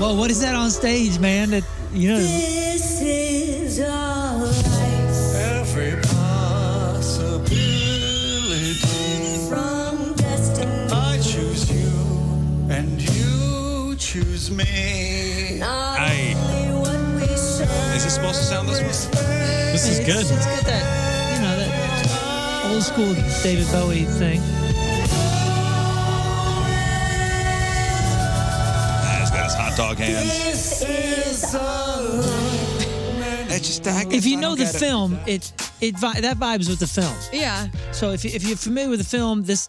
S4: Whoa, what is that on stage, man? That you know.
S6: This is our life. Every possibility from destiny. I choose you, and you choose me. Not
S1: Aye.
S6: only what we share.
S1: Is it supposed to sound this way?
S4: This
S1: is good.
S4: It's got that you know that old school David Bowie thing.
S1: Ah, he's got his hot dog hands.
S6: This is our life.
S4: If you know the film, it it vi- that vibes with the film.
S2: Yeah.
S4: So if you- if you're familiar with the film, this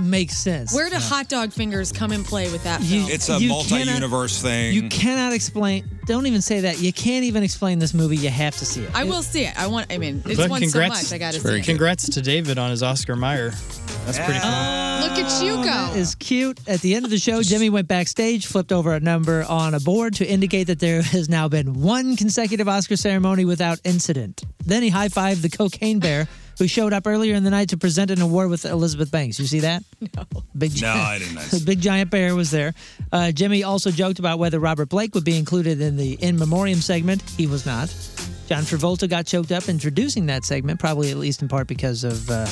S4: makes sense.
S2: Where do hot dog fingers come and play with that? film?
S1: It's a
S4: you
S1: multi-universe thing.
S4: You cannot explain. Don't even say that. You can't even explain this movie. You have to see it.
S2: I will see it. I want. I mean, it's
S3: But
S2: won so
S3: congrats,
S2: much. I got to see
S3: very
S2: it.
S3: congrats to David on his Oscar Meyer. That's pretty cool.
S4: Oh,
S2: Look at you
S4: That
S2: go.
S4: is cute. At the end of the show, Jimmy went backstage, flipped over a number on a board to indicate that there has now been one consecutive Oscar ceremony without incident. Then he high fived the cocaine bear who showed up earlier in the night to present an award with Elizabeth Banks. You see that? No. Big,
S1: No, I didn't notice.
S4: The big giant bear was there. Uh, Jimmy also joked about whether Robert Blake would be included in the in memoriam segment. He was not. John Travolta got choked up introducing that segment, probably at least in part because of uh,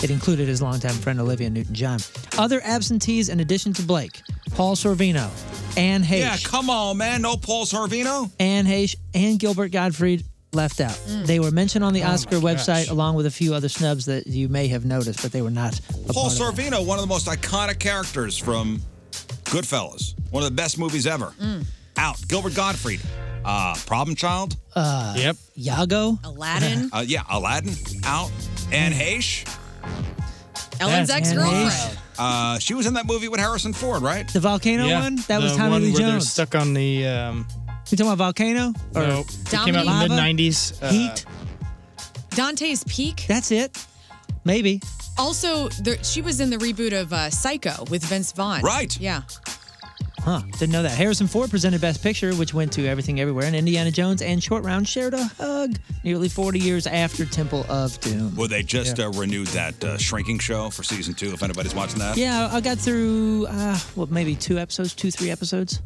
S4: it included his longtime friend Olivia Newton-John. Other absentees in addition to Blake: Paul Sorvino, Anne Heche,
S1: Yeah, come on, man. No Paul Sorvino.
S4: Anne Heche, and Gilbert Gottfried left out.
S3: Mm.
S4: They were mentioned on the
S1: Oh my
S4: Oscar
S1: gosh.
S4: website along with a few other snubs that you may have noticed, but they were not. a
S1: Paul
S4: part of it.
S1: Sorvino, one of the most iconic characters from Goodfellas, one of the best movies ever.
S4: Mm.
S1: Out. Gilbert Gottfried, uh, Problem Child.
S4: Uh,
S1: Yep.
S4: Yago.
S2: Aladdin.
S1: Uh, yeah, Aladdin. Out. Anne Heche.
S2: Ellen's ex girlfriend.
S1: Uh, she was in that movie with Harrison Ford, right?
S4: The volcano
S3: Yeah,
S4: one? That was
S3: the
S4: Tommy
S3: one
S4: Lee
S3: where they're
S4: Jones.
S3: stuck on the. Um, Oh,
S4: You talking about volcano? Or
S3: no, it came out in the Uh, mid
S4: Lava?
S3: '90s.
S4: Heat?
S2: Dante's Peak.
S4: That's it. Maybe.
S2: Also, the, she was in the reboot of uh, Psycho with Vince Vaughn.
S4: Right.
S2: Yeah.
S4: Huh. Didn't know that. Harrison Ford presented Best Picture, which went to Everything Everywhere, and Indiana Jones and Short Round shared a hug nearly 40 years after Temple of Doom.
S1: Well, they just uh, renewed that uh, shrinking show for season two. If anybody's watching that,
S4: Yeah, I got through, uh, what, maybe two episodes, two, three episodes?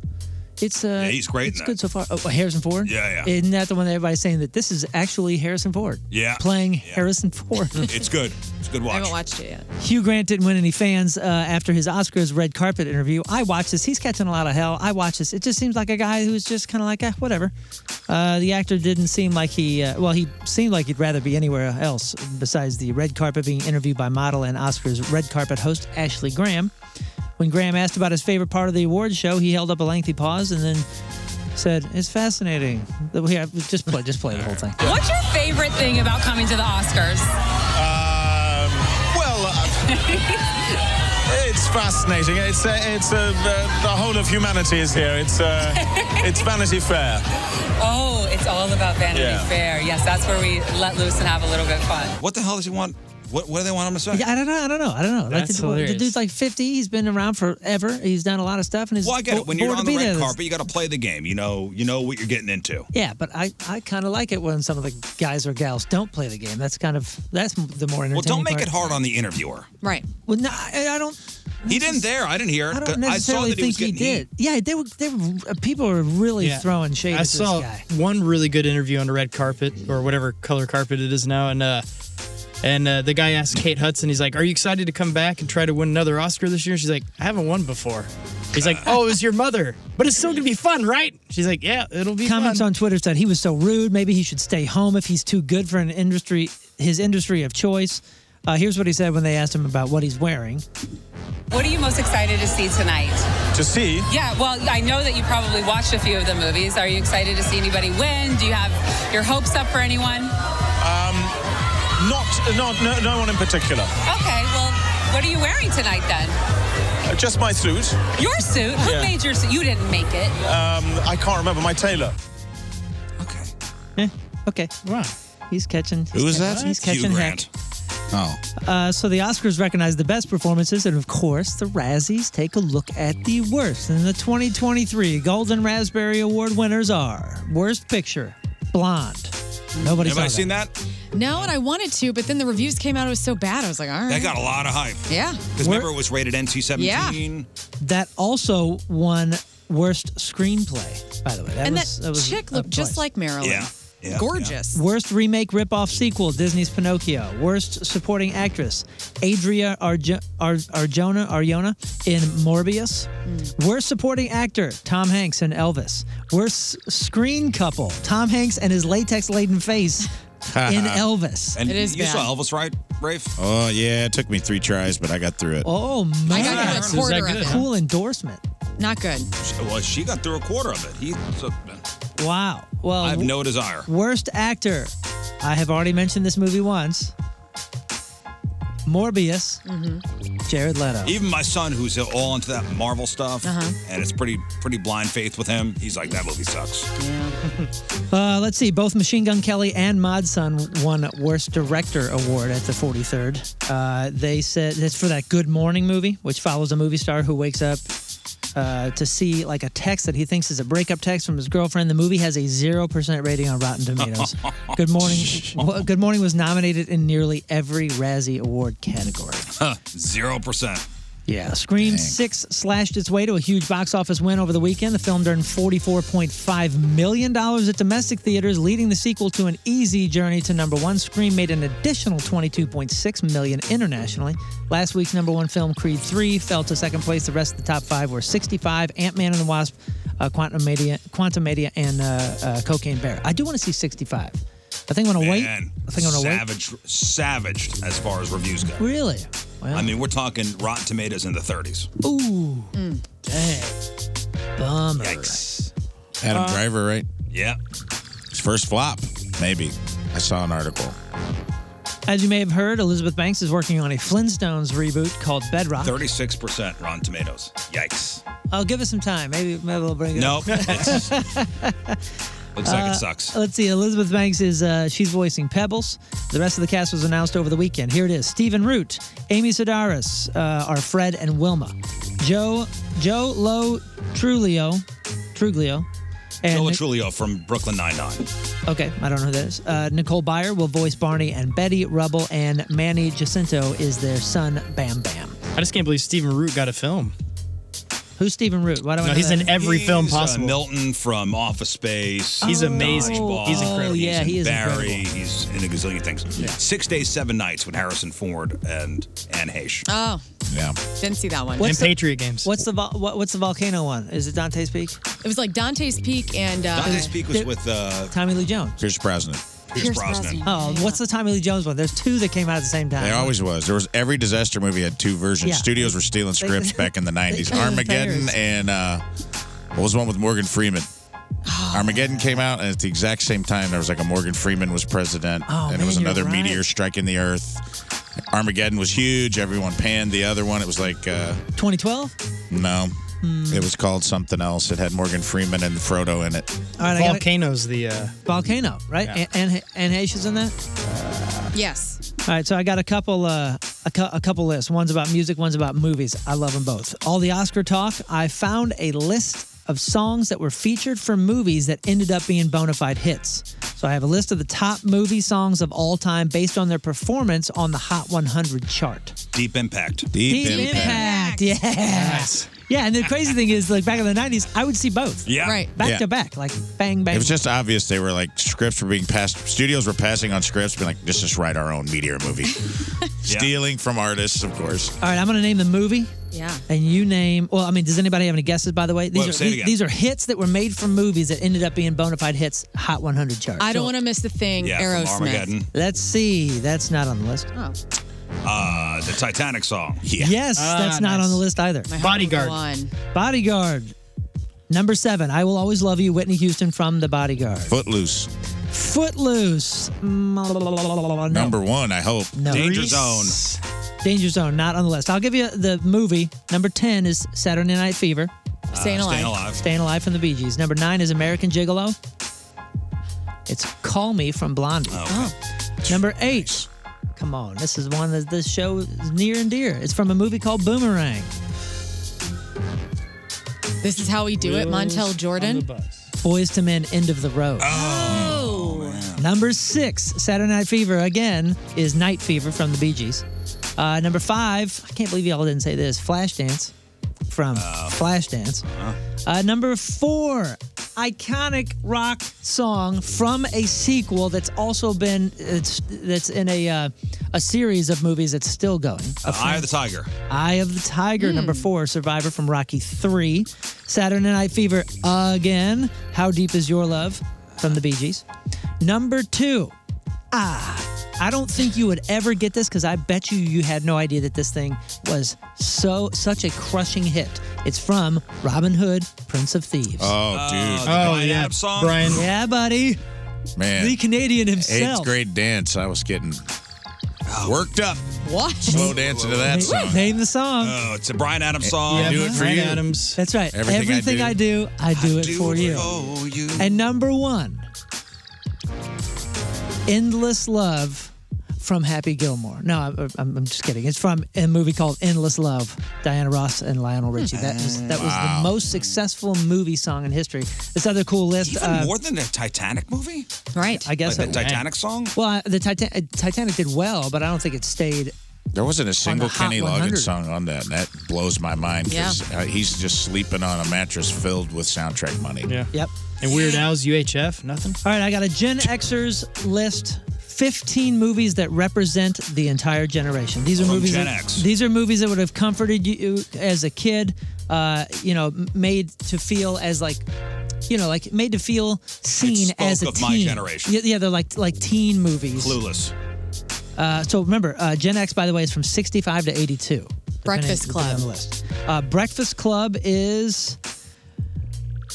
S4: It's, uh,
S1: Yeah, he's great in
S4: It's
S1: that.
S4: good so far. Oh, Harrison Ford?
S1: Yeah, yeah.
S4: Isn't that the one that everybody's saying that this is actually Harrison Ford?
S1: Yeah.
S4: Playing Harrison Ford.
S1: it's good. It's a good watch.
S2: I haven't watched it yet.
S4: Hugh Grant didn't win any fans uh, after his Oscars red carpet interview. I watched this. He's catching a lot of hell. I watched this. It just seems like a guy who's just kind of like, eh, whatever. Uh, the actor didn't seem like he, uh, well, he seemed like he'd rather be anywhere else besides the red carpet being interviewed by model and Oscars red carpet host Ashley Graham. When Graham asked about his favorite part of the awards show, he held up a lengthy pause and then said, "It's fascinating." Yeah, just play, just play the whole thing.
S16: What's your favorite thing about coming to the Oscars?
S5: Um, well, uh, it's fascinating. It's uh, it's uh, the, the whole of humanity is here. It's uh, it's Vanity Fair.
S16: oh, it's all about Vanity
S5: Yeah.
S16: Fair. Yes, that's where we let loose and have a little bit of fun.
S1: What the hell does he want? What, what do they want him to say?
S4: Yeah, I don't know. I don't know. I don't know. Like
S1: That's
S4: the, the
S1: hilarious.
S4: dude's like 50. He's been around forever. He's done a lot of stuff, and he's
S1: Well, I get
S4: bo-
S1: it. When you're
S4: bored
S1: on
S4: to
S1: the
S4: be
S1: red
S4: there.
S1: carpet, you got to play the game. You know, you know what you're getting into.
S4: Yeah, but I, I kind of like it when some of the guys or gals don't play the game. That's kind of that's m- the more entertaining.
S1: Well, don't make it
S4: part.
S1: hard on the interviewer.
S2: right.
S4: Well, no, I, I don't.
S1: He didn't there. I didn't hear it.
S4: I
S1: 'cause
S4: don't
S1: I saw
S4: necessarily
S1: that he was
S4: think he,
S1: getting
S4: did. Yeah, they were. They were. uh, People are really
S3: Yeah.
S4: throwing shade
S3: I
S4: at
S3: saw
S4: this guy.
S3: one really good interview on a red carpet or whatever color carpet it is now, and uh, and uh, the guy asked Kate Hudson, he's like, "Are you excited to come back and try to win another Oscar this year?" She's like, "I haven't won before." He's like, "Oh, it was your mother, but it's still gonna be fun, right?" She's like, "Yeah, it'll be
S4: Comments
S3: fun."
S4: on Twitter said he was so rude. Maybe he should stay home if he's too good for an industry, his industry of choice. Uh, here's what he said when they asked him about what he's wearing.
S16: What are you most excited to see tonight?
S5: To see.
S16: Yeah, well, I know that you probably watched a few of the movies. Are you excited to see anybody win? Do you have your hopes up for anyone?
S5: Um, not not no, no one in particular.
S16: Okay, well, what are you wearing tonight then?
S5: Uh, just my suit.
S16: Your suit? Who
S5: Yeah.
S16: made your suit? You didn't make it.
S5: Um, I can't remember my tailor.
S4: Eh, okay. Wow. He's catching.
S5: Who is
S4: he's catching-
S5: that?
S4: He's catching heck.
S5: Oh.
S4: Uh, so the Oscars recognize the best performances, and of course, the Razzies take a look at the worst. And the 2023 Golden Raspberry Award winners are Worst Picture, Blonde. Nobody
S1: Anybody
S4: saw
S1: seen that?
S2: No, and I wanted to, but then the reviews came out. It was so bad. I was like, all right.
S1: That got a lot of hype.
S2: Mm-hmm. Yeah.
S1: Because remember, it was rated NC-17.
S2: Yeah.
S4: that. That also won Worst Screenplay, by the way. That
S2: and
S4: was,
S2: that,
S4: was
S2: chick
S4: up
S2: looked just
S4: twice.
S2: like Marilyn. Gorgeous.
S4: Worst remake, ripoff, sequel, Disney's Pinocchio. Worst supporting actress, Adria Arjo- Ar- Arjona Arjona in Morbius.
S2: Hmm.
S4: Worst supporting actor, Tom Hanks in Elvis. Worst s- screen couple, Tom Hanks and his latex-laden face in Elvis.
S1: And you saw Elvis, right, Rafe?
S5: Oh yeah, it took me three tries, but I got through it.
S4: Oh man,
S2: I got a quarter of it.
S4: Cool endorsement.
S2: Not good.
S1: Well, she got through a quarter of it. He. So,
S4: Wow. Well,
S1: I have
S4: w-
S1: no desire.
S4: Worst actor, I have already mentioned this movie once. Morbius, Jared Leto.
S1: Even my son, who's all into that Marvel stuff,
S2: Uh-huh.
S1: and it's pretty pretty blind faith with him. He's like, that movie sucks.
S4: Uh, let's see. Both Machine Gun Kelly and Mod Sun won Worst Director award at the 43rd. Uh, they said that's for that Good Morning movie, which follows a movie star who wakes up uh, to see like a text that he thinks is a breakup text from his girlfriend. The movie has a zero percent rating on Rotten Tomatoes. Good Morning. well, Good Morning was nominated in nearly every Razzie Award category.
S1: Huh, Zero percent.
S4: Yeah. Scream 6 slashed its way to a huge box office win over the weekend. The film earned $44.5 million at domestic theaters, leading the sequel to an easy journey to number one. Scream made an additional $22.6 million internationally. Last week's number one film, Creed 3, fell to second place. The rest of the top five were 65, Ant Man and the Wasp, uh, Quantum Media, Quantum Media, and uh, uh, Cocaine Bear. I do want to see 65. I think I'm going to wait.
S1: Man,
S4: I think I'm going to wait.
S1: savage, savaged as far as reviews go.
S4: Really?
S1: I mean, we're talking Rotten Tomatoes in the 30s.
S4: Ooh. Dang. Bummer.
S5: Adam
S4: Uh,
S5: Driver, right?
S1: Yeah.
S5: His first flop, maybe. I saw an article.
S4: As you may have heard, Elizabeth Banks is working on a Flintstones reboot called Bedrock.
S1: 36% Rotten Tomatoes. Yikes.
S4: I'll give it some time. Maybe maybe we'll bring it.
S1: Nope.
S4: Up.
S1: It's- Looks like
S4: Uh,
S1: it sucks.
S4: Let's see. Elizabeth Banks is uh, she's voicing Pebbles. The rest of the cast was announced over the weekend. Here it is: Stephen Root, Amy Sedaris uh, are Fred and Wilma, Joe Joe Lo Truglio, Truglio, and
S1: Joe
S4: Nic-
S1: Trulio from Brooklyn Nine Nine.
S4: okay, I don't know who that is. Uh, Nicole Byer will voice Barney and Betty Rubble, and Manny Jacinto is their son Bam Bam.
S3: I just can't believe Stephen Root got a film.
S4: Who's Stephen Root? Why do I
S3: No,
S4: know
S3: he's
S4: that?
S3: in every film
S1: He's, uh,
S3: possible.
S1: Milton from Office Space.
S3: He's amazing.
S1: Dodgeball.
S3: He's incredible.
S1: He's
S3: Yeah,
S1: in
S3: he is
S1: Barry. He's in a gazillion things. Six days, seven nights with Harrison Ford and Anne Heche.
S2: Oh,
S1: Yeah.
S2: didn't see that one.
S4: the- What's the vol- what, what's the volcano one? Is it Dante's Peak?
S2: It was like Dante's Peak and uh,
S4: Dante's Peak was
S1: with uh,
S4: Tommy Lee Jones.
S5: Pierce Brosnan.
S2: Pierce Brosnan.
S4: Oh, what's the Tommy Lee Jones one? There's two that came out at the same time.
S5: There always was. There was every disaster movie had two versions.
S4: Oh, Yeah.
S5: Studios were stealing scripts back in the nineties.
S4: cut the
S5: Armageddon
S4: tires.
S5: and uh, what was the one with Morgan Freeman?
S4: Oh.
S5: Armageddon came out, and at the exact same time, there was like a Morgan Freeman was president,
S4: Oh,
S5: and
S4: man,
S5: it was
S4: you're
S5: another
S4: right.
S5: meteor striking the Earth. Armageddon was huge. Everyone panned the other one. It was like uh,
S4: 2012.
S5: no, it was called something else. It had Morgan Freeman and Frodo in it.
S4: All right, I got it.
S3: Volcanoes the uh,
S4: Volcano, right?
S3: Yeah.
S4: And and and Hayes is in that.
S2: Yes.
S4: All right, so I got a couple uh, a, cou- a couple lists. One's about music, one's about movies. I love them both. All the Oscar talk. I found a list of songs that were featured from movies that ended up being bona fide hits. So I have a list of the top movie songs of all time based on their performance on the Hot 100 chart.
S1: Deep Impact.
S4: Deep, impact. Yeah. Yeah, and the crazy thing is, like back in the '90s, I would see both.
S5: Yeah. Right.
S4: Back
S5: Yeah.
S4: to back, like bang bang.
S5: It was just obvious they were like scripts were being passed. Studios were passing on scripts, being like, "Let's just write our own meteor movie," stealing from artists, of course.
S4: All right, I'm gonna name the movie.
S2: Yeah.
S4: And you name well. I mean, does anybody have any guesses? By the way, these
S5: Whoa,
S4: are
S5: say it
S4: these,
S5: again.
S4: these are hits that were made from movies that ended up being bona fide hits, Hot 100 chart.
S2: I don't want to miss the thing. Aerosmith.
S4: Let's see. That's not on the list.
S2: Oh.
S1: Uh, the Titanic song.
S4: Yes,
S2: Ah,
S4: that's not on the list either.
S1: My heart will go Bodyguard.
S4: Bodyguard. Number seven. I will always love you, Whitney Houston from The Bodyguard.
S5: Footloose,
S4: Footloose. Mm, la, la, la, la, la, la, no.
S5: number one, I hope.
S4: No.
S5: Danger
S4: Grease.
S5: Zone.
S4: Danger Zone, not on the list. I'll give you the movie. Number 10 is Saturday Night Fever.
S2: Uh, Staying Alive. Staying Alive.
S4: Staying Alive from the Bee Gees. Number 9 is American Gigolo. It's Call Me from Blondie.
S2: Oh,
S4: Number 8. Come on, this is one that this show is near and dear. It's from a movie called Boomerang.
S2: This is how we do it, Montel Jordan.
S4: Boys to Men, End of the Road.
S2: Oh.
S4: Number six, Saturday Night Fever again is Night Fever from the Bee Gees. Uh, number five, I can't believe y'all didn't say this, Flashdance from Flashdance. Uh, number four, iconic rock song from a sequel that's also been it's, that's in a uh, a series of movies that's still going. A
S1: Uh, Eye of the Tiger.
S4: Eye of the Tiger, number four, Survivor from Rocky Three, Saturday Night Fever again, How Deep Is Your Love from the Bee Gees. Number two, ah, I don't think you would ever get this because I bet you you had no idea that this thing was so such a crushing hit. It's from Robin Hood, Prince of Thieves.
S5: Oh, dude.
S4: Yeah, buddy.
S5: Man.
S4: The Canadian himself.
S5: Eighth grade dance. I was getting
S1: Oh.
S5: worked up.
S2: What?
S5: Slow dancing to that song.
S4: Name the song.
S1: Oh, it's a Brian Adams song.
S5: I do it for you.
S4: That's right.
S5: Everything I
S4: Everything, I, do. I do, it for you. And number one, Endless Love from Happy Gilmore. No, I- I'm, I'm just kidding. It's from a movie called Endless Love, Diana Ross and Lionel Richie. That was, that was
S1: Wow.
S4: the most successful movie song in history. This other cool list.
S1: Even
S4: uh,
S1: more than the Titanic movie?
S4: right. I guess
S1: Like the
S4: so.
S1: Titanic song?
S4: Well, I- the Titan- Titanic did well, but I don't think it stayed.
S5: There wasn't a single
S4: Hot
S5: Kenny
S4: 100.
S5: Loggins song on that, and that blows my mind because
S4: Yeah.
S5: uh, he's just sleeping on a mattress filled with soundtrack money.
S3: Yeah.
S4: Yep.
S3: And Weird Al's UHF, nothing.
S4: All right, I got a Gen Xers list. 15 movies that represent the entire generation. These are
S1: Love
S4: movies
S1: Gen
S4: that,
S1: X.
S4: these are movies that would have comforted you as a kid, uh, you know, m- made to feel as like you know, like made to feel seen
S1: spoke
S4: as a
S1: of
S4: teen.
S1: my generation.
S4: Yeah, yeah, they're like like teen movies.
S1: Clueless.
S4: Uh, so remember, uh, Gen X, by the way, is from 65 to 82. depending-
S2: Breakfast
S4: depending
S2: Club.
S4: on the list. Uh, Breakfast Club is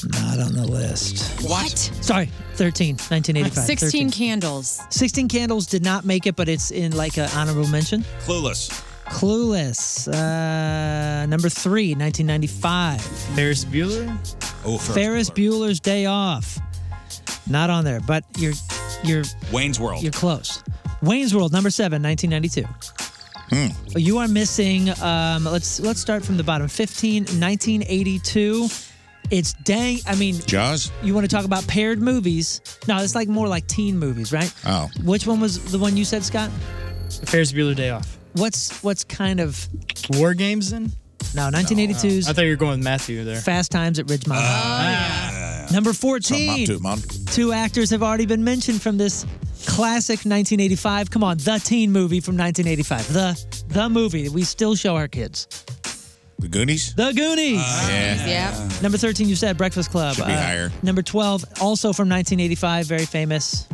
S4: not on the list.
S2: What?
S4: Sorry, 13, 1985. 13.
S2: 16 Candles.
S4: 16 Candles did not make it, but it's in like an honorable mention.
S1: Clueless.
S4: Clueless, uh, number three, 1995.
S3: Ferris Bueller?
S1: Oh,
S4: Ferris Bueller's Day Off. Not on there, but you're you're
S1: Wayne's World.
S4: you're close. Wayne's World, number seven, 1992.
S1: Hmm.
S4: You are missing. Um, let's let's start from the bottom. 15, 1982. It's dang. I mean,
S5: Jaws?
S4: You want to talk about paired movies? No, it's like more like teen movies, right?
S5: Oh.
S4: Which one was the one you said, Scott?
S3: Ferris Bueller Day Off.
S4: What's what's kind of
S3: War Games in?
S4: No, 1982's
S3: I thought you were going with Matthew there.
S4: Fast Times at Ridgemont. Number 14.
S3: Oh, Something I'm up
S4: Two actors have already been mentioned from this classic 1985. Come on, the teen movie from 1985. The the movie that we still show our kids.
S5: The Goonies?
S4: The Goonies.
S1: Uh,
S5: yeah. Yeah.
S4: Number 13 you said Breakfast Club. Uh,
S5: Should be higher.
S4: Number 12 also from 1985, very famous.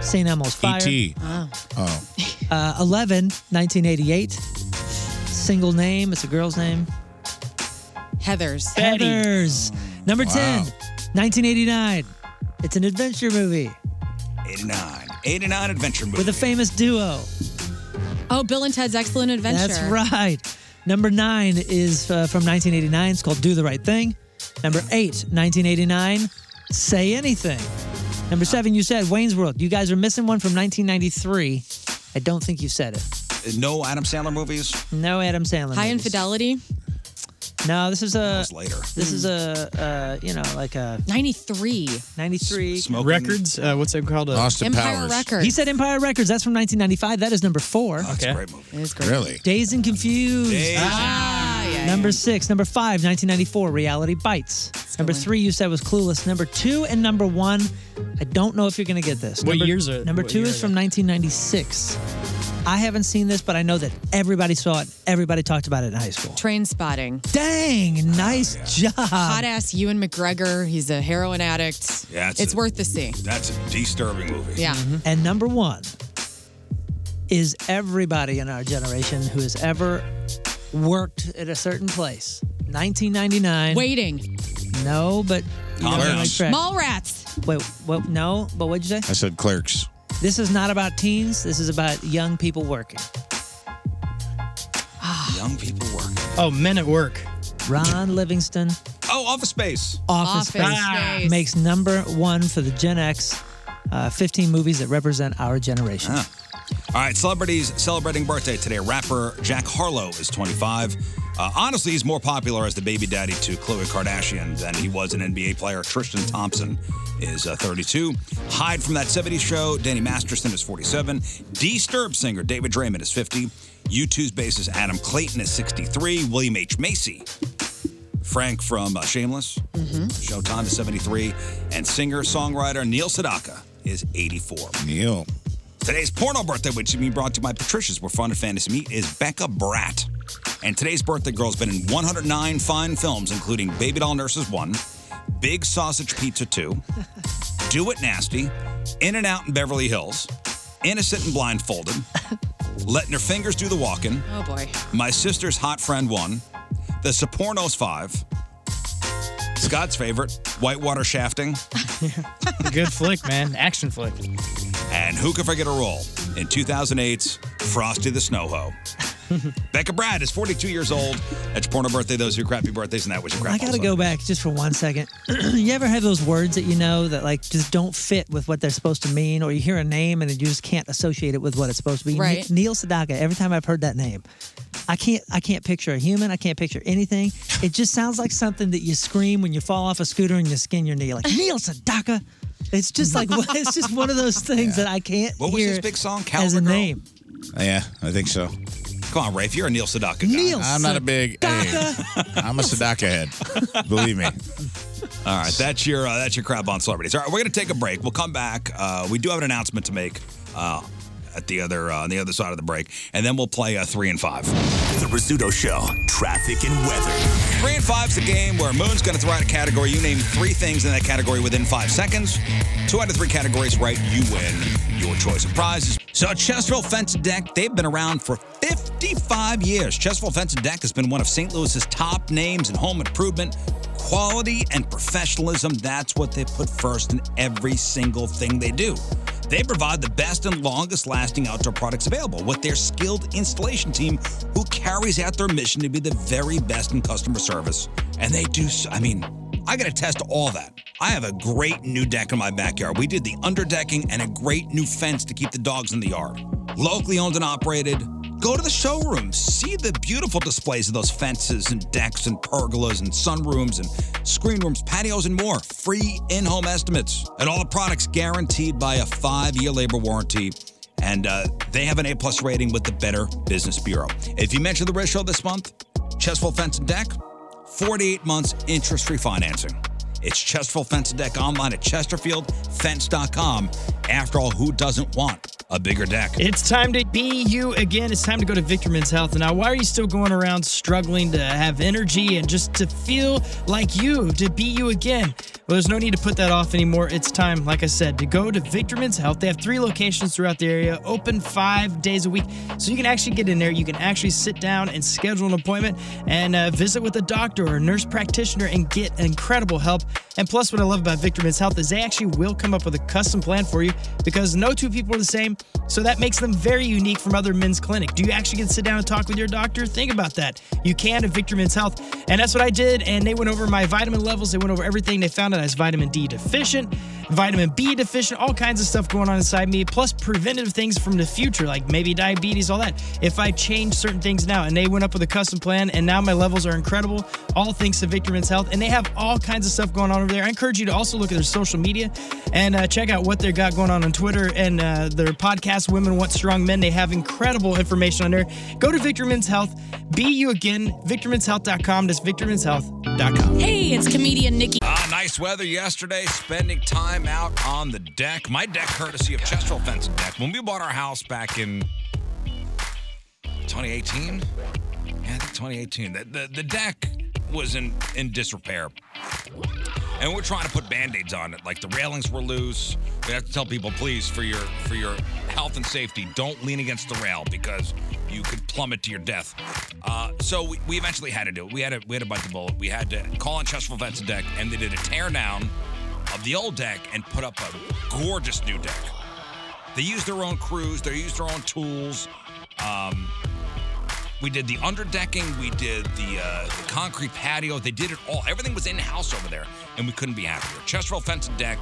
S4: St. Elmo's Fire. Ah.
S5: E.T..
S4: Wow.
S5: Oh.
S4: Uh, 11, 1988. Single name, it's a girl's name.
S2: Heather's.
S4: Heathers. Number
S1: Wow.
S4: 10, 1989. It's an adventure movie
S1: 89. 89 adventure movie.
S4: with a famous duo.
S2: Oh, Bill and Ted's Excellent Adventure.
S4: That's right. Number 9 is uh, from 1989. It's called Do the Right Thing. Number 8, 1989, Say Anything. Number 7, you said Wayne's World. You guys are missing one from 1993. I don't think you said it.
S1: Uh, No Adam Sandler movies.
S4: No Adam Sandler.
S2: High Infidelity.
S4: No, this is a
S1: later.
S4: This is a uh, you know like a
S2: 93.
S4: 93
S3: Records? Uh, what's it called? Uh,
S4: He said Empire Records. That's from 1995. That is number four.
S3: That's
S4: okay.
S3: a great
S2: movie. It is
S4: great. Dazed and Confused.
S3: Dazed and-
S4: Ah, number six. Number five, 1994, Reality Bites. number three, you said was Clueless. Number two and number one, I don't know if you're going to get this.
S3: What
S4: number,
S3: years are-
S4: Number
S3: what
S4: two
S3: year
S4: is
S3: are
S4: from 1996. I haven't seen this, but I know that everybody saw it. Everybody talked about it in high school.
S2: Train Spotting.
S4: Dang,
S3: Oh,
S4: nice job.
S2: Hot ass Ewan McGregor. He's a heroin addict.
S1: Yeah,
S2: it's worth the see.
S1: That's a disturbing movie.
S2: Yeah.
S3: Mm-hmm.
S4: And number one is everybody in our generation who has ever worked at a certain place. 1999.
S2: Waiting.
S4: No, but
S5: Clerks.
S2: Mall rats.
S4: Wait, what? No, but what'd you
S5: I
S4: say?
S5: said clerks.
S4: This is not about teens. This is about young people working.
S1: Young people work.
S3: Oh, Men at Work.
S4: Ron Livingston,
S1: Oh, Office Space.
S4: Office, Space, makes number one for the Gen X uh, 15 movies that represent our generation.
S1: All right, celebrities celebrating birthday today. Rapper Jack Harlow is 25. Uh, honestly, he's more popular as the baby daddy to Khloe Kardashian than he was an NBA player. Tristan Thompson is uh, 32. Hyde from that 70s show. Danny Masterson is 47. Disturbed singer David Draymond is 50. U2's bassist Adam Clayton is 63. William H. Macy. Frank from uh, Shameless. Showtime is 73. And singer songwriter Neil Sedaka is 84.
S5: Neil.
S1: Today's porno birthday, which is being brought to you by Patricia's, where fun and fantasy meet, is Becca Bratt. And today's birthday girl has been in 109 fine films, including Baby Doll Nurses 1, Big Sausage Pizza 2, Do It Nasty, In and Out in Beverly Hills, Innocent and Blindfolded, Letting Her Fingers Do the Walking,
S2: Oh boy.
S1: My Sister's Hot Friend 1, The Sopornos 5, Scott's favorite, Whitewater Shafting.
S3: Good flick, man. Action flick.
S1: And who can forget a role in 2008's Frosty the Snow Hoe? Becca Brad is 42 years old. That's your porno birthday. Those are your crappy birthdays, and that was your
S4: I
S1: crappy.
S4: gotta go back just for one second. you ever have those words that you know that like just don't fit with what they're supposed to mean, or you hear a name and you just can't associate it with what it's supposed to be? Ne-
S2: Right.
S4: Neil Sedaka. Every time I've heard that name, I can't. I can't picture a human. I can't picture anything. It just sounds like something that you scream when you fall off a scooter and you skin your knee, like Neil Sedaka. It's just like it's just one of those things that I can't.
S1: What was
S4: hear
S1: his big song?
S4: as a name?
S5: Yeah, I think so.
S1: Come on, Rafe. You're a Neil Sedaka guy.
S4: Neil
S5: I'm not a big. Hey, I'm a Sadaka head. Believe me.
S1: All right, that's your uh, that's your crap on celebrities. All right, we're gonna take a break. We'll come back. Uh, we do have an announcement to make uh, at the other uh, on the other side of the break, and then we'll play uh, three and five.
S17: The Rizzuto Show, traffic and weather.
S1: Three and five's the game where Moon's going to throw out a category. You name three things in that category within five seconds. Two out of three categories right, you win your choice of prizes. So, Chesterfield Fence and Deck, they've been around for 55 years. Chesterfield Fence and Deck has been one of St. Louis's top names in home improvement. Quality and professionalism, that's what they put first in every single thing they do. They provide the best and longest lasting outdoor products available with their skilled installation team who carries out their mission to be the very best in customer service. And they do, so, I mean, I got to test all that. I have a great new deck in my backyard. We did the underdecking and a great new fence to keep the dogs in the yard. Locally owned and operated. Go to the showroom, see the beautiful displays of those fences and decks and pergolas and sunrooms and screen rooms, patios, and more. Free in home estimates. And all the products guaranteed by a five year labor warranty. And uh, they have an A plus rating with the Better Business Bureau. If you mention the Red Show this month, Chesfold Fence and Deck, 48 months interest free financing. It's Chesterfield Fence and Deck online at chesterfieldfence.com. After all, who doesn't want a bigger deck?
S3: It's time to be you again. It's time to go to Victor Men's Health. Now, why are you still going around struggling to have energy and just to feel like you, to be you again? Well, there's no need to put that off anymore. It's time, like I said, to go to Victor Men's Health. They have three locations throughout the area, open five days a week. So you can actually get in there, you can actually sit down and schedule an appointment and uh, visit with a doctor or a nurse practitioner and get incredible help. And plus, what I love about Victor Men's Health is they actually will come up with a custom plan for you because no two people are the same. So that makes them very unique from other men's clinic. Do you actually get to sit down and talk with your doctor? Think about that. You can at Victor Men's Health. And that's what I did. And they went over my vitamin levels. They went over everything. They found out I was vitamin D deficient, vitamin B deficient, all kinds of stuff going on inside me, plus preventative things from the future, like maybe diabetes, all that. If I change certain things now, and they went up with a custom plan, and now my levels are incredible, all thanks to Victor Men's Health. And they have all kinds of stuff going on over there. I encourage you to also look at their social media and uh, check out what they got going on on Twitter and uh, their podcast, Women Want Strong Men. They have incredible information on there. Go to Victor Men's Health, be you again, victormenshealth.com. That's victormenshealth.com.
S2: Hey, it's comedian Nikki.
S1: Ah, nice weather yesterday, spending time out on the deck. My deck, courtesy of Chesterfield Fence and Deck. When we bought our house back in 2018, yeah, I think 2018, the, the, the deck was in, in disrepair. And we're trying to put band-aids on it. Like the railings were loose. We have to tell people, please, for your for your health and safety, don't lean against the rail because you could plummet to your death. Uh, so we, we eventually had to do it. We had to we had to bite the bullet. We had to call on Chesterfield Vets Deck, and they did a tear down of the old deck and put up a gorgeous new deck. They used their own crews. They used their own tools. Um, we did the underdecking. We did the, uh, the concrete patio. They did it all. Everything was in house over there, and we couldn't be happier. Chesterfield Fence and Deck,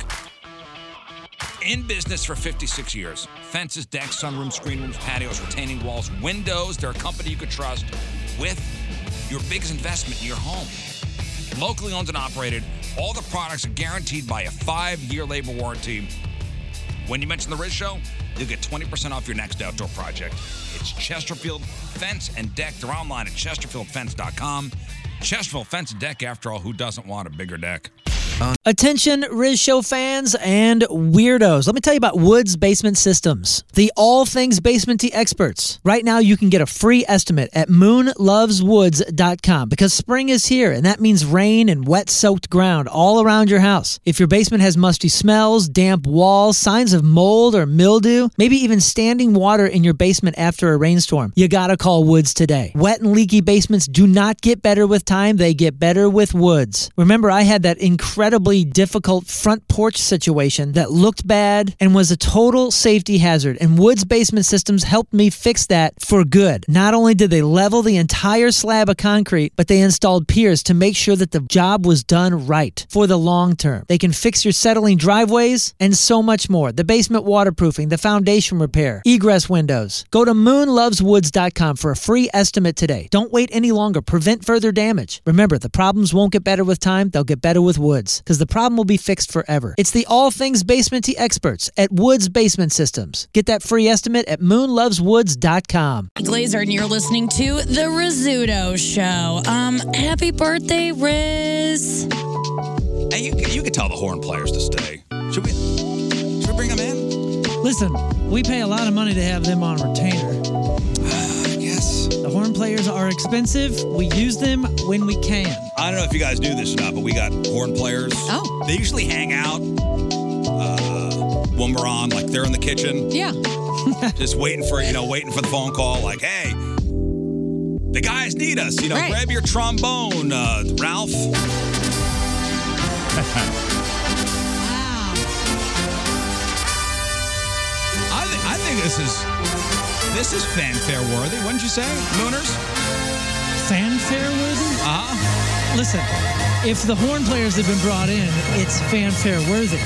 S1: in business for 56 years. Fences, decks, sunrooms, screen rooms, patios, retaining walls, windows. They're a company you could trust with your biggest investment in your home. Locally owned and operated. All the products are guaranteed by a five year labor warranty. When you mention the Riz Show, you'll get 20% off your next outdoor project. It's Chesterfield Fence and Deck. They're online at chesterfieldfence.com. Chesterfield Fence and Deck, after all, who doesn't want a bigger deck?
S4: Attention, Riz Show fans and weirdos. Let me tell you about Woods Basement Systems, the all things basement tea experts. Right now, you can get a free estimate at moonloveswoods.com because spring is here, and that means rain and wet soaked ground all around your house. If your basement has musty smells, damp walls, signs of mold or mildew, maybe even standing water in your basement after a rainstorm, you gotta call Woods today. Wet and leaky basements do not get better with time, they get better with Woods. Remember, I had that incredibly difficult front porch situation that looked bad and was a total safety hazard. And Woods Basement Systems helped me fix that for good. Not only did they level the entire slab of concrete, but they installed piers to make sure that the job was done right for the long term. They can fix your settling driveways and so much more. The basement waterproofing, the foundation repair, egress windows. Go to moonloveswoods.com for a free estimate today. Don't wait any longer. Prevent further damage. Remember, the problems won't get better with time, they'll get better with Woods because the problem will be fixed forever. It's the all things basementy experts at Woods Basement Systems. Get that free estimate at moonloveswoods.com.
S18: Glazer, and you're listening to The Rizzuto Show. Um, happy birthday, Riz.
S1: And you, you can tell the horn players to stay. Should we, should we bring them in?
S4: Listen, we pay a lot of money to have them on retainer.
S1: Ah, yes.
S4: The horn players are expensive. We use them when we can.
S1: I don't know if you guys knew this or not, but we got horn players. Oh. They usually hang out uh, when we're on, like they're in the kitchen.
S2: Yeah.
S1: just waiting for you know waiting for the phone call like hey the guys need us you know
S6: Right.
S1: grab your trombone uh, ralph I, th- I think this is this is fanfare worthy wouldn't you say mooners
S4: fanfare worthy? Ah. Listen, if the horn players have been brought in, it's fanfare worthy.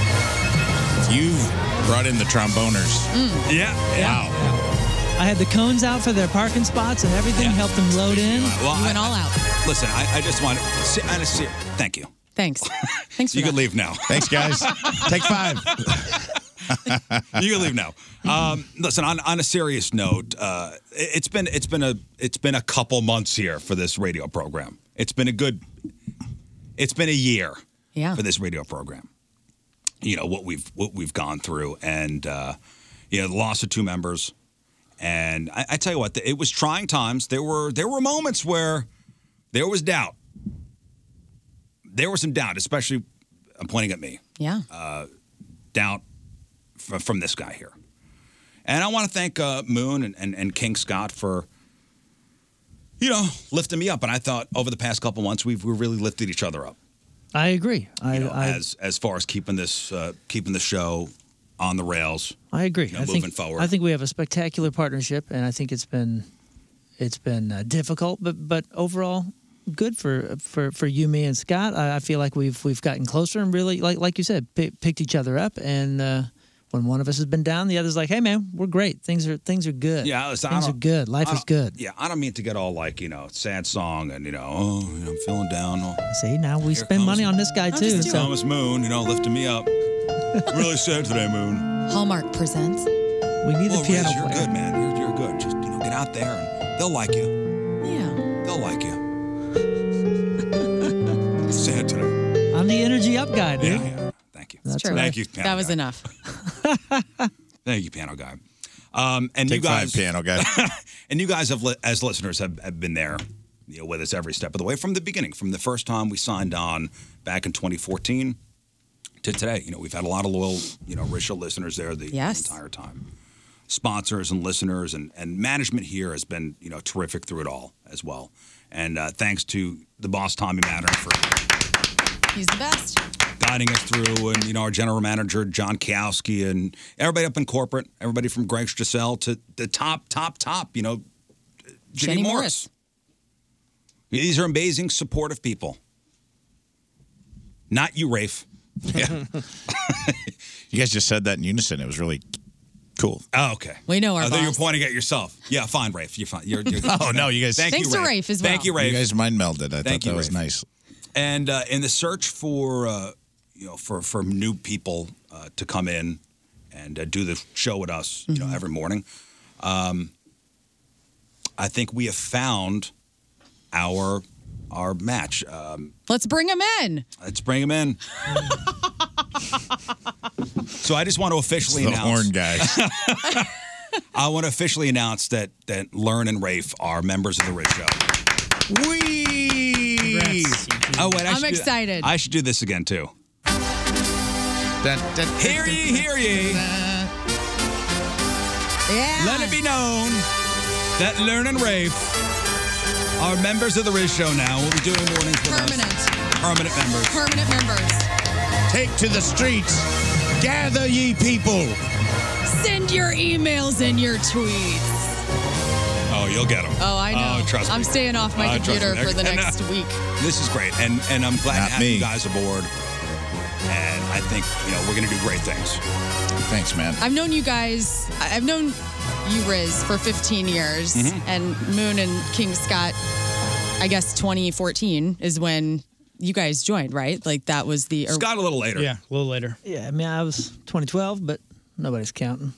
S5: You've brought in the tromboners.
S1: Mm. Yeah. Wow.
S4: I had the cones out for their parking spots and everything, helped them load in.
S1: Well, I-
S4: went all out.
S1: Listen, I, I just want to. Honestly, thank you.
S2: Thanks. Thanks for
S1: You
S2: that.
S1: can leave now. Thanks, guys. Take five. you can leave now. Um, listen, on, on a serious note, uh, it- it's been it's been a it's been a couple months here for this radio program. It's been a good. It's been a year
S2: Yeah.
S1: for this radio program. You know what we've what we've gone through, and uh, you know the loss of two members, and I, I tell you what, it was trying times. There were there were moments where there was doubt. There was some doubt, especially I'm pointing at me.
S2: Yeah.
S1: Uh, doubt from, from this guy here, and I want to thank uh, Moon and, and and King Scott for you know lifting me up. And I thought over the past couple months we've we really lifted each other up.
S4: I agree. I, I,
S1: as as far as keeping this uh, keeping the show on the rails.
S4: I agree.
S1: you know,
S4: I
S1: moving
S4: think,
S1: forward.
S4: I think we have a spectacular partnership, and I think it's been it's been uh, difficult, but but overall good for for for you, me, and Scott. I, I feel like we've we've gotten closer and really like like you said, pi picked each other up. And uh, when one of us has been down, the other's like, "Hey, man, we're great. Things are things are good.
S1: Yeah, listen, I
S4: things are
S1: don't-
S4: good.
S1: I
S4: Life is
S1: don't-
S4: good."
S1: Yeah, I don't mean to get all like you know sad song and you know oh you know, I'm feeling down. Oh,
S4: See, now we
S1: Here
S4: spend
S1: comes-
S4: money on this guy too.
S1: Thomas Moon, you know, lifting me up. I'm really sad today, Moon.
S2: Hallmark presents.
S4: We need
S1: Well, Riz, you're good, man. You're, you're good. Just you know, get out there, and they'll like you.
S2: Yeah.
S1: They'll like you. sad today.
S4: I'm the energy up guy, dude.
S1: Yeah, Thank you.
S4: That's
S2: True.
S1: Thank you, piano
S2: That was
S1: guy.
S2: enough.
S1: Thank you, piano guy. Um, and
S5: Take
S1: you guys,
S5: five, piano guy.
S1: and you guys have, li- as listeners, have, have been there, you know, with us every step of the way from the beginning, from the first time we signed on back in 2014 to today. You know, we've had a lot of loyal, you know, Rachel listeners there the entire time. Sponsors and listeners and, and management here has been, you know, terrific through it all as well. And uh, thanks to the boss, Tommy Matter, for
S2: He's the best.
S1: guiding us through, and you know our general manager John Kiowski and everybody up in corporate, everybody from Greg Strassell to the top, top, top. You know, Jenny,
S2: Jenny
S1: Morris. These are amazing, supportive people. Not you, Rafe. Yeah.
S5: You guys just said that in unison. It was really cool.
S1: Oh, okay.
S2: We know our
S1: I thought you were
S2: boss.
S1: pointing at yourself. Yeah, fine, Rafe. You're fine. You're, you're
S5: Oh, no, you guys-
S1: Thank
S2: Thanks
S1: you,
S2: to
S1: Rafe.
S2: Rafe as
S1: Thank
S2: well.
S1: you, Rafe.
S5: You guys mind melded. I thought
S1: Thank you,
S5: that was
S1: Rafe.
S5: nice.
S1: and uh, in the search for uh, you know for for new people uh, to come in and uh, do the show with us, you
S2: Mm-hmm.
S1: know, every morning. Um, I think we have found our our match. Um,
S2: Let's bring him in.
S1: let's bring him in. so I just want to officially
S5: It's the
S1: announce
S5: horn guy.
S1: I want to officially announce that that Learn and Rafe are members of the Rich Show. Wee! Oh wait, I
S2: I'm
S1: should do-
S2: excited.
S1: I should do this again too. Hear ye, hear ye.
S2: Yeah.
S1: Let it be known that Learn and Rafe are members of the Riz Show now. We'll be doing mornings with
S2: Permanent.
S1: us. Permanent members.
S2: Permanent members.
S5: Take to the streets. Gather ye people.
S2: Send your emails and your tweets.
S1: Oh, you'll get them.
S2: Oh, I know.
S1: Oh, trust me.
S2: I'm staying off my
S1: Oh, trust
S2: computer
S1: me.
S2: for the
S1: And, uh,
S2: next week.
S1: This is great, and and I'm glad to have you guys aboard. And I think you know we're going to do great things.
S5: Thanks, man.
S2: I've known you guys, I- I've known you, Riz, for 15 years,
S1: Mm-hmm.
S5: Mhm.
S2: and Moon and King Scott, I guess 2014 is when you guys joined, right? Like that was the. or-
S1: Scott a little later.
S4: Yeah, a little later. Yeah, I mean, I was 2012, but nobody's counting.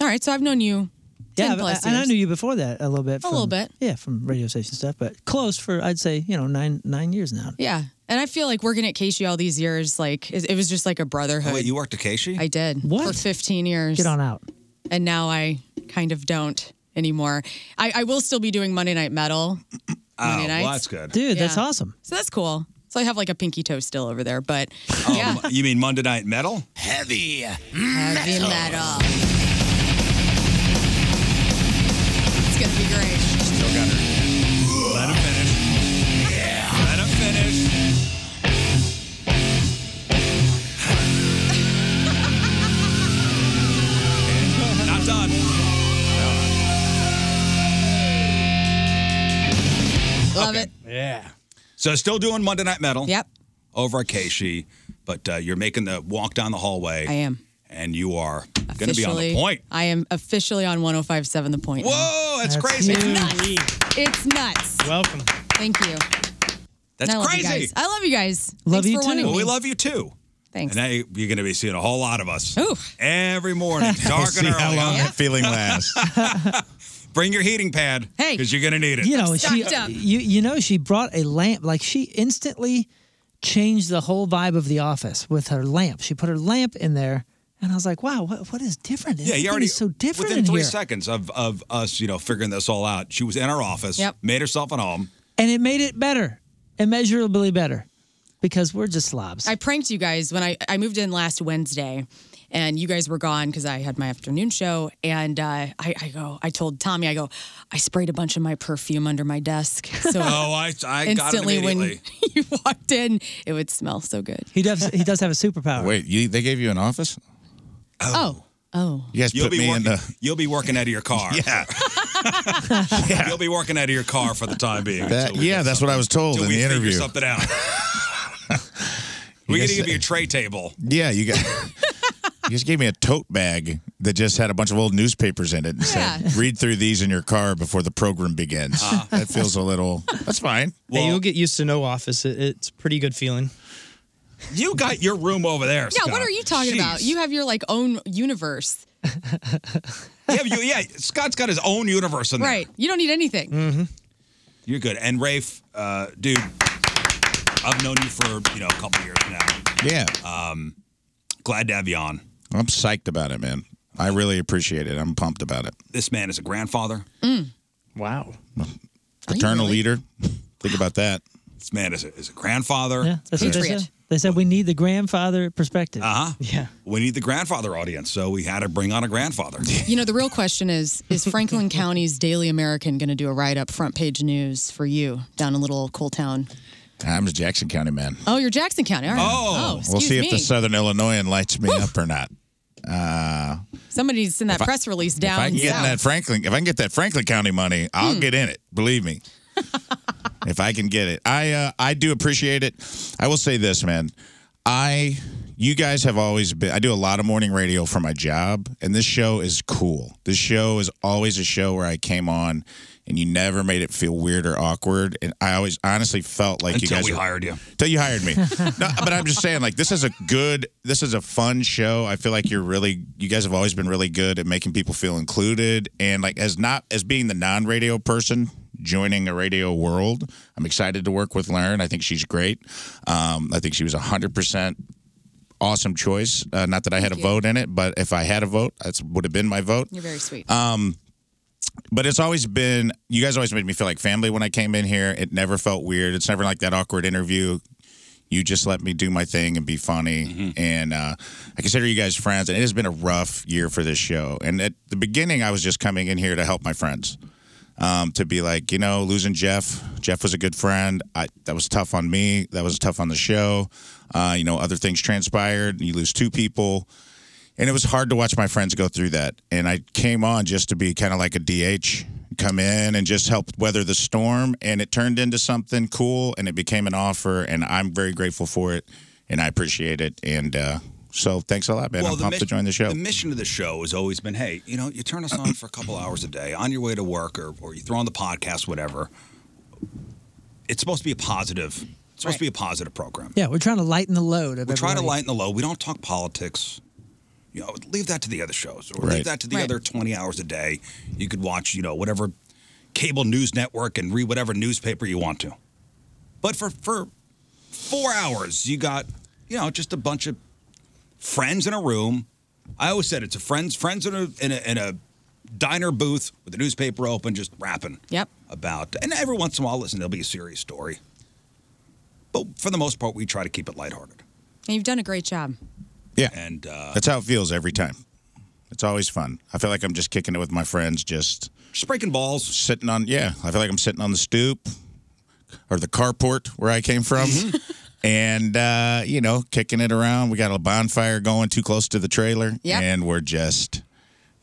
S2: All right, so I've known you 10
S4: yeah, but-
S2: plus
S4: and I
S2: years.
S4: knew you before that a little bit.
S2: A little bit.
S4: Yeah, from radio station stuff, but close for I'd say you know nine nine years now.
S2: Yeah. And I feel like working at Casey all these years, like it it was just like a brotherhood.
S1: Oh, wait, you worked at Casey?
S2: I did for 15 years.
S4: Get on out.
S2: And now I kind of don't anymore. I, I will still be doing Monday Night Metal.
S1: Uh,
S2: Monday nights.
S4: dude. That's
S2: Yeah.
S4: awesome.
S2: So that's cool. So I have like a pinky toe still over there, but
S1: Oh,
S2: yeah,
S1: You mean Monday Night Metal? Heavy.
S2: heavy metal. It's gonna be great.
S1: Still got her. Let him finish. Yeah. Let him finish. Not done.
S2: Love it.
S1: Yeah. So still doing Monday Night Metal.
S2: Yep.
S1: Over at Keishi, but uh, you're making the walk down the hallway.
S2: I am.
S1: And you are going to be on the
S2: Officially-
S1: point.
S2: I am officially on 105.7 The Point.
S1: Whoa, that's That's crazy.
S2: It's
S1: huge.
S2: nuts. It's nuts.
S1: Welcome.
S2: Thank you.
S1: That's
S2: I love
S1: crazy.
S2: You guys. I love you guys.
S1: Love
S2: Thanks
S1: you
S2: for
S1: too.
S2: wanting
S1: Well, we
S2: me.
S1: love you too.
S2: Thanks.
S1: And now you- you're going to be seeing a whole lot of us every morning,
S5: We'll
S1: dark
S5: see
S1: and early.
S5: how long that feeling
S1: lasts. Bring your heating pad, hey, because you're going to need it.
S4: You know, she, you you know, she brought a lamp. Like she instantly changed the whole vibe of the office with her lamp. She put her lamp in there, and I was like, "Wow, what what is different?
S1: Yeah, you
S4: Everything
S1: already
S4: is so different
S1: within
S4: in
S1: three
S4: here."
S1: seconds of of us, you know, figuring this all out. She was in our office,
S4: Yep.
S1: made herself at home.
S4: And it made it better, immeasurably better, because we're just slobs.
S2: I pranked you guys when I, I moved in last Wednesday and you guys were gone because I had my afternoon show. And uh, I, I go, I told Tommy, I go, I sprayed a bunch of my perfume under my desk. So
S1: oh, I, I
S2: instantly
S1: got it
S2: when
S1: immediately.
S2: you walked in, it would smell so good.
S4: He does. He does have a superpower.
S5: Wait, you, they gave you an office?
S2: Oh. Oh.
S5: You guys
S1: You'll
S5: put
S1: be
S5: me in
S1: working,
S5: the.
S1: You'll be working out of your car. yeah. You'll be working out of your car for the time being.
S5: That-
S1: until we
S5: yeah,
S1: get
S5: that's what I was told
S1: until
S5: in
S1: we
S5: the
S1: figure
S5: interview.
S1: something out. We're
S5: guys
S1: gonna give
S5: say-
S1: you a tray table.
S5: Yeah, you got. you just gave me a tote bag that just had a bunch of old newspapers in it and
S1: Yeah.
S5: said, "Read through these in your car before the program begins."
S3: Ah.
S5: that feels a little. That's fine.
S3: Hey, you'll get used to no office. It, it's a pretty good feeling.
S1: You got your room over there.
S2: Yeah, what are you talking about? You have your like own universe.
S1: yeah, you, yeah, Scott's got his own universe in there.
S2: Right. You don't need anything.
S1: You're good. And Rafe, uh, dude, I've known you for you know a couple years now.
S5: Yeah.
S1: Um, glad to have you on.
S5: I'm psyched about it, man. I really appreciate it. I'm pumped about it.
S1: This man is a grandfather.
S3: Wow.
S4: Oh,
S5: Paternal leader. Think about that.
S1: This man is a, is a grandfather.
S4: yeah, that's what they said. They said we need the grandfather perspective.
S1: Uh huh. Yeah. We need the grandfather audience, so we had to bring on a grandfather.
S2: You know, the real question is Is Franklin County's Daily American going to do a write up front page news for you down in little coal town?
S5: I'm a Jackson County man.
S2: Oh, you're Jackson County. All right. Oh,
S5: we'll
S2: excuse
S5: see
S2: me.
S5: if the Southern Illinoisan lights me up or not. Uh,
S2: Somebody needs to send that
S5: If I-
S2: press release
S5: if
S2: down.
S5: I can get in
S2: south.
S5: that Franklin, if I can get that Franklin County money, I'll
S2: Hmm.
S5: get in it. Believe me, if I can get it, I uh, I do appreciate it. I will say this, man. I you guys have always been. I do a lot of morning radio for my job, and this show is cool. This show is always a show where I came on. And you never made it feel weird or awkward, and I always honestly felt like you
S1: Until
S5: guys
S1: we
S5: were-
S1: hired you.
S5: Till you hired me. no, but I'm just saying, like, this is a good, this is a fun show. I feel like you're really, you guys have always been really good at making people feel included. And, like, as not, as being the non radio person joining a radio world, I'm excited to work with Lauren. I think she's great. Um, I think she was 100% awesome choice. Uh, not that I had a vote in it, but if I had a vote, that would have been my vote.
S2: You're very sweet.
S5: Um, but it's always been you guys always made me feel like family when I came in here. It never felt weird. It's never like that awkward interview. You just let me do my thing and be funny, and uh, I consider you guys friends. And it has been a rough year for this show. And at the beginning, I was just coming in here to help my friends, um, to be like, you know, losing Jeff. Jeff was a good friend. I, that was tough on me. That was tough on the show. Uh, you know, other things transpired. You lose two people and it was hard to watch my friends go through that. And I came on just to be kind of like a DH, come in and just help weather the storm. And it turned into something cool, and it became an offer. And I'm very grateful for it, and I appreciate it. And uh, so, thanks a lot, man. I'm
S1: the
S5: pumped to
S1: mission-
S5: join the show.
S1: The mission of the show has always been, hey, you know, you turn us on for a couple hours a day on your way to work or, or you throw on the podcast, whatever. It's supposed to be a positive. It's supposed to be a positive program.
S4: Yeah, we're trying to lighten the load. Of
S1: We try to
S4: everybody.
S1: lighten the load. We don't talk politics. You know, leave that to the other shows, or leave
S4: Right.
S1: that to the other twenty hours a day. You could watch, you know, whatever cable news network and read whatever newspaper you want to. But for for four hours, you got, you know, just a bunch of friends in a room. I always said it's a friends friends in a in a, in a diner booth with the newspaper open, just rapping.
S2: Yep.
S1: About and every once in a while, listen, there'll be a serious story. But for the most part, we try to keep it lighthearted.
S2: And you've done a great job.
S5: Yeah.
S1: And uh,
S5: that's how it feels every time. It's always fun. I feel like I'm just kicking it with my friends, just
S1: just breaking balls,
S5: sitting on. Yeah, I feel like I'm sitting on the stoop or the carport where I came from.
S1: Mm-hmm.
S5: And uh, you know, kicking it around. We got a bonfire going too close to the trailer,
S1: Yep.
S5: and we're just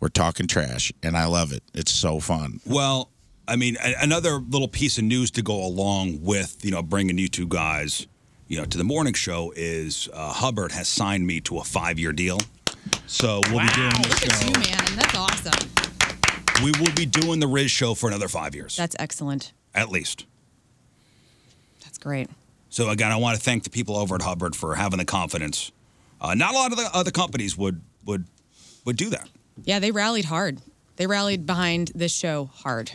S5: we're talking trash, and I love it. It's so fun.
S1: Well, I mean, a- another little piece of news to go along with you know bringing you two guys, you know, to the morning show is uh, Hubbard has signed me to a five-year deal. So we'll be doing the show.
S2: man. That's awesome.
S1: We will be doing the Riz show for another five years,
S2: That's excellent.
S1: at least.
S2: That's great.
S1: So again, I want to thank the people over at Hubbard for having the confidence. Uh, not a lot of the other companies would would would do that.
S2: Yeah, they rallied hard. They rallied behind this show hard.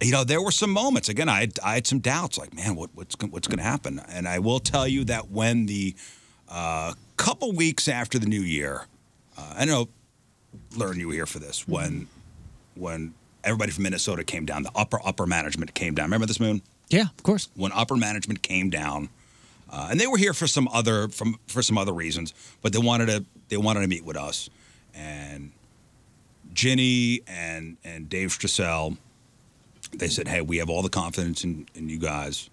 S1: you know, there were some moments. Again, I had, I had some doubts, like, man, what, what's gon- what's going to happen? And I will tell you that when the uh, couple weeks after the new year, uh, I know, learn you were here for this when when everybody from Minnesota came down, the upper upper management came down. Remember this moon?
S4: Yeah, of course.
S1: When upper management came down, uh, and they were here for some other from for some other reasons, but they wanted to they wanted to meet with us, and Ginny and and Dave Strassell they said, "Hey, we have all the confidence in, in you guys.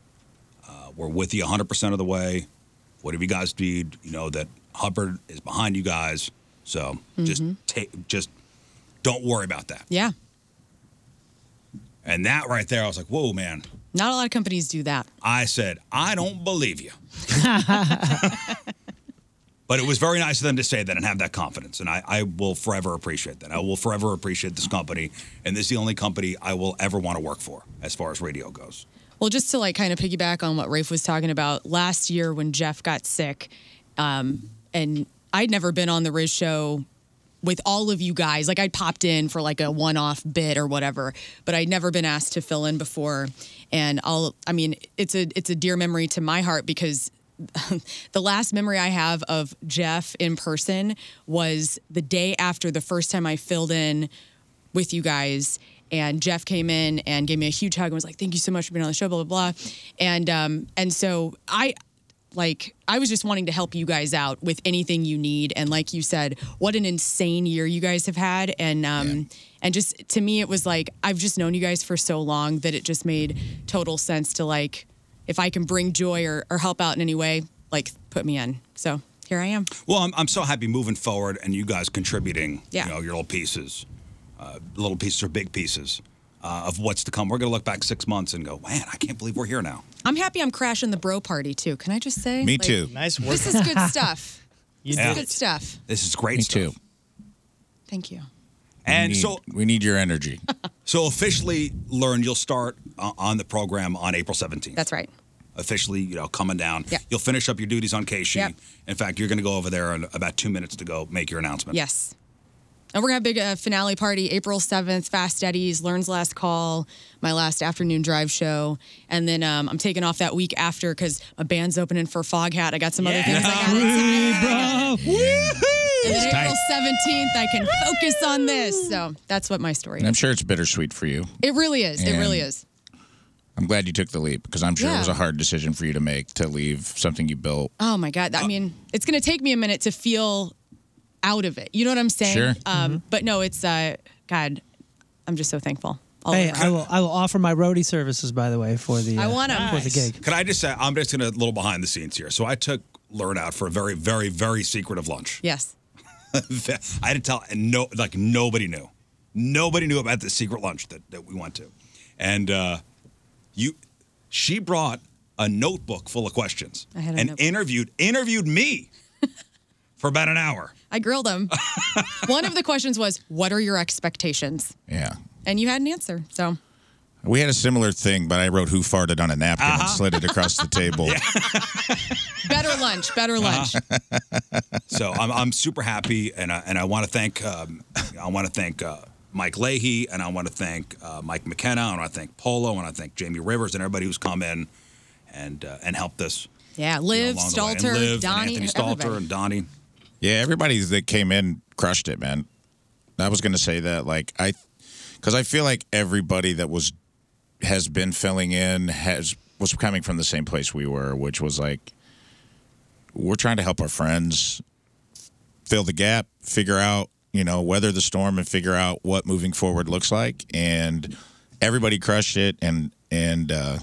S1: Uh, we're with you 100% of the way. Whatever you guys need, you know that Hubbard is behind you guys. So just take, just don't worry about that."
S2: Mm-hmm. Yeah.
S1: And that right there, I was like, "Whoa, man!"
S2: Not a lot of companies do that.
S1: I said, "I don't believe you," but it was very nice of them to say that and have that confidence, and I, I will forever appreciate that. I will forever appreciate this company, and this is the only company I will ever want to work for as far as radio goes.
S2: Well, just to like kind of piggyback on what Rafe was talking about last year when Jeff got sick, um, and I'd never been on the Riz show with all of you guys. Like I'd popped in for like a one-off bit or whatever, but I'd never been asked to fill in before. And I'll, I mean, it's a it's a dear memory to my heart because the last memory I have of Jeff in person was the day after the first time I filled in with you guys. And Jeff came in and gave me a huge hug and was like, "Thank you so much for being on the show." Blah blah blah. And um, and so I, like, I was just wanting to help you guys out with anything you need. And like you said, what an insane year you guys have had. And um, and just to me, it was like I've just known you guys for so long that it just made total sense to like, if I can bring joy or, or help out in any way, like put me in. So here I am.
S1: Well, I'm, I'm so happy moving forward and you guys contributing,
S2: Yeah.
S1: you know, your little pieces, uh, little pieces or big pieces uh, of what's to come. We're going to look back six months and go, man, I can't believe we're here now.
S2: I'm happy I'm crashing the bro party too. Can I just say?
S1: Me too. Nice work.
S2: This is good stuff.
S1: You
S2: this is
S1: did
S2: good stuff.
S1: This is great stuff. too.
S2: Thank you.
S1: And so
S5: we need your energy.
S1: so officially, learn you'll start uh, on the program on April 17th.
S2: That's right.
S1: officially, you know, coming down.
S2: Yeah.
S1: You'll finish up your duties on KC.
S2: Yep.
S1: In fact, you're going to go over there in about two minutes to go make your announcement.
S2: Yes. And we're gonna have a big uh, finale party April seventh. Fast Eddie's Learn's Last Call, my last afternoon drive show, and then um, I'm taking off that week after because my band's opening for Foghat. I got some other things. I got
S4: bro.
S2: And
S5: It's
S2: then
S5: tight.
S2: April seventeenth, I can focus on this. So that's what my story.
S5: And
S2: is.
S5: I'm sure it's bittersweet for you.
S2: It really is. it really
S5: And-
S2: is.
S5: I'm glad you took the leap because I'm sure it was
S2: Yeah.
S5: a hard decision for you to make to leave something you built.
S2: Oh my God.
S5: Uh,
S2: I mean, it's going to take me a minute to feel out of it. You know what I'm saying?
S5: Sure. Mm-hmm.
S2: Um, But no, it's, uh, God, I'm just so thankful. All
S4: Hey,
S2: over.
S4: I will. I will offer my roadie services, by the way, for the.
S2: I
S4: uh,
S2: want 'em.
S4: for the gig.
S1: Can I just say, I'm just going to a little behind the scenes here. So I took Learn out for a very, very, very secretive lunch.
S2: Yes.
S1: That- I had to tell, and no, like nobody knew. Nobody knew about the secret lunch that, that we went to. And uh, you, she brought a notebook full of questions
S2: I had a
S1: and
S2: notebook.
S1: interviewed interviewed me for about an hour.
S2: I grilled him. One of the questions was, what are your expectations?
S5: Yeah.
S2: And you had an answer. So
S5: We had a similar thing, but I wrote who farted on a napkin and slid it across the table.
S2: better lunch, better lunch.
S1: Uh-huh. so I'm, I'm super happy, and I, and I want to thank um, I want to thank uh, Mike Leahy, and I want to thank uh, Mike McKenna, and I want to thank Polo, and I thank Jamie Rivers, and everybody who's come in and uh, and helped us.
S2: Yeah. Liv,
S1: along the way. And
S2: Stalter,
S1: Liv and
S2: Donnie.
S1: Anthony Stalter
S2: everybody.
S1: and Donnie.
S5: Yeah, everybody that came in crushed it, man. I was gonna say that, like I, because I feel like everybody that was has been filling in has was coming from the same place we were, which was like we're trying to help our friends fill the gap, figure out you know weather the storm, and figure out what moving forward looks like. And everybody crushed it, and and uh,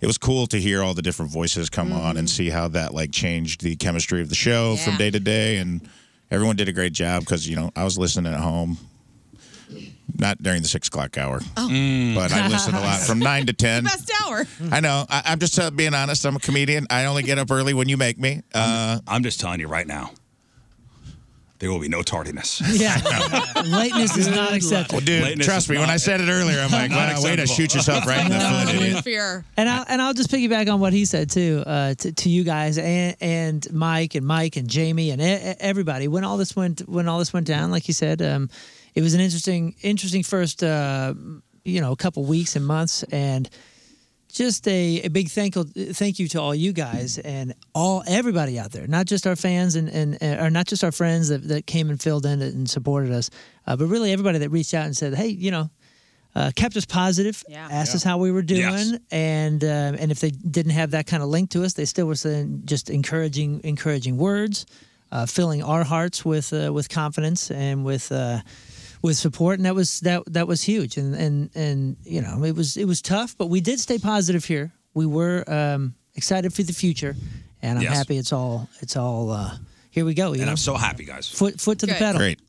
S5: it was cool to hear all the different voices come on and see how that like changed the chemistry of the show from day to day and everyone did a great job because you know i was listening at home not during the six o'clock hour. But I listen a lot from nine to ten.
S2: Best hour.
S5: I know. I, I'm just uh, being honest. I'm a comedian. I only get up early when you make me. Uh,
S1: I'm just telling you right now. There will be no tardiness.
S4: Yeah. Lateness is not acceptable.
S5: Well, dude,
S1: Lateness
S5: trust
S1: is
S5: me. When
S1: not-
S5: I said it earlier, I'm like,
S1: Not
S5: wow, way to
S1: acceptable.
S5: shoot yourself right in the foot, idiot.
S4: And I'll and I'll just piggyback on what he said too, uh, to, to you guys and, and Mike and Mike and Jamie and e- e- everybody. When all this went when all this went down, like you said, um, it was an interesting interesting first uh, you know couple weeks and months, and just a, a big thank thank you to all you guys and all everybody out there, not just our fans and and uh, or not just our friends that, that came and filled in and supported us, uh, but really everybody that reached out and said, hey, you know uh, kept us positive, asked us how we were doing, and um, and if they didn't have that kind of link to us, they still were saying just encouraging encouraging words, uh, filling our hearts with uh, with confidence and with. Uh, with support, and that was that that was huge, and and and you know it was it was tough, but we did stay positive here. We were um, excited for the future, and I'm
S1: Yes.
S4: happy it's all it's all uh, here we go. You
S1: And
S4: know?
S1: I'm so happy, guys.
S4: Foot foot to the
S1: Good.
S4: pedal.
S5: Great.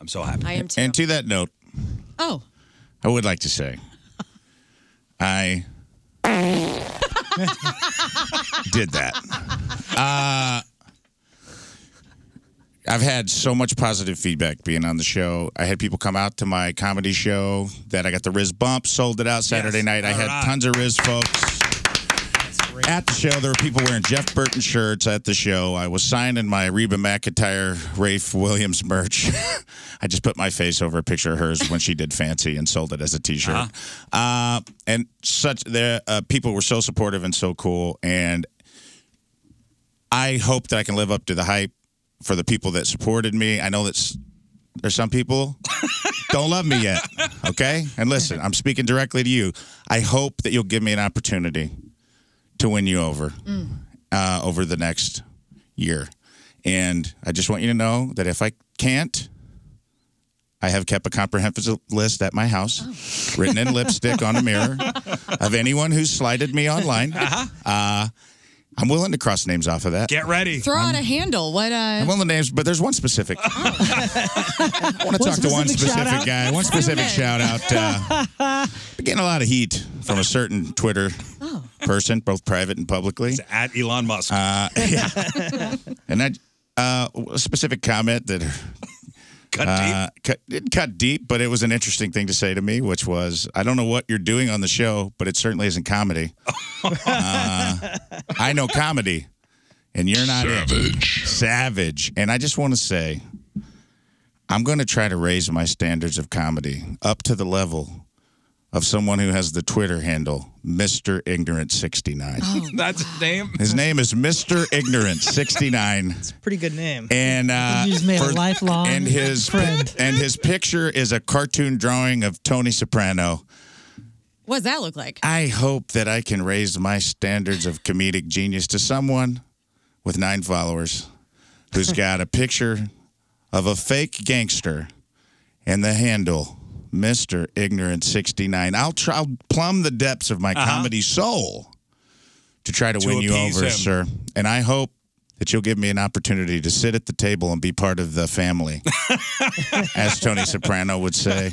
S1: I'm so happy.
S4: I am too.
S5: And to that note,
S2: Oh.
S5: I would like to say, I did that. Uh, I've had so much positive feedback being on the show. I had people come out to my comedy show that I got the Riz bump, sold it out Saturday night. I
S1: All
S5: had
S1: right.
S5: tons of Riz folks. At the show, there were people wearing Jeff Burton shirts at the show. I was signing my Reba McIntyre, Rafe Williams merch. I just put my face over a picture of hers when she did Fancy and sold it as a T-shirt. uh and such, the uh, people were so supportive and so cool. And I hope that I can live up to the hype for the people that supported me. I know that s- there's some people don't love me yet. Okay, and listen, I'm speaking directly to you. I hope that you'll give me an opportunity to win you over uh, over the next year. And I just want you to know that if I can't, I have kept a comprehensive list at my house, written in lipstick on a mirror, of anyone who's slighted me online. uh I'm willing to cross names off of that. Get ready.
S2: Throw out a handle. What?
S5: I'm
S2: Uh,
S5: willing to names, but there's one specific. I want to talk to one specific guy, one specific shout out. Uh, been getting a lot of heat from a certain Twitter person, both private and publicly. at Elon Musk. Uh, yeah. and that uh, a specific comment that cut deep. Cut, it cut deep, but it was an interesting thing to say to me, which was, "I don't know what you're doing on the show, but it certainly isn't comedy. uh, I know comedy, and you're not savage. It. Savage. And I just want to say, I'm going to try to raise my standards of comedy up to the level." Of someone who has the Twitter handle Mr. Ignorant 69.
S1: That's
S4: Oh.
S1: his name.
S5: His name is Mr. Ignorant 69.
S4: Pretty good name.
S5: And uh,
S4: You just made a
S5: for-
S4: lifelong
S5: and his
S4: friend.
S5: and his picture is a cartoon drawing of Tony Soprano.
S2: what does that look like?
S5: I hope that I can raise my standards of comedic genius to someone with nine followers who's got a picture of a fake gangster and the handle Mr. Ignorant 69. I'll try I'll plumb the depths of my
S1: Uh-huh.
S5: comedy soul to try to,
S1: To
S5: win you
S1: appease
S5: over,
S1: him.
S5: sir. And I hope that you'll give me an opportunity to sit at the table and be part of the family, as Tony Soprano would say.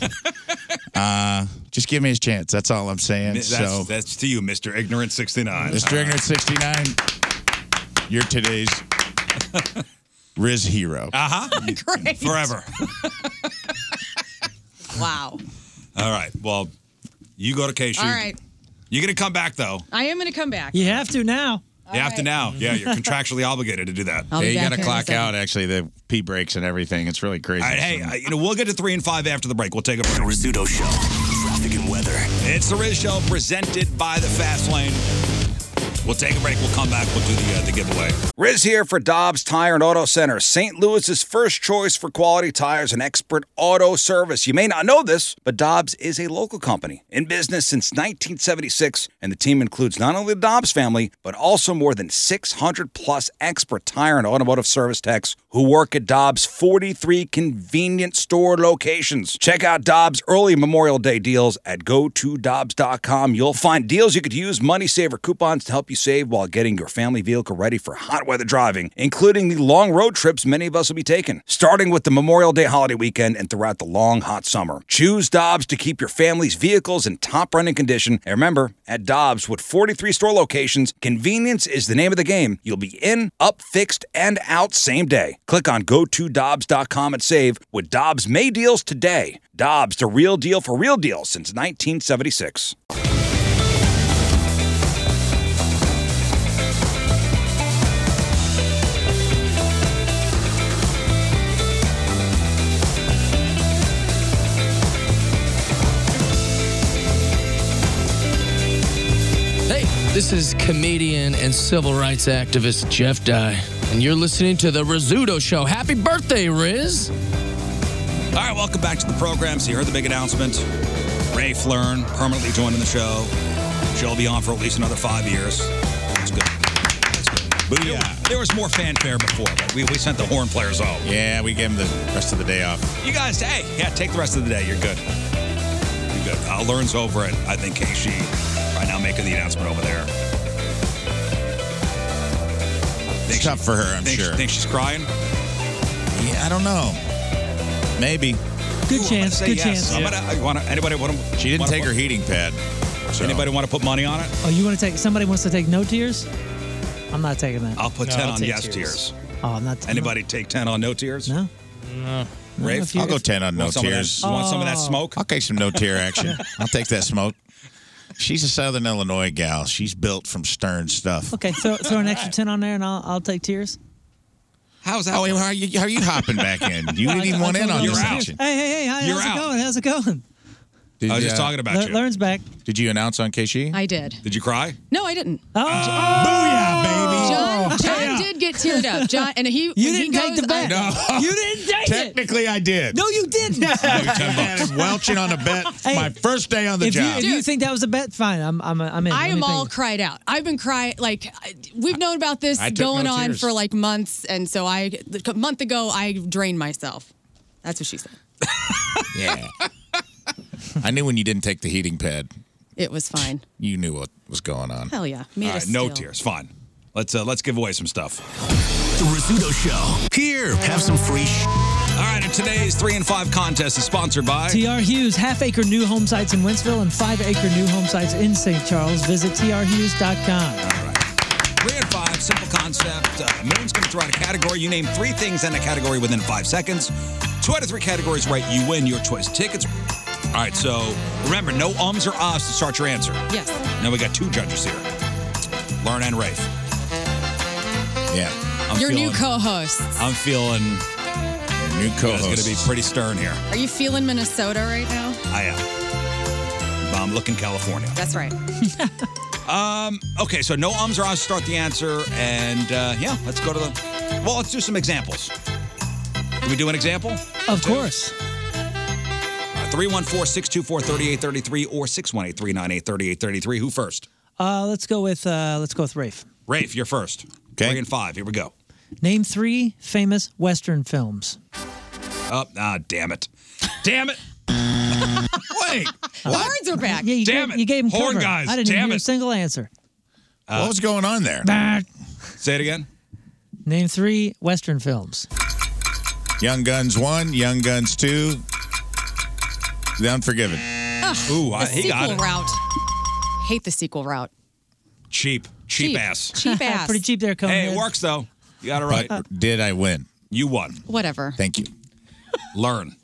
S5: Uh, just give me his chance. That's all I'm saying.
S1: That's,
S5: so,
S1: that's to you, Mr. Ignorant 69.
S5: Mr. Ignorant 69, you're today's Riz hero.
S1: Uh huh.
S2: Great.
S1: Forever.
S2: Wow.
S1: All right. Well, you go to KC.
S2: All right.
S1: You're going to come back, though.
S2: I am going to come back.
S4: You have to now.
S1: you have to now. Yeah, you're contractually obligated to do that.
S2: I'll
S5: yeah,
S2: be
S5: you
S2: back
S5: got
S2: here
S5: to
S2: in a
S5: clock
S2: second.
S5: out, actually, the pee breaks and everything. It's really crazy.
S1: All right, hey, uh, you know, we'll get to three and five after the break. We'll take a break. Rizzuto Show. Traffic and weather. It's the Riz Show presented by the Fast Lane. We'll take a break. We'll come back. We'll do the, uh, the giveaway.
S19: Riz here for Dobbs Tire and Auto Center, St. Louis's first choice for quality tires and expert auto service. You may not know this, but Dobbs is a local company in business since 1976, and the team includes not only the Dobbs family, but also more than 600 plus expert tire and automotive service techs who work at Dobbs' 43 convenient store locations. Check out Dobbs' early Memorial Day deals at gotodobbs.com. You'll find deals you could use, money saver coupons to help you save while getting your family vehicle ready for hot weather driving, including the long road trips many of us will be taking, starting with the Memorial Day holiday weekend and throughout the long hot summer. Choose Dobbs to keep your family's vehicles in top running condition. And remember, at Dobbs, with 43 store locations, convenience is the name of the game. You'll be in, up, fixed, and out same day. Click on gotodobbs.com and save with Dobbs May deals today. Dobbs, the real deal for real deals since 1976.
S20: Hey, this is comedian and civil rights activist Jeff Dye, and you're listening to The Rizzuto Show. Happy birthday, Riz!
S1: All right, welcome back to the program. So you heard the big announcement. Ray Flern permanently joining the show. She'll be on for at least another five years. That's good. That's good. Booyah. There was more fanfare before, but we, we sent the horn players home.
S5: Yeah, we gave him the rest of the day off.
S1: You guys, hey, yeah, take the rest of the day. You're good. You're good. Uh, Learn's over at, I think, KC right now making the announcement over there.
S5: It's tough for her, I'm
S1: think,
S5: sure.
S1: Think she's crying?
S5: Yeah, I don't know. Maybe.
S1: Good chance. Good chance. I'm gonna, I wanna, anybody want to?
S5: She didn't
S1: wanna
S5: take her
S1: put-
S5: heating pad. so-
S1: Anybody want to put money on it?
S4: Oh, you want to take? Somebody wants to take no tears. I'm not taking that.
S1: I'll put
S4: No,
S1: 10
S4: I'll
S1: on
S4: take
S1: yes
S4: tears.
S1: tears.
S4: Oh, I'm not.
S1: Anybody take 10 on no tears?
S4: No.
S1: No.
S4: No, Oh.
S1: Rafe?
S4: if you- I'll go 10
S5: on no
S1: Want some of that-
S5: tears.
S1: Want some of that smoke?
S5: I'll take some no tear action. I'll take that smoke. She's a Southern Illinois gal. She's built from stern stuff.
S4: Okay, throw, throw an extra ten on there, and I'll, I'll take tears.
S1: How's
S5: that? Oh, how are you, how are you hopping back in? You
S4: I-
S5: didn't even
S4: I
S5: want in
S4: told
S5: on
S4: you
S5: this
S4: I was
S5: action.
S4: here. Hey, hey, hey! Hi,
S5: You're
S4: how's
S5: out.
S4: it going? How's it going?
S5: Did
S1: I was just
S5: you, uh,
S1: talking about you.
S4: Learn's back.
S5: Did you announce on KC?
S2: I did.
S1: Did you cry?
S2: No, I didn't.
S4: Oh,
S5: booyah, baby!
S2: John, John did get teared up. John and he
S4: You
S2: when he
S4: didn't take
S2: goes
S4: the bet.
S2: up-
S4: You didn't take it.
S5: Technically, I did.
S4: No, you didn't.
S5: Welching on a bet.
S4: Hey,
S5: my first day on the
S4: if you,
S5: job.
S4: if you think that was a bet, fine. I'm I'm I'm in.
S2: I
S4: Let
S2: am
S4: me
S2: all
S4: think.
S2: cried out. I've been crying like I- we've known about this
S4: I took
S2: going
S4: no
S2: on
S4: tears.
S2: for like months, and so I a month ago I drained myself. That's what she said.
S5: Yeah. I knew when you didn't take the heating pad,
S2: It was fine.
S5: you knew what was going on.
S4: Oh.
S2: Hell yeah, made
S1: Um, All
S2: us
S1: right, no
S2: still.
S1: tears. Fine. Let's uh, let's give away some stuff.
S17: The Rizzuto Show. Here, have some free sh-
S1: All right, and today's three and five contest is sponsored by.
S4: TR Hughes, half acre new home sites in Wentzville and five acre new home sites in St. Charles. Visit trhughes.com.
S1: Three and five, simple concept. Uh, Moon's going to throw out a category. You name three things in a category within five seconds. Two out of three categories right, you win your choice tickets. All right, so remember, no ums or ahs to start your answer.
S2: Yes.
S1: Now we got two judges here, Lauren and Rafe.
S5: Yeah.
S2: Your new co-host.
S1: I'm feeling.
S5: New
S1: co-host. going to be pretty stern here.
S2: Are you feeling Minnesota right now?
S1: I am. But I'm looking California.
S2: That's right.
S1: Um. Okay. So no ums or ahs to start the answer, and uh, yeah, let's go to the. Well, let's do some examples. Can we do an example? Uh,
S4: Of course.
S1: 314 624 3833 or 618 398 3833. Who first?
S4: Uh, let's go with uh, let's go with Rafe.
S1: Rafe, you're first. Three and five. Here we go.
S4: Name three famous Western films.
S1: Oh, ah, damn it. Damn it. Wait.
S2: Horns are back.
S4: Yeah, you
S1: Damn
S4: gave,
S1: it.
S4: You gave him
S1: Horn
S4: cover.
S1: guys,
S4: I didn't even
S1: damn
S4: hear a
S1: it.
S4: single answer.
S5: what was going on there?
S1: Say it again.
S4: Name three Western films.
S5: Young Guns 1, Young Guns 2, The Unforgiven.
S1: Ooh,
S2: the sequel route. Hate the sequel route.
S1: Cheap. Cheap, ass.
S2: Cheap ass.
S4: Pretty cheap there,
S1: Hey, it works though. You got it right.
S5: did I win?
S1: You won.
S2: Whatever.
S5: Thank you.
S1: Learn.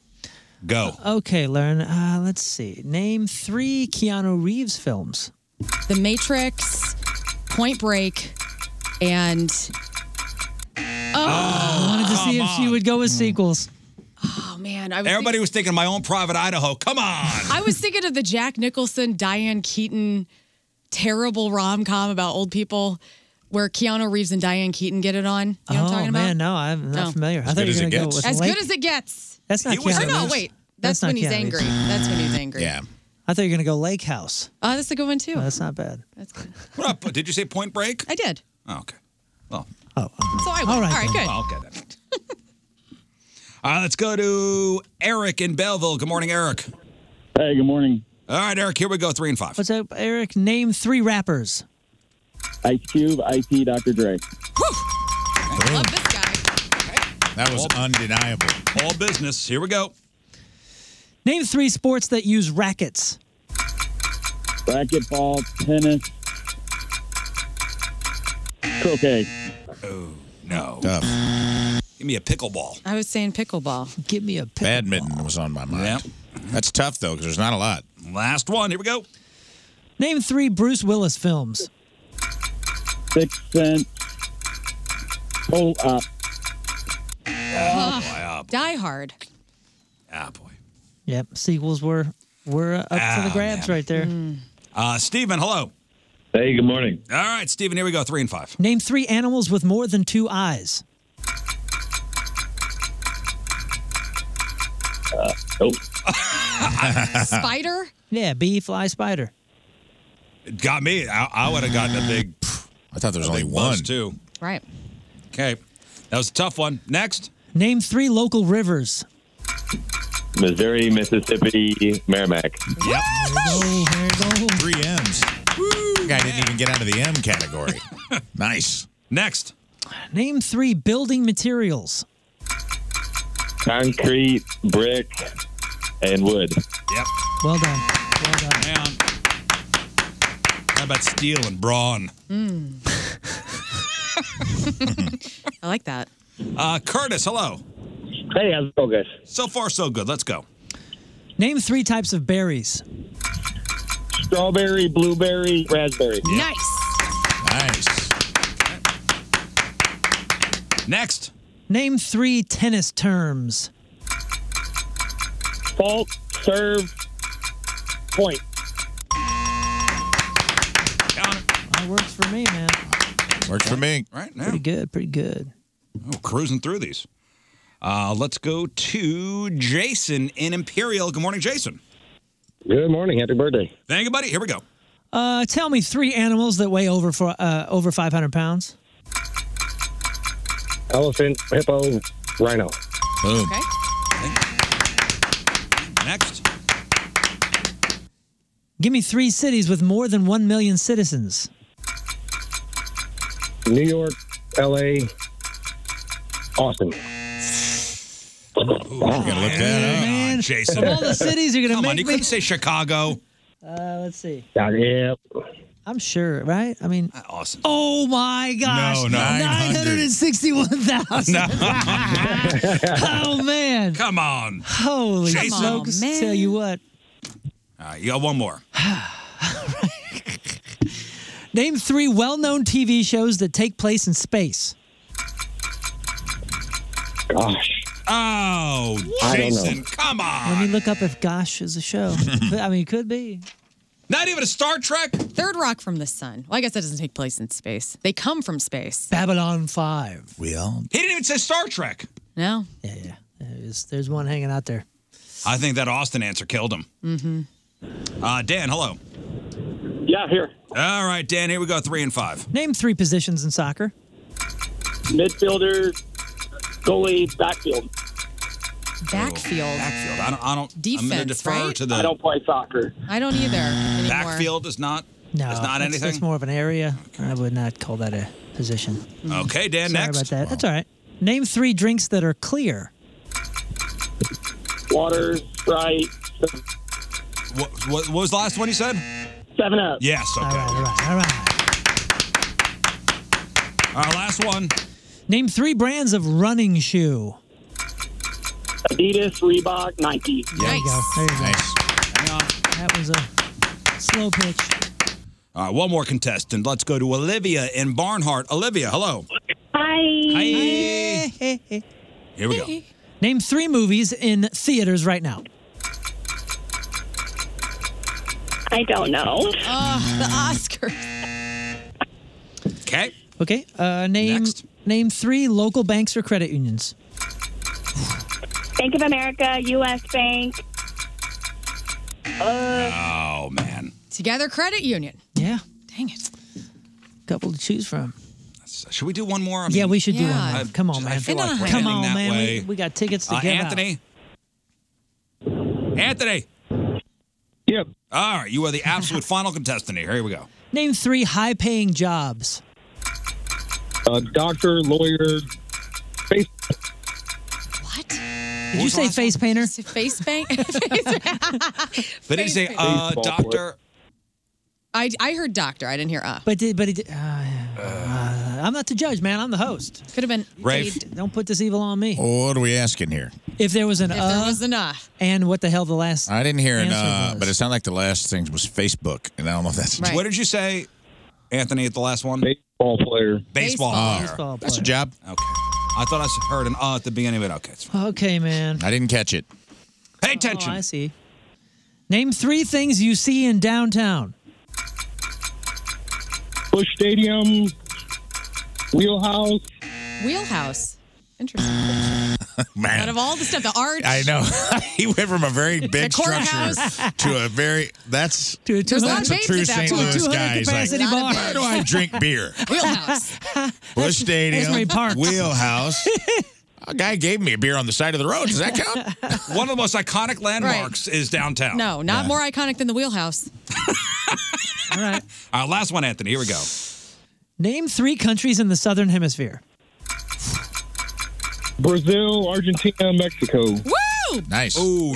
S1: Go.
S4: Okay, Lauren. Uh, let's see. Name three Keanu Reeves films.
S2: The Matrix, Point Break, and oh,
S4: I wanted to see
S1: come
S4: if she would go with sequels.
S2: oh man, I was
S1: Everybody was thinking my own private Idaho. Come on.
S2: I was thinking of the Jack Nicholson, Diane Keaton, terrible rom com about old people where Keanu Reeves and Diane Keaton get it on. You know
S4: oh
S2: what I'm talking about?
S4: man, no, I'm not
S2: No.
S4: familiar. I thought you were going to go with
S2: As
S4: Lake.
S2: good as it gets.
S4: That's not He was Keanu
S2: Or no,
S4: Reeves.
S2: wait.
S4: That's
S2: That's,
S4: not
S2: when he's
S4: Keanu
S2: angry.
S4: Reeves.
S2: That's when he's angry.
S5: Yeah.
S4: I thought you were going to go Lake House.
S2: Oh, that's a good one too.
S4: Well, that's not bad.
S1: What up? Did you say Point Break?
S2: I did.
S1: Oh, okay.
S2: So I win.
S1: All
S2: All
S1: right,
S2: right,
S1: then.
S2: good.
S1: Oh, okay then. All right, let's go to Eric in Belleville. Good morning, Eric.
S7: Hey, good morning.
S1: All right, Eric, here we go. Three and five.
S4: What's up, Eric? Name three rappers.
S7: Ice Cube, IP, Dr. Dre.
S5: That was undeniable.
S1: All business. Here we go.
S4: Name three sports that use rackets.
S7: Racquetball, tennis, croquet.
S1: Oh, no. Give me a pickleball.
S2: I was saying pickleball.
S4: Give me a
S1: Oh,
S5: Badminton was on my mind. That's tough though, because there's not a lot.
S1: Last one. Here we go.
S4: Name three Bruce Willis films.
S7: Six Cent. Oh, uh,
S2: Ugh.
S1: boy, ah,
S2: Uh, Die Hard.
S1: ah, boy.
S4: Yep, sequels were were uh, up for the grabs right there.
S2: Hmm.
S1: Uh, Steven, hello.
S7: Hey, good morning.
S1: All right, Steven, here we go. Three and five.
S4: Name three animals with more than two eyes.
S7: Uh, nope.
S2: Spider?
S4: Yeah, bee, fly, spider.
S1: Got me. I, I would have gotten a big.
S5: I thought there was only
S1: one. Too.
S2: Right.
S1: Okay. That was a tough one. Next.
S4: Name three local rivers.
S7: Missouri, Mississippi, Merrimack.
S1: Yep.
S5: Three M's. Guy didn't even get out of the M category. nice.
S1: Next.
S4: Name three building materials.
S7: Concrete, brick, and wood.
S1: Yep.
S4: Well done.
S1: Man. How about steel and brawn?
S2: Mm. I like that.
S1: Uh, Curtis, hello.
S7: Hey, how's it going, guys?
S1: So far, so good. Let's go.
S4: Name three types of berries.
S7: Strawberry, blueberry, raspberry.
S2: Nice.
S5: Nice.
S1: Next.
S4: Name three tennis terms.
S7: Fault, serve, point.
S4: That works for me, man.
S5: Works for me.
S1: Right now.
S4: Pretty good. Pretty good.
S1: Oh, cruising through these. Uh, let's go to Jason in Imperial. Good morning, Jason.
S7: Good morning. Happy birthday.
S1: Thank you, buddy. Here we go.
S4: Uh, tell me three animals that weigh over for uh, over 500 pounds.
S7: Elephant, hippo, rhino.
S5: Boom.
S2: Okay.
S1: Next.
S4: Give me three cities with more than 1 million citizens.
S7: New York, LA, Austin.
S5: Gotta look that up.
S1: Man, Jason.
S4: All the cities are going to
S1: Come on, you
S4: make me.
S1: couldn't say Chicago.
S4: Uh, let's see.
S7: Yeah.
S4: I'm sure, right? I mean,
S1: Awesome.
S4: oh my gosh.
S5: No, no.
S4: 961,000. oh, man.
S1: Come on.
S4: Holy
S1: Jason.
S4: smokes.
S2: Come on, man.
S4: Tell you what.
S1: All right, you got one more.
S4: Name three well known TV shows that take place in space.
S7: Gosh. I
S1: Oh,
S7: don't know.
S1: Jason, come
S4: Let
S1: on.
S4: me look up if Gosh is a show. I mean, it could be.
S1: Not even a Star Trek?
S2: Third rock from the sun. Well, I guess that doesn't take place in space. They come from space.
S4: Babylon 5.
S5: We all.
S1: He didn't even say Star Trek.
S2: No?
S4: Yeah, yeah. There's, there's one hanging out there.
S1: I think that Austin answer killed him. Mm-hmm. Uh, Dan, hello.
S7: Yeah, here.
S1: All right, Dan, here we go. Three and five.
S4: Name three positions in soccer.
S7: Midfielder, goalie, backfield.
S2: Backfield.
S1: Backfield. I don't. I don't I'm going to
S2: Defense,
S1: defer
S2: right?
S1: to the
S7: I don't play soccer.
S2: I don't either. Anymore.
S1: backfield. Is not.
S4: No,
S1: It's not anything.
S4: It's more of an area. I would not call that a position.
S1: Okay, Dan.
S4: Mm-hmm. Sorry
S1: next.
S4: about that. That's all right. Name three drinks that are clear.
S7: Water, Sprite,
S1: What, what, what was the last one you said?
S7: 7 Up.
S1: Yes. Okay.
S4: All right, all right, all right.
S1: Our last one.
S4: Name three brands of running shoe.
S7: Adidas, Reebok, Nike.
S4: There you go. There you go.
S5: Nice.
S1: Hang on.
S4: That was a slow pitch.
S1: All right, one more contestant. Let's go to Olivia in Barnhart. Olivia, hello.
S21: Hi.
S1: Hi. Here we go.
S4: Name three movies in theaters right now.
S21: I don't know.
S2: Oh, the Oscars.
S1: Okay.
S4: Okay. Uh, name
S1: Next.
S4: name three local banks or credit unions.
S21: Bank of America, U.S. Bank.
S1: Oh man,
S2: Together Uh. Credit Union.
S4: Yeah,
S2: Dang it.
S4: couple to choose from.
S1: that's Jesus. Should we do one more? I
S4: yeah,
S1: mean,
S4: we should do
S1: I-
S4: one. more. Come on, man.
S1: I feel like we're
S4: Come
S1: heading
S4: on,
S1: that
S4: man.
S1: way.
S4: We, we got tickets to
S1: Uh,
S4: give
S1: Anthony. Anthony.
S7: Yep.
S1: All right, you are the absolute final contestant here. Here we go.
S4: out. Name three high-paying jobs.
S7: Uh, doctor, lawyer, face.
S4: Did you say face painter?
S2: Face bang.
S1: But he say uh,
S4: Baseball
S1: doctor.
S2: I, I heard doctor. I didn't hear uh.
S4: But did, but he did, uh, uh, I'm not the judge, man. I'm the host.
S2: Could have been
S5: Rafe.
S4: Don't put this evil on me.
S5: What are we asking here?
S4: If there was an
S2: If
S4: uh,
S2: there was an uh.
S4: and what the hell the last?
S5: I didn't hear an
S4: Answer
S5: uh, but it sounded like the last thing was Facebook, and I don't know if that's.
S4: Right. What
S1: did you say, Anthony, at the last one?
S7: Baseball player.
S1: Baseball,
S5: Baseball
S1: player.
S5: Baseball
S4: That's
S5: a job.
S1: Okay. I thought I heard an uh at the beginning, but okay.
S4: Okay, man.
S5: I didn't catch it.
S1: Pay attention.
S4: Oh, I see. Name three things you see in downtown.
S7: Bush Stadium, Wheelhouse.
S2: Wheelhouse. Interesting.
S5: Man.
S2: Out of all the stuff, the arch.
S5: I know. he went from a very big structure
S2: courthouse.
S5: to a very that's
S4: to
S2: There's a lot
S5: that's
S2: of
S5: a
S2: babes
S5: true
S2: at that
S5: St.
S2: point.
S5: Louis
S2: 200
S5: guy. He's like,
S2: capacity bar.
S5: where do I drink beer?
S2: Wheelhouse.
S5: Bush Stadium,
S4: Esme Parks.
S5: Wheelhouse. A guy gave me a beer on the side of the road. Does that count?
S1: One of the most iconic landmarks is downtown.
S2: No, not more iconic than the wheelhouse.
S4: All right.
S1: All right, last one, Anthony. Here we go.
S4: Name three countries in the southern hemisphere.
S7: Brazil, Argentina, Mexico.
S2: Woo!
S5: Nice.
S1: Ooh,
S2: oh,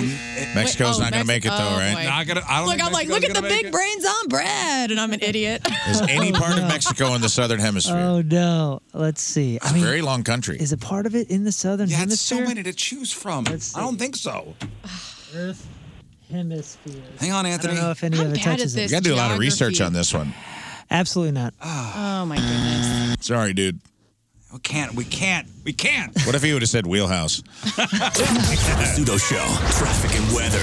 S5: Mexico's not going to make it though, right?
S1: Not gonna. I don't
S2: Look,
S1: think
S2: I'm like,
S1: Mexico's
S2: look at the
S1: gonna make
S2: big brains on bread, and I'm an idiot.
S5: Is any part of Mexico in the southern hemisphere?
S4: Oh no. Let's see.
S5: It's a very long country.
S4: Is it part of it in the southern
S1: Yeah, it's
S4: hemisphere?
S1: so many to choose from. I don't think so.
S4: Earth hemisphere.
S1: Hang on, Anthony.
S4: I don't know if any
S2: I'm
S4: of it
S2: bad at
S4: touches
S2: this
S4: it.
S5: You got to do a lot of research on this one.
S4: Absolutely not.
S1: Ah.
S2: oh my goodness.
S5: Sorry, dude.
S1: We can't. We can't. We can't.
S5: What if he would have said wheelhouse?
S17: The Rizzuto Show. Traffic and weather.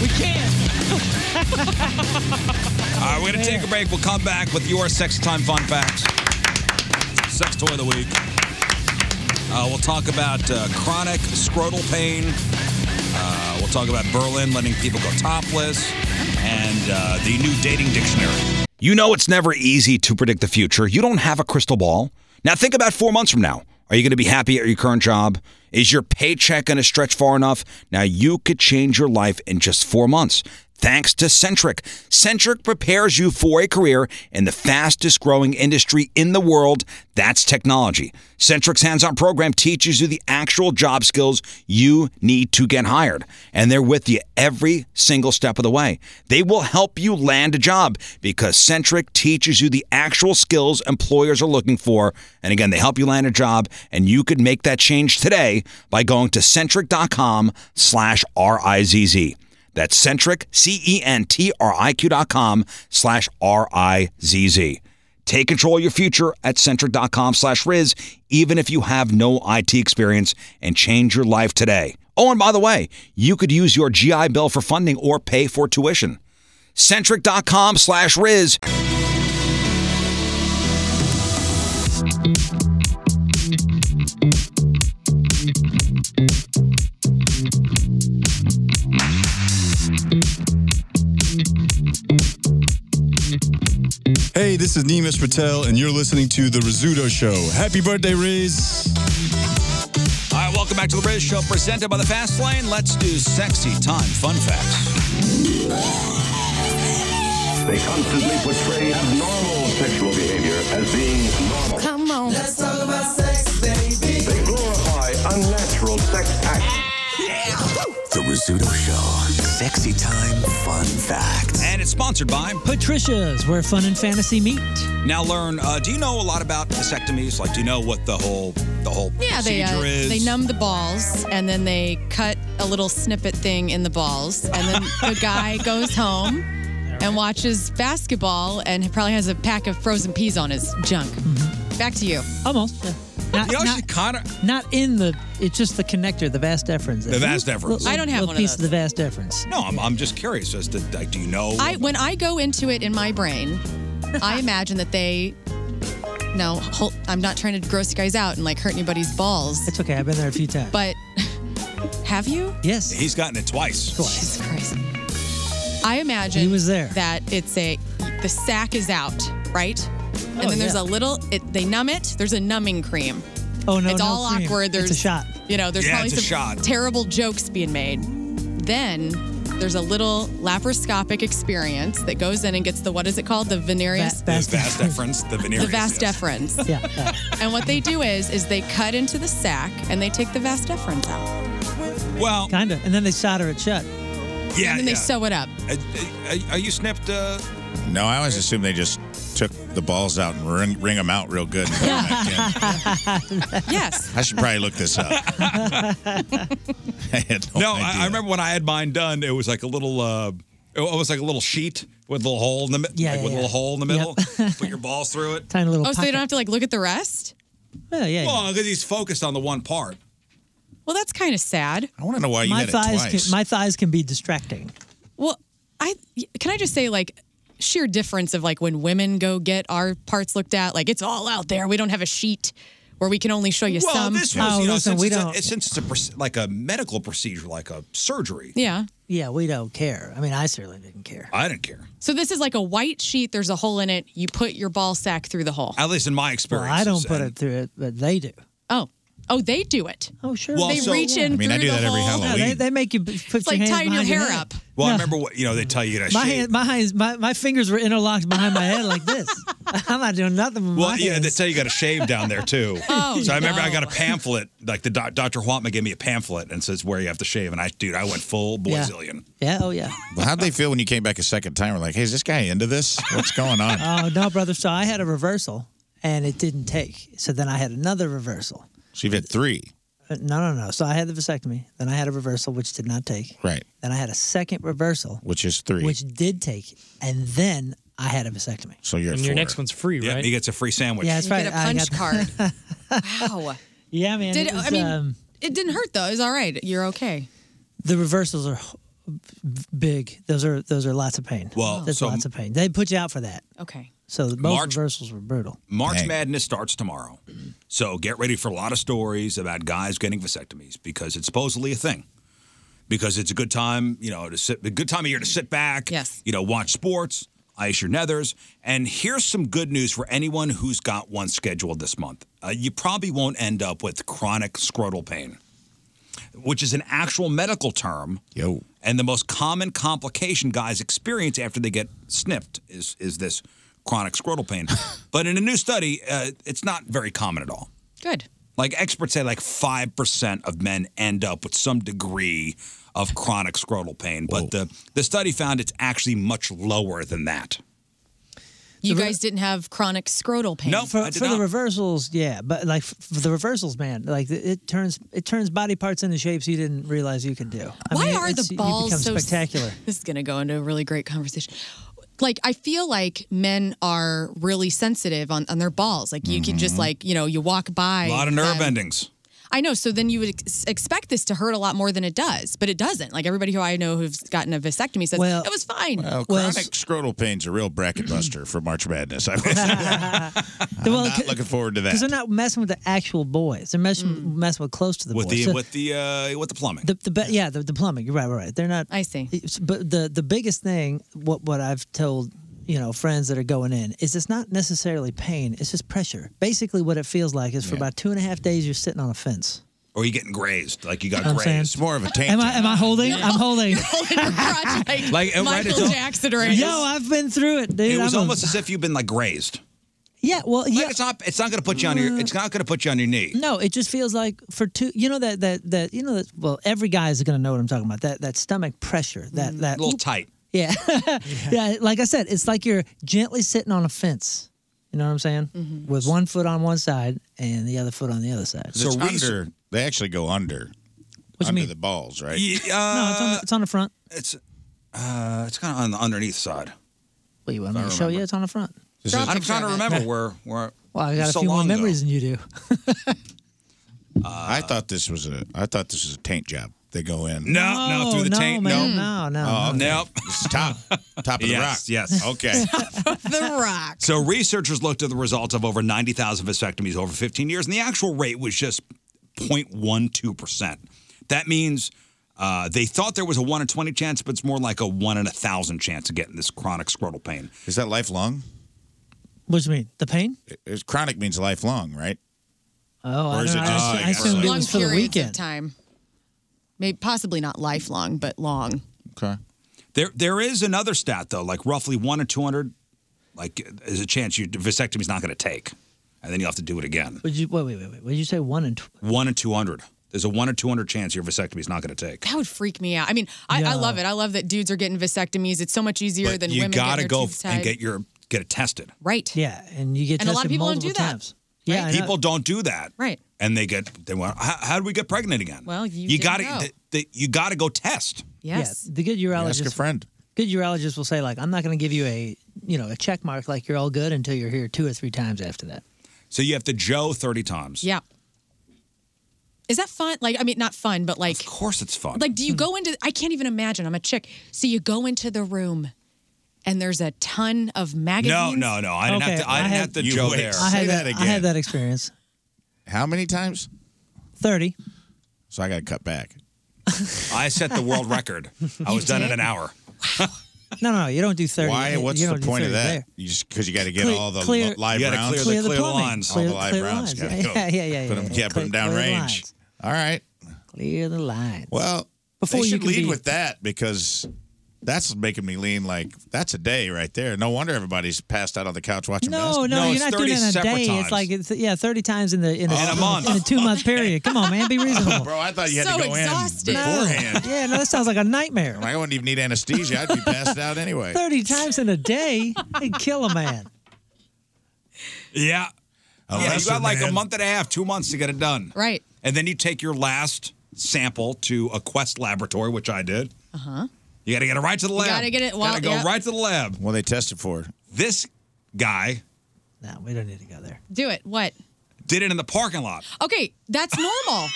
S4: We
S1: All right, we're gonna take a break. We'll come back with your sex time fun facts, sex toy of the week. Uh, we'll talk about uh, chronic scrotal pain. Uh, we'll talk about Berlin letting people go topless, and uh, the new dating dictionary. You know it's never easy to predict the future. You don't have a crystal ball. Now think about four months from now. Are you going to be happy at your current job? Is your paycheck going to stretch far enough? Now you could change your life in just four months. Thanks to Centric. Centric prepares you for a career in the fastest growing industry in the world that's technology. Centric's hands on program teaches you the actual job skills you need to get hired, and they're with you every single step of the way. They will help you land a job because Centric teaches you the actual skills employers are looking for. And again, they help you land a job, and you could make that change today by going to centric.com slash R-I-Z-Z. That's centric, E C-E-N-T-R-I-Q dot com slash R-I-Z-Z. Take control of your future at centric.com slash Riz, even if you have no IT experience, and change your life today. Oh, and by the way, you could use your GI Bill for funding or pay for tuition. Centric.com slash Riz.
S8: Hey, this is Nimish Patel, and you're listening to The Rizzuto Show. Happy birthday, Riz.
S1: All right, welcome back to the Riz Show presented by the Fast Lane. Let's do sexy time fun facts.
S22: They constantly portray abnormal sexual behavior as being normal.
S6: Come on. Let's talk about sex, baby.
S22: They glorify unnatural sex acts.
S17: The Rizzuto Show. Sexy time fun facts.
S1: And it's sponsored by
S4: Patricia's, where fun and fantasy meet.
S1: Now Learn. Uh, do you know a lot about vasectomies? Like, do you know what the whole the whole
S2: Yeah, they
S1: procedure
S2: uh,
S1: is?
S2: they numb the balls and then they cut a little snippet thing in the balls, and then the guy goes home and watches basketball and probably has a pack of frozen peas on his junk. Back to you.
S4: Mm-hmm. Almost. Not,
S2: You know,
S4: not, not in the. It's just the connector, the vas deferens.
S1: The vas deferens.
S4: Little-
S1: I don't have
S4: little
S1: one of
S4: piece of, the vas deferens.
S1: No, I'm, I'm just curious as to like, do you know?
S4: Oh,
S2: I when I go into it in my brain, I imagine that they. No, hol- I'm not trying to gross you guys out and like hurt anybody's balls.
S4: It's okay. I've been there a few times.
S2: But have you?
S4: Yes.
S1: He's gotten it twice.
S2: Jesus Christ. I imagine
S4: He was there.
S2: that it's a the sack is out, right? and then there's a little. It, they numb it. There's a numbing cream.
S4: Oh no,
S2: It's
S4: no
S2: all
S4: cream.
S2: awkward.
S4: It's
S2: There's
S4: a shot.
S2: You know, there's
S4: Yeah,
S2: probably
S4: it's a
S2: some
S4: shot.
S2: terrible jokes being made. Then there's a little laparoscopic experience that goes in and gets the what is it called? The venereus.
S1: the vast deference, the venereal.
S2: the vas deferens.
S4: yeah,
S2: And what they do is, is they cut into the sac and they take the vas deferens out.
S1: Well,
S4: kind of. And then they solder it shut.
S1: Yeah,
S2: And then they sew it up.
S1: Uh, uh, Are you snipped? Uh,
S5: No, I always assume they just took the balls out and wring, wring them out real good.
S2: yes.
S5: I should probably look this up. I had
S1: no, I, I remember when I had mine done. It was like a little. Uh, it was like a little sheet with a little hole in the middle.
S4: Yeah,
S1: like
S4: yeah,
S1: with a little
S4: yeah.
S1: hole in the middle. Put your balls through it.
S4: Tiny
S2: Oh, so they don't have to like look at the rest?
S4: Well, yeah.
S1: Well, because he's focused on the one part.
S2: Well, that's kind of sad.
S5: I want to know why
S4: my thighs can my thighs can be distracting.
S2: Well, I can I just say like sheer difference of like when women go get our parts looked at, like it's all out there. We don't have a sheet where we can only show you
S1: well,
S2: some. Oh,
S1: this was,
S4: Oh,
S1: you know, since, it's a, since it's a proce- like a medical procedure, like a surgery.
S2: yeah.
S4: Yeah, we don't care. I mean, I certainly didn't care.
S1: I didn't care.
S2: So this is like a white sheet. There's a hole in it. You put your ball sack through the hole.
S1: At least in my
S4: Well,
S1: experience.
S4: I don't put it through it, but they do.
S2: Oh, oh, they do it.
S4: Oh, sure.
S1: Well,
S2: they
S1: so-
S2: reach in.
S1: I mean, I
S2: through
S1: do
S2: the
S1: that every
S2: hole.
S1: Halloween.
S4: They, they make you b- put
S2: It's like
S4: your hands
S2: tying your
S4: behind
S2: hair
S4: head.
S2: up.
S1: Well, I remember what you know. They tell you to
S4: My
S1: shave.
S4: hand, my hands, my, my fingers were interlocked behind my head like this. I'm not doing nothing with
S1: Well,
S4: my
S1: yeah,
S4: hands.
S1: they tell you got to shave down there too.
S4: Oh,
S1: so I remember I
S4: no.
S1: got a pamphlet. Like the doc, Dr. Huatma gave me a pamphlet and says where you have to shave, and I, dude, I went full boyzillion.
S4: Yeah, oh yeah.
S5: Well, how'd they feel when you came back a second time? We're like, hey, is this guy into this? What's going on?
S4: Oh no, brother. So I had a reversal, and it didn't take. So then I had another reversal.
S5: So you've had three.
S4: Uh, No, no, no. So I had the vasectomy. Then I had a reversal, which did not take.
S5: Right.
S4: Then I had a second reversal,
S5: Which is three.
S4: which did take. And then I had a vasectomy.
S5: so you're
S4: And
S5: at four.
S4: your next
S1: one's free, yeah,
S4: right?
S1: He gets a free sandwich.
S4: Yeah, that's right. I got-
S2: Wow.
S4: yeah, man.
S2: Did
S4: it was,
S2: I mean?
S4: um,
S2: it didn't hurt though. It was all right. You're okay.
S4: the reversals are v- big. Those are those are lots of pain.
S1: Well,
S4: that's
S1: so-
S4: lots of pain. They put you out for that.
S2: Okay.
S4: So both
S1: March-
S4: reversals were brutal.
S1: March Madness starts tomorrow. So get ready for a lot of stories about guys getting vasectomies because it's supposedly a thing. Because it's a good time, you know, to sit a good time of year to sit back, yes. you know, watch sports, ice your nethers. And here's some good news for anyone who's got one scheduled this month. Uh, you probably won't end up with chronic scrotal pain, which is an actual medical term. Yo. And the most common complication guys experience after they get snipped is is this chronic scrotal pain. but in a new study, uh, it's not very common at all.
S2: Good.
S1: Like experts say, like five percent of men end up with some degree of chronic scrotal pain. But the the study found it's actually much lower than that.
S2: You guys didn't have chronic scrotal pain.
S4: for, for the reversals, yeah, but like f- for the reversals, man, like it- it turns it turns body parts into shapes you didn't realize you could do. I
S2: Why
S4: mean,
S2: are
S4: it's-
S2: the balls
S4: you become
S2: so s-
S4: spectacular?
S2: This is going to go into a really great conversation. Like I feel like men are really sensitive on, on their balls. Like you can just like you know you walk by
S1: A Mm-hmm. lot of nerve
S2: them.
S1: endings.
S2: I know. So then you would ex- expect this to hurt a lot more than it does, but it doesn't. Like everybody who I know who's gotten a vasectomy says it was fine.
S5: Well, chronic scrotal pain's a real bracket buster for March Madness. I was not looking forward to
S4: Because
S5: that.
S4: they're not messing with the actual boys; they're messing,
S2: Mm.
S4: messing with close to the
S1: With
S4: boys.
S1: the
S4: So
S1: with the uh, with the plumbing.
S4: the, the be- yeah, the, the plumbing. You're right, right, right. They're not. I
S2: see.
S4: But the the biggest thing, what what I've told you know friends that are going in is it's not necessarily pain; it's just pressure. Basically, what it feels like is for about two and a half days you're sitting on a fence.
S1: Or you getting grazed, like you got
S4: I'm
S1: grazed.
S4: saying-
S1: It's more of a
S4: Am I am I holding? I'm holding.
S2: like,
S1: Like, uh, right,
S2: Michael
S1: it's all-
S2: Jackson right
S4: Yo, I've been through it, dude.
S1: it was
S4: I'm a-
S1: almost as if you've been like grazed.
S4: yeah. Well,
S1: Like it's not it's not going to put you on your it's not going to put you on your knee.
S4: No, it just feels like for two. You know that that that you know that. Well, every guy is going to know what I'm talking about. That that stomach pressure. That
S11: Mm.
S4: that
S1: a little tight.
S4: Yeah. yeah. Like I said, it's like you're gently sitting on a fence. You know what I'm saying?
S2: Mm-hmm.
S4: With one foot on one side and the other foot on the other side.
S5: So it's under. They actually go under.
S4: What you
S5: under
S4: mean?
S5: the balls, right?
S1: Yeah,
S4: no, it's on, the, it's on the front.
S1: It's uh, it's kind of on the underneath side.
S4: What you want
S1: I
S4: me to show
S1: remember.
S4: you? It's on the front.
S1: I'm trying to remember where where.
S4: Well, I got
S1: so
S4: a few more
S1: long ago.
S4: memories than you do.
S5: I thought this was a. I thought this was a taint job. They go in.
S1: No, no, No, through the no, taint, man, no. no, no,
S5: Oh,
S1: no.
S5: okay.
S1: Nope.
S5: This is top, top of the rock.
S1: Yes, yes.
S5: Okay.
S2: the rock.
S1: So researchers looked at the results of over 90,000 vasectomies over 15 years, and the actual rate was just 0.12 percent. That means uh, they thought there was a one in 20 chance, but it's more like a one in a thousand chance of getting this chronic scrotal pain.
S5: Is that lifelong?
S4: What do you mean? The pain?
S5: It's- Chronic means lifelong, right?
S4: Oh,
S5: Or is it just like-
S2: long periods Of time. Maybe possibly not lifelong, but long.
S5: Okay.
S1: There, there is another stat though, like roughly one in two hundred, like is a chance your vasectomy's not going to take, and then you will have to do it again.
S4: Would you wait? Wait, wait, wait. Would you say one and tw-
S1: One in two hundred. There's a one in two hundred chance your vasectomy's not going to take.
S2: That would freak me out. I mean, I, I
S1: Yeah.
S2: love it. I love that dudes are getting vasectomies. It's so much easier
S1: But
S2: than
S1: you
S2: women.
S1: gotta
S2: getting
S1: go
S2: their
S1: f- and get your get it tested.
S2: right.
S4: Yeah, and you get
S2: And a lot
S4: tested
S2: of people don't
S4: multiple
S2: do that.
S4: times. Yeah, I know.
S1: people don't do that,
S2: Right.
S1: and they get they want. How, how do we get pregnant again?
S2: Well, you
S1: you
S2: didn't
S1: got to
S2: know.
S1: th- th- you got to go test.
S4: Yeah, the good urologist.
S5: Ask a friend.
S4: Good urologist will say like, I'm not going to give you a you know a check mark like you're all good until you're here two or three times after that.
S1: So you have to Joe thirty times.
S2: Yeah. Is that fun? Like, I mean, not fun, but like. Of
S1: course it's fun. Hmm.
S2: Like, do you go into. I can't even imagine. I'm a chick. So you go into the room and there's a ton of
S1: No,
S2: magazines.
S1: no, no. I didn't have
S4: Okay,
S1: to. I,
S4: I
S1: didn't
S4: had-
S1: have to
S4: You
S1: Joe
S4: wait,
S1: there.
S4: I had that, I had that experience.
S5: How many times?
S4: Thirty.
S5: So I got to cut back.
S1: I set the world record. I
S4: You
S1: was done in
S4: did?
S1: an hour.
S4: No, no, you don't do thirty.
S5: Why?
S4: You-
S5: What's
S4: you
S5: the
S4: don't do
S5: point of
S4: 30
S5: that?
S4: there.
S5: You just because you got to get
S4: Clear-
S5: all the
S4: clear-
S5: li- live
S4: You gotta
S5: rounds.
S4: clear the Clear the plumbing. lines.
S5: All the
S4: Clear-
S5: live
S4: clear the
S5: rounds.
S4: lines.
S5: Gotta go.
S4: Yeah, yeah, yeah,
S5: Put
S4: yeah,
S5: them,
S4: yeah.
S5: yeah, put them
S4: Clear-
S5: down
S4: clear the
S5: range.
S4: lines.
S5: All right.
S4: Clear the lines.
S5: Well,
S4: Before
S5: they
S4: you
S5: should
S4: can
S5: lead
S4: be-
S5: with that because that's making me lean. Like that's a day right there. No wonder everybody's passed out on the couch watching.
S4: No,
S5: basketball.
S4: no, you're not doing it in a day. It's like it's, yeah, thirty times in the
S5: In
S4: in,
S5: a month.
S4: in a two month period. Come on, man, be reasonable.
S5: bro. I thought you had
S4: So
S5: to go
S4: exhausted.
S5: in beforehand.
S4: No. Yeah, no, that sounds like a nightmare.
S5: I wouldn't even need anesthesia. I'd be passed out anyway.
S4: Thirty times in a day, they kill a man.
S1: Yeah. yeah, you
S5: Unless
S1: got
S5: you're
S1: like a
S5: mad.
S1: month and a half, two months to get it done.
S2: Right.
S1: And then you take your last sample to a Quest laboratory, which I did.
S2: Uh huh.
S1: You got to get it right to the
S2: You
S1: lab.
S2: gotta get it
S1: Gotta
S2: while-
S1: go
S2: yeah.
S1: right to the lab.
S5: Well, they tested for it.
S1: This guy
S4: No, we don't need to go there.
S2: Do it. What?
S1: did it in the parking lot.
S2: Okay, that's normal.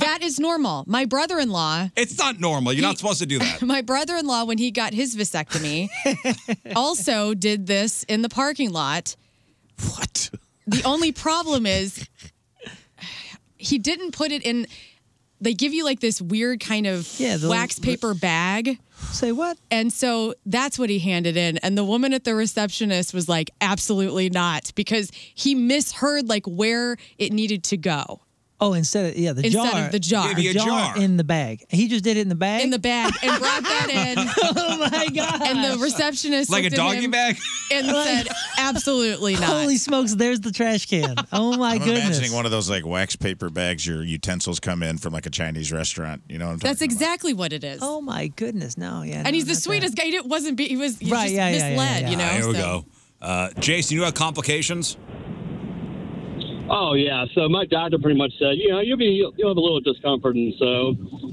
S2: that is normal. My brother in law
S1: It's not normal. You're not supposed to do that.
S2: My brother in law, when he got his vasectomy, also did this in the parking lot. What? The only problem is he didn't put it in. They give you like this weird kind of
S4: the-
S2: wax paper bag.
S4: Say what?
S2: And so that's what he handed in. And the woman at the receptionist was like, absolutely not, because he misheard like where it needed to go.
S4: Oh, instead of yeah, the
S2: Instead
S4: jar.
S2: of the jar. Give you a jar.
S4: in the bag. He just did it in the bag. In the
S2: bag and brought that in.
S4: oh my god!
S2: And the receptionist
S4: Like a
S2: looked at
S4: doggy
S2: him
S1: bag?
S2: and said, absolutely not.
S4: Holy smokes! There's the trash can. Oh my
S5: I'm
S4: goodness!
S5: imagining one of those like wax paper bags your utensils come in from like a Chinese restaurant. You know what I'm talking
S2: That's exactly what it is. Oh
S4: my goodness! No, yeah.
S2: And he's the sweetest guy. He didn't- wasn't. Be, he was. He
S4: Right,
S2: Just
S4: yeah, yeah, yeah,
S2: misled. You know.
S1: Ah, here we
S2: so-
S1: go. Uh, Jason, you have complications?
S9: Oh yeah, so my doctor pretty much said, you know, you'll be you'll have a little discomfort, and so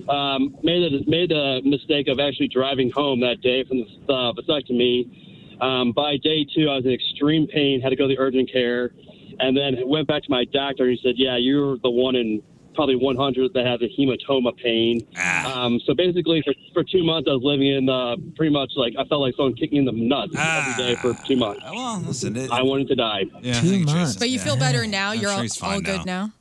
S9: um, made the made the mistake of actually driving home that day from the uh, vasectomy. Um, by day two, I was in extreme pain, had to go to the urgent care, and then went back to my doctor. and He said, yeah, you're the one in probably 100 that has a hematoma pain.
S1: Ah.
S9: Um, so basically, for, for two months, I was living in uh, pretty much like I felt like someone kicking in the nuts every day for two months.
S1: Ah. Well, listen,
S9: I wanted to die.
S1: Yeah,
S9: two
S1: months.
S2: But you feel better now.
S1: I'm
S2: You're
S1: sure
S2: all,
S1: he's
S2: all
S1: fine
S2: good now.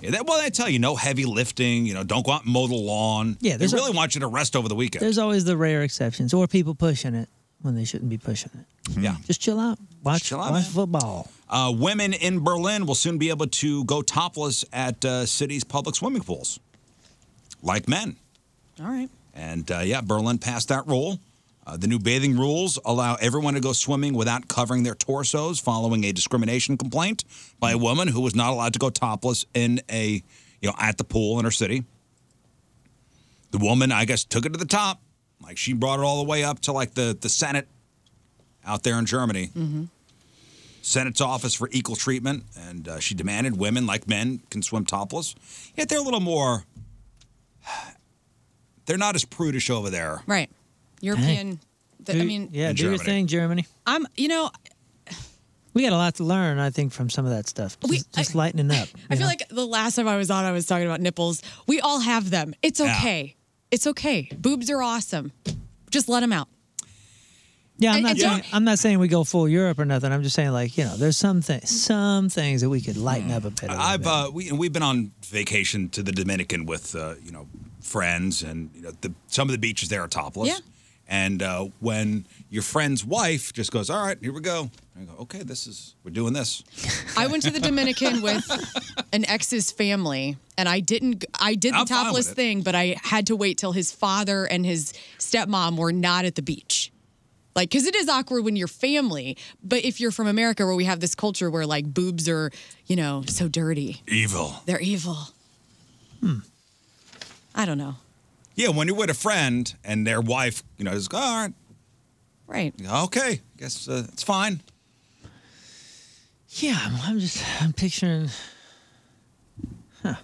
S1: Yeah, that, well, they tell you no heavy lifting. You know, don't go out and mow the lawn.
S4: Yeah,
S1: they
S4: there's a-
S1: really want you to rest over the weekend.
S4: There's always the rare exceptions, or people pushing it when they shouldn't be pushing it.
S1: Yeah.
S4: Just chill out. Watch
S1: chill out,
S4: watch
S1: man.
S4: football.
S1: Uh, women in Berlin will soon be able to go topless at uh, city's public swimming pools, like men.
S2: All right.
S1: And uh, yeah, Berlin passed that rule. Uh, the new bathing rules allow everyone to go swimming without covering their torsos following a discrimination complaint by a woman who was not allowed to go topless in a, you know, at the pool in her city. The woman, I guess, took it to the top. Like she brought it all the way up to like the, the Senate out there in Germany.
S6: Mm-hmm.
S1: Senate's office for equal treatment, and uh, she demanded women like men can swim topless. Yet they're a little more. They're not as prudish over there.
S2: Right. European. th- I
S4: Do-
S2: mean.
S4: yeah,
S1: In
S4: do your
S1: Germany.
S4: thing, Germany.
S2: I'm. You know.
S4: We got a lot to learn, I think, from some of that stuff. Just, just lightening up.
S2: I feel like the last time I was on, I was talking about nipples. We all have them. It's
S4: Yeah.
S2: okay. It's okay. Boobs are awesome. Just let them out.
S4: Yeah, I'm
S2: And-
S4: not.
S2: and
S4: saying, I'm not saying we go full Europe or nothing. I'm just saying, like, you know, there's some things, some things that we could lighten up a bit.
S1: I've uh, we we've been on vacation to the Dominican with uh, you know friends, and you know the, some of the beaches there are topless.
S2: Yeah.
S1: And uh, when your friend's wife just goes, "All right, here we go," I go, "Okay, this is we're doing this."
S2: I went to the Dominican with an ex's family, and I didn't. I did the
S1: I'm fine
S2: topless
S1: with it.
S2: thing, but I had to wait till his father and his stepmom were not at the beach. Like, because it is awkward when you're family, but if you're from America where we have this culture where like boobs are, you know, so dirty,
S1: Evil.
S2: they're evil. Hmm. I don't know.
S1: Yeah, when you're with a friend and their wife, you know, is all right.
S2: Right.
S1: Okay, guess uh, it's fine.
S4: Yeah, I'm, I'm just I'm picturing. Huh.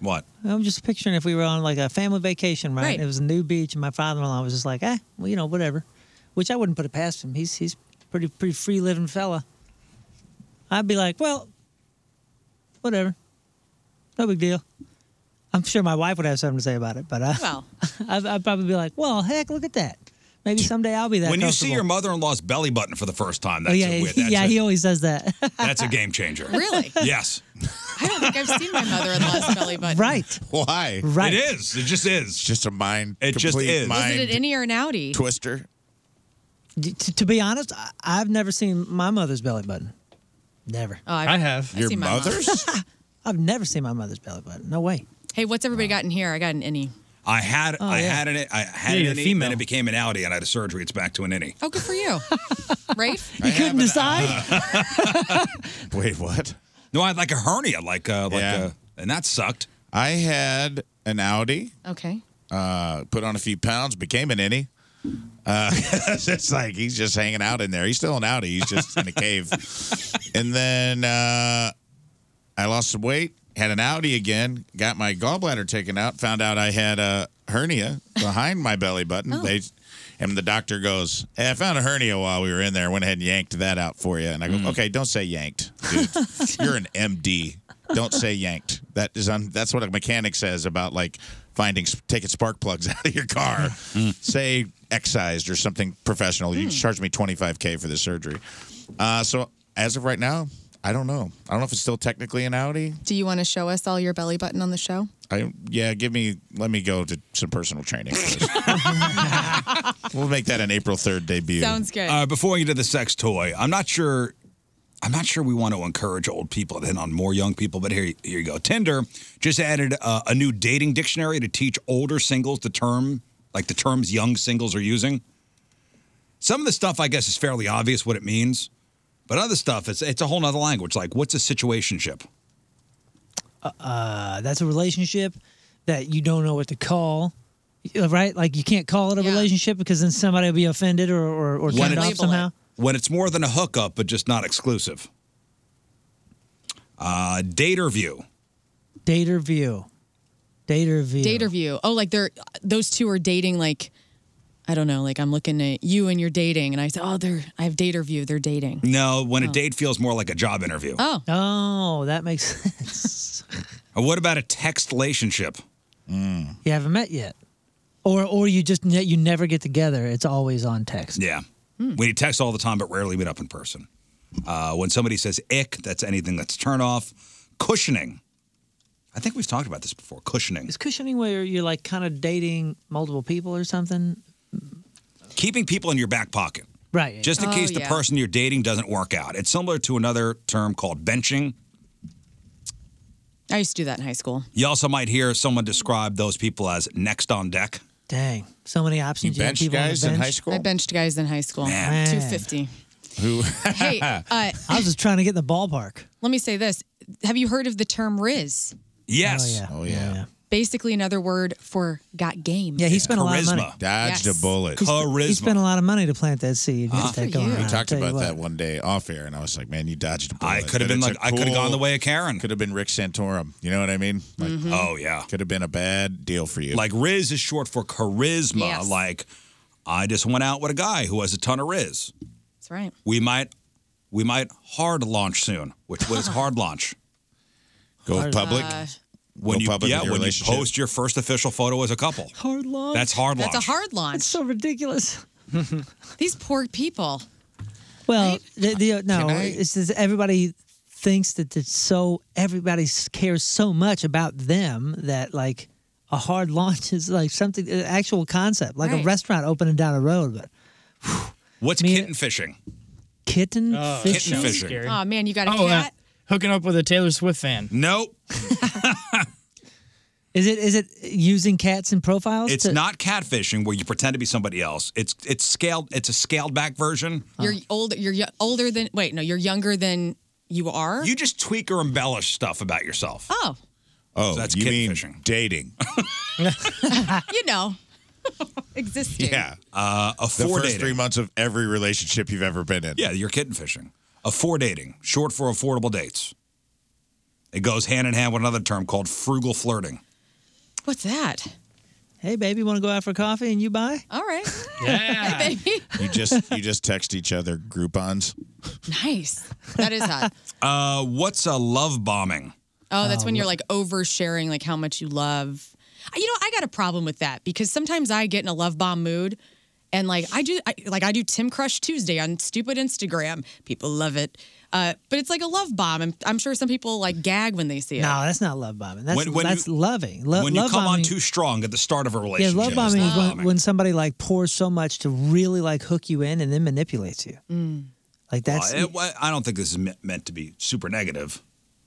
S1: What?
S4: I'm just picturing if we were on like a family vacation, right?
S1: Right.
S4: It was a new beach, and my father-in-law was just like, "Eh, well, you know, whatever," which I wouldn't put it past him. He's he's pretty pretty free-living fella. I'd be like, "Well, whatever, no big deal." I'm sure my wife would have something to say about it, but uh,
S2: well,
S4: I'd, I'd probably be like, "Well, heck, look at that. Maybe someday I'll be that."
S1: when you see
S4: comfortable."
S1: your mother-in-law's belly button for the first time,
S4: oh
S1: that's
S4: yeah,
S1: a weird. That's,
S4: yeah,
S1: a,
S4: he always does that.
S1: that's a game changer.
S4: Really?
S1: Yes.
S2: I don't think I've seen my mother-in-law's belly button.
S4: Right.
S5: Why?
S4: Right.
S1: It is. It just is. It's
S5: just a mind.
S1: It just
S5: complete
S1: is.
S2: Is it
S5: Mind
S2: an innie or an outie?
S5: twister.
S4: D- to, to be honest, I, I've never seen my mother's belly button. Never.
S2: Oh, I've- I have. I've
S5: Your
S2: seen my mom.
S5: mother's?
S4: I've never seen my mother's belly button. No way.
S2: Hey, what's everybody got in here? I got an innie.
S1: I had
S2: Oh,
S1: I
S2: yeah.
S1: had an I had
S4: Yeah,
S1: an
S4: you're
S1: innie,
S4: female.
S1: then it became an outie, and I had a surgery. It's back to an innie.
S2: Oh, good for you, Rafe.
S4: You couldn't decide.
S5: Wait, what?
S1: No, I had like a hernia, like uh, like uh and that sucked.
S5: I had an Audi,
S2: Okay.
S5: uh, put on a few pounds, became an innie. Uh, it's like he's just hanging out in there. He's still an Audi. He's just in a cave. And then uh, I lost some weight, had an Audi again, got my gallbladder taken out, found out I had a hernia behind my belly button. They and the doctor goes, hey, I found a hernia while we were in there. Went ahead and yanked that out for you. And I go, okay, don't say yanked, dude. You're an MD. Don't say yanked. That is un- that's what a mechanic says about like finding s- taking spark plugs out of your car. say excised or something professional. You charged me 25k for the surgery. Uh, so as of right now, I don't know. I don't know if it's still technically an Audi.
S2: Do you want to show us all your belly button on the show?
S5: I yeah, give me let me go to some personal training. we'll make that an April third debut.
S2: Sounds good.
S1: Uh, before you do the sex toy, I'm not sure. I'm not sure we want to encourage old people to hit on more young people, but here, here you go. Tinder just added uh, a new dating dictionary to teach older singles the term, like the terms young singles are using. Some of the stuff, I guess, is fairly obvious what it means, but other stuff, it's it's a whole nother language. Like, what's a situationship?
S4: uh, that's a relationship that you don't know what to call, right? Like you can't call it a relationship because then somebody will be offended or or, or turned off somehow.
S1: when it's more than a hookup, but just not exclusive. Uh, dater view.
S4: Dater view, dater view.
S2: Dater view. Oh, like they're those two are dating. Like I don't know. Like I'm looking at you and you're dating, and I say, oh, they're I have dater view. They're dating.
S1: No, when a date feels more like a job interview.
S2: Oh,
S4: oh, that makes sense.
S1: Or what about a text relationship?
S4: You haven't met yet, or or you just ne- you never get together. It's always on text.
S1: Yeah.
S4: Hmm.
S1: When you text all the time but rarely meet up in person. Uh, when somebody says ick, that's anything that's a turn off. Cushioning. I think we've talked about this before. Cushioning.
S4: Is cushioning where you're like kind of dating multiple people or something?
S1: Keeping people in your back pocket.
S4: Right.
S1: Just in
S4: Oh,
S1: case the
S4: yeah.
S1: person you're dating doesn't work out. It's similar to another term called benching.
S2: I used to do that in high school.
S1: You also might hear someone describe those people as next on deck.
S4: Dang, so many options.
S1: You
S4: have
S1: benched
S4: people on the
S1: guys in
S4: bench.
S1: high school?
S2: I benched guys in high school.
S1: Man.
S2: Two fifty.
S5: Who?
S2: Hey, uh,
S4: I was just trying to get in the ballpark.
S2: let me say this. Have you heard of the term Riz?
S1: Yes.
S5: Oh yeah.
S2: Basically, another word for got game.
S4: Yeah, he spent a lot of money.
S5: Dodged
S2: Yes.
S5: a bullet.
S4: He sp- He spent a lot of money to plant that seed.
S1: Uh-huh.
S4: and get that going
S5: we
S4: on,
S5: talked
S4: tell you
S5: about
S4: what.
S5: that one day off air, and I was like, "Man, you dodged a bullet."
S1: I could have been like- I could have gone the way of Karen.
S5: Could have been Rick Santorum. You know what I mean? Like,
S4: Mm-hmm.
S1: Mhm. Oh, yeah.
S5: Could have been a bad deal for you.
S1: Like Riz is short for charisma.
S5: Yes.
S1: Like I just went out with a guy who has a ton of Riz.
S2: That's right.
S1: We might we might hard launch soon, which was hard launch.
S5: Go Hard public?
S2: launch.
S1: When
S5: Go
S1: you,
S5: public
S1: yeah,
S5: with your
S1: when you
S5: relationship?
S1: post your first official photo as a couple.
S4: Hard launch.
S1: That's hard
S2: That's
S1: launch.
S2: a hard launch. It's
S4: so ridiculous.
S2: These poor people.
S4: Well, the, the, uh, no,
S2: Can I-
S4: it's just everybody thinks that it's so everybody s- cares so much about them that like a hard launch is like something an actual concept, like a
S1: Right.
S4: restaurant opening down a road. But
S1: What's kitten fishing?
S4: kitten
S3: Oh,
S4: fishing.
S1: Kitten fishing. Scary.
S2: Oh man, you got a
S3: Oh, uh,
S2: cat?
S3: hooking up with a Taylor Swift fan.
S1: Nope.
S4: Is it is it using cats in profiles?
S1: It's
S4: to-
S1: not catfishing where you pretend to be somebody else. It's it's scaled. It's a scaled back version.
S2: You're
S4: Oh.
S2: older. You're yo- older than. Wait, no, you're younger than you are.
S1: Uh, You just tweak or embellish stuff about yourself.
S2: oh,
S5: Oh,
S1: that's
S5: you
S1: kitten
S5: mean
S1: fishing.
S5: dating?
S2: you know, existing.
S5: Yeah,
S1: uh, a
S5: the
S1: four
S5: first
S1: dating.
S5: three months of every relationship you've ever been in.
S1: Yeah, you're kitten fishing. A four dating, short for affordable dates. It goes hand in hand with another term called frugal flirting.
S2: What's that?
S4: Hey, baby, want to go out for coffee and you buy?
S2: All right.
S5: Yeah.
S2: Hey, baby.
S5: you just you just text each other Groupons.
S2: Nice. That is hot.
S1: Uh, what's a love bombing?
S2: Oh, that's
S1: Oh,
S2: when you're
S1: wha-
S2: like oversharing, like how much you love. You know, I got a problem with that because sometimes I get in a love bomb mood, and like I do, I, like I do Tim Crush Tuesday on stupid Instagram. People love it, uh, but it's like a love bomb, and I'm sure some people like gag when they see it.
S4: No, that's not love bombing. That's
S1: When- when
S4: that's
S1: you-
S4: loving. Lo-
S1: when you
S4: love
S1: come
S4: bombing.
S1: on too strong at the start of a
S4: yeah,
S1: relationship.
S4: love bombing
S1: is
S4: is when, when somebody like pours so much to really like hook you in and then manipulates you.
S2: Mm.
S4: Like that's
S1: Well, it- well, I don't think this is me- meant to be super negative.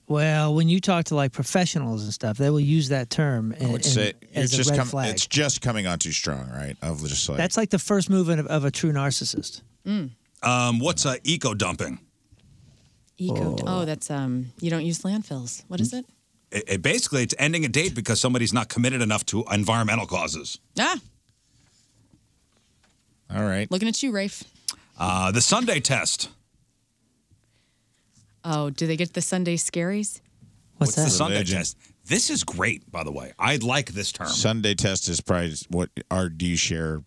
S4: Well, when you talk to like professionals and stuff, they will use that term. And,
S5: I would say
S4: as
S5: it's
S4: a
S5: just
S4: red
S5: com-
S4: flag.
S5: it's just coming on too strong, right? Of just like
S4: That's like the first move of, of a true narcissist.
S1: Um, what's uh, eco dumping?
S2: Eco. Oh. that's um. You don't use landfills. What
S4: Mm.
S2: is it?
S1: It, it basically it's ending a date because somebody's not committed enough to environmental causes.
S2: Ah,
S5: all right.
S2: looking at you, Rafe.
S1: Uh, the Sunday test.
S2: Oh, do they get the Sunday scaries?
S1: What's,
S5: that?
S1: the Sunday
S5: Religion.
S1: test? This is great, by the way. I like this term.
S5: Sunday test is probably what are do you share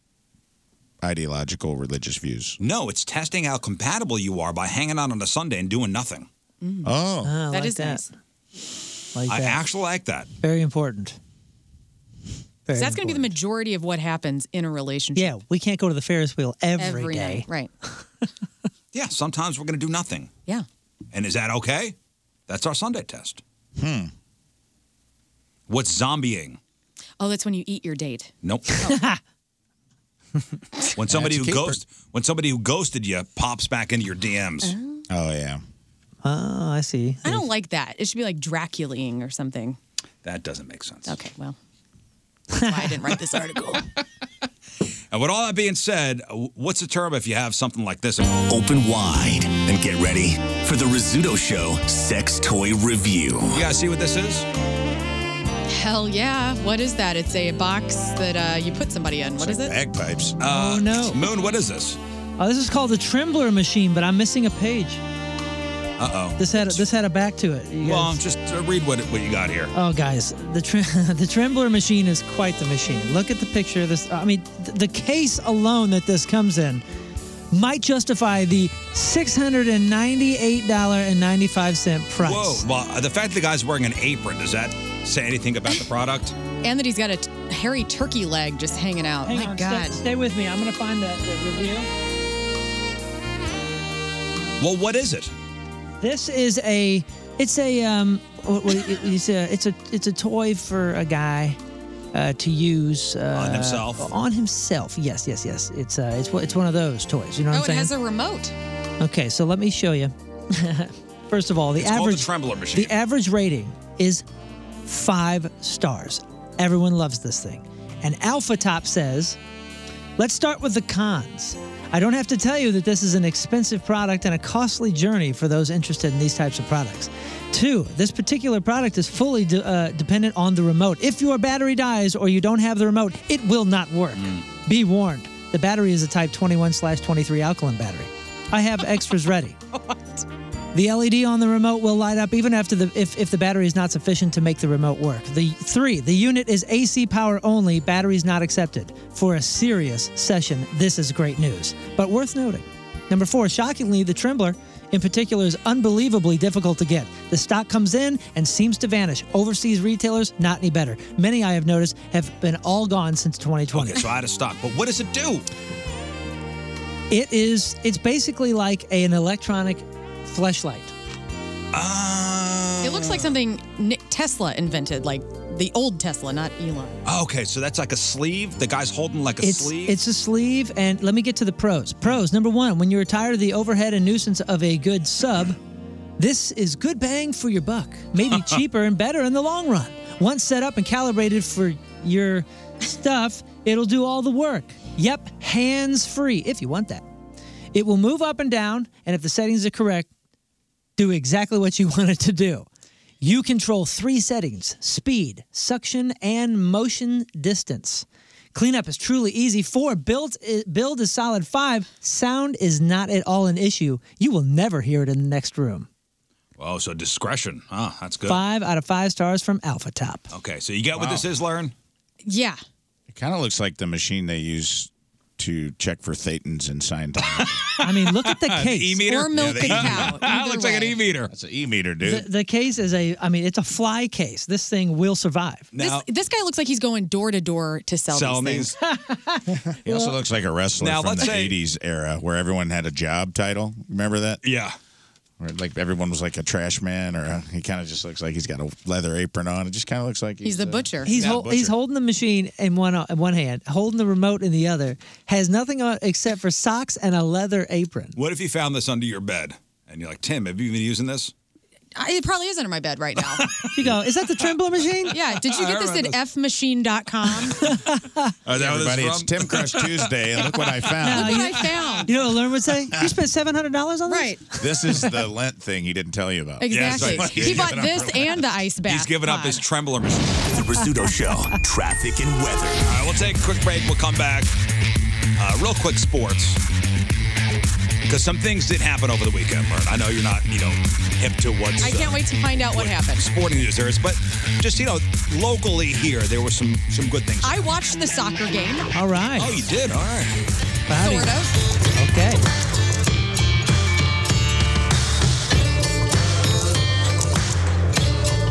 S5: ideological religious views?
S1: No, it's testing how compatible you are by hanging out on a Sunday and doing nothing.
S5: Oh,
S4: Ah, I like that.
S2: nice.
S4: Like
S1: I
S4: that.
S1: actually like that.
S4: Very important. Very
S2: So that's going to be the
S4: important.
S2: majority of what happens in a relationship.
S4: Yeah, we can't go to the Ferris wheel every day.
S2: night, right?
S1: Yeah, sometimes we're going to do nothing.
S2: Yeah.
S1: And is that okay? That's our Sunday test.
S5: Hmm.
S1: What's zombieing?
S2: Oh, that's when you eat your date. Oh,
S1: Nope. when somebody
S2: That's
S1: who
S2: a keeper.
S1: ghost when somebody who ghosted you pops back into your DMs.
S5: Oh yeah.
S4: Oh, I see.
S2: I don't like that. It should be like Draculaing or something.
S1: That doesn't make sense.
S2: Okay, well, that's why I didn't write this article.
S1: And Uh, with all that being said, w- what's the term if you have something like this?
S17: Open wide and get ready for the Rizzuto Show Sex Toy Review.
S1: You guys see what this is?
S2: Hell yeah! What is that? It's a box that uh, you put somebody in. What is it?
S5: Bagpipes.
S1: Uh,
S4: oh no,
S1: Moon. What is this?
S4: Oh, this is called the Trembler machine, but I'm missing a page.
S1: Uh oh.
S4: This had a, this had a back to it. You
S1: Well,
S4: guys-
S1: just uh, read what what you got here.
S4: Oh, guys, the tre- the Trembler machine is quite the machine. Look at the picture of this. uh, I mean, th- the case alone that this comes in might justify the six hundred and ninety eight dollar and ninety five cent price.
S2: Oh
S1: Whoa. Well, uh, the fact that the guy's wearing an apron does that say anything about the product?
S2: And that he's got a t- hairy turkey leg just hanging out.
S4: Hang
S2: My
S4: on,
S2: God.
S4: Stay, stay with me. I'm gonna find the, the review.
S1: Well, what is it?
S4: This is a. It's a. Um. What, what, it- it's a. It's a. It's a toy for a guy. Uh, to use uh,
S1: On himself?
S4: On himself. Yes. Yes. Yes. It's. Uh, it's. one- It's one of those toys. You know
S2: oh,
S4: what
S2: it
S4: I'm saying?
S2: has a remote.
S4: Okay, so let me show you. First of all, the
S1: It's called the
S4: average
S1: Trembler machine.
S4: The average rating is five stars. Everyone loves this thing. And Alpha Top says, let's start with the cons. I don't have to tell you that this is an expensive product and a costly journey for those interested in these types of products. Two, this particular product is fully de- uh, dependent on the remote. If your battery dies or you don't have the remote, it will not work. Be warned, the battery is a type 21 slash 23 alkaline battery. I have extras ready. The LED on the remote will light up even after the if, if the battery is not sufficient to make the remote work. The three, the unit is AC power only, batteries not accepted. For a serious session, this is great news, but worth noting. Number four, shockingly, the Trembler in particular is unbelievably difficult to get. The stock comes in and seems to vanish. Overseas retailers, not any better. Many I have noticed have been all gone since 2020.
S1: Okay, so out of stock. But what does it do?
S4: It is it's basically like an electronic fleshlight.
S2: It looks like something Nick Tesla invented, like the old Tesla, not Elon.
S1: Oh, Okay, so that's like a sleeve. The guy's holding like a
S4: it's,
S1: sleeve.
S4: It's a sleeve, and let me get to the pros. Pros number one: when you're tired of the overhead and nuisance of a good sub, this is good bang for your buck. Maybe cheaper and better in the long run. Once set up and calibrated for your stuff, it'll do all the work. Yep, hands free if you want that. It will move up and down, and if the settings are correct, do exactly what you want it to do. You control three settings speed, suction, and motion distance. Cleanup is truly easy. Four, build, build is solid. Five, sound is not at all an issue. You will never hear it in the next room.
S1: oh, so discretion. Huh, that's good.
S4: Five out of five stars from Alpha Top.
S1: Okay, so you get what
S5: Wow.
S1: this is, Lauren?
S2: Yeah.
S5: It kind of looks like the machine they use to check for thetans in Scientology.
S4: I mean, look at the
S5: The
S4: case.
S5: e-meter? Or milk and cow,
S1: That looks like an e meter.
S5: That's an e meter, dude.
S4: The, the case is a, I mean, it's a fly case. This thing will survive.
S2: this, this guy looks like he's going door to door to sell,
S5: Sell
S2: these things.
S5: He also looks like a wrestler
S1: Now,
S5: from
S1: let's
S5: the
S1: say-
S5: '80s era, where everyone had a job title. Remember that?
S1: Yeah.
S5: Where like everyone was like a trash man, or a, he kind of just looks like he's got a leather apron on. It just kind of looks like he's, uh,
S4: He's
S5: yeah,
S4: hol-
S5: butcher.
S4: he's holding the machine in one in one hand, holding the remote in the other. Has nothing on except for socks and a leather apron.
S1: What if you found this under your bed and you're like, Tim, have you been using this?
S2: I, it probably is under my bed right now.
S4: You go, is that the trembler machine?
S2: Yeah. Did you
S4: I
S2: get this at
S4: remember
S2: fmachine.com?
S1: Oh,
S5: Hey, everybody, it's Tim Crush Tuesday, and look what I found.
S2: Look what I found.
S4: You know what Learn would say? You spent seven hundred dollars on this. Right.
S5: this is the Lent thing he didn't tell you about.
S2: Exactly. he bought this and the ice bath. pod.
S1: trembler machine.
S17: The Rizzuto Show, traffic and weather.
S1: All right, we'll take a quick break. We'll come back. Uh, real quick sports. Because some things did happen over the weekend, Lauren. I know you're not, you know, hip to what's uh,
S2: I can't wait to find out what happened.
S1: sporting news there is, but just, you know, locally here, there were some some good things.
S2: I watched the soccer game.
S4: All right.
S1: Oh, you did? All right.
S2: Sort of.
S4: Okay.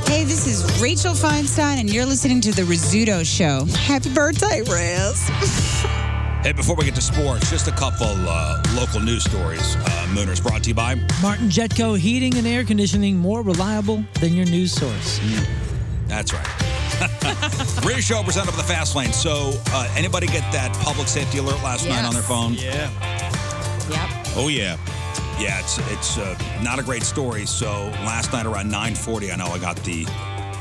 S11: Hey, this is Rachel Feinstein, and you're listening to The Rizzuto Show. Happy birthday, Riz.
S1: Hey, before we get to sports, just a couple uh, local news stories. Uh, Mooners brought to you by
S4: Martin Jetco heating and air conditioning more reliable than your news source.
S1: That's right. Rear show presented by the Fast Lane. So, uh, anybody get that public safety alert last night on their
S11: Yes.
S1: phone?
S11: Yeah. Yep.
S1: Oh yeah. Yeah, it's it's uh, not a great story. So last night around 9:40, I know I got the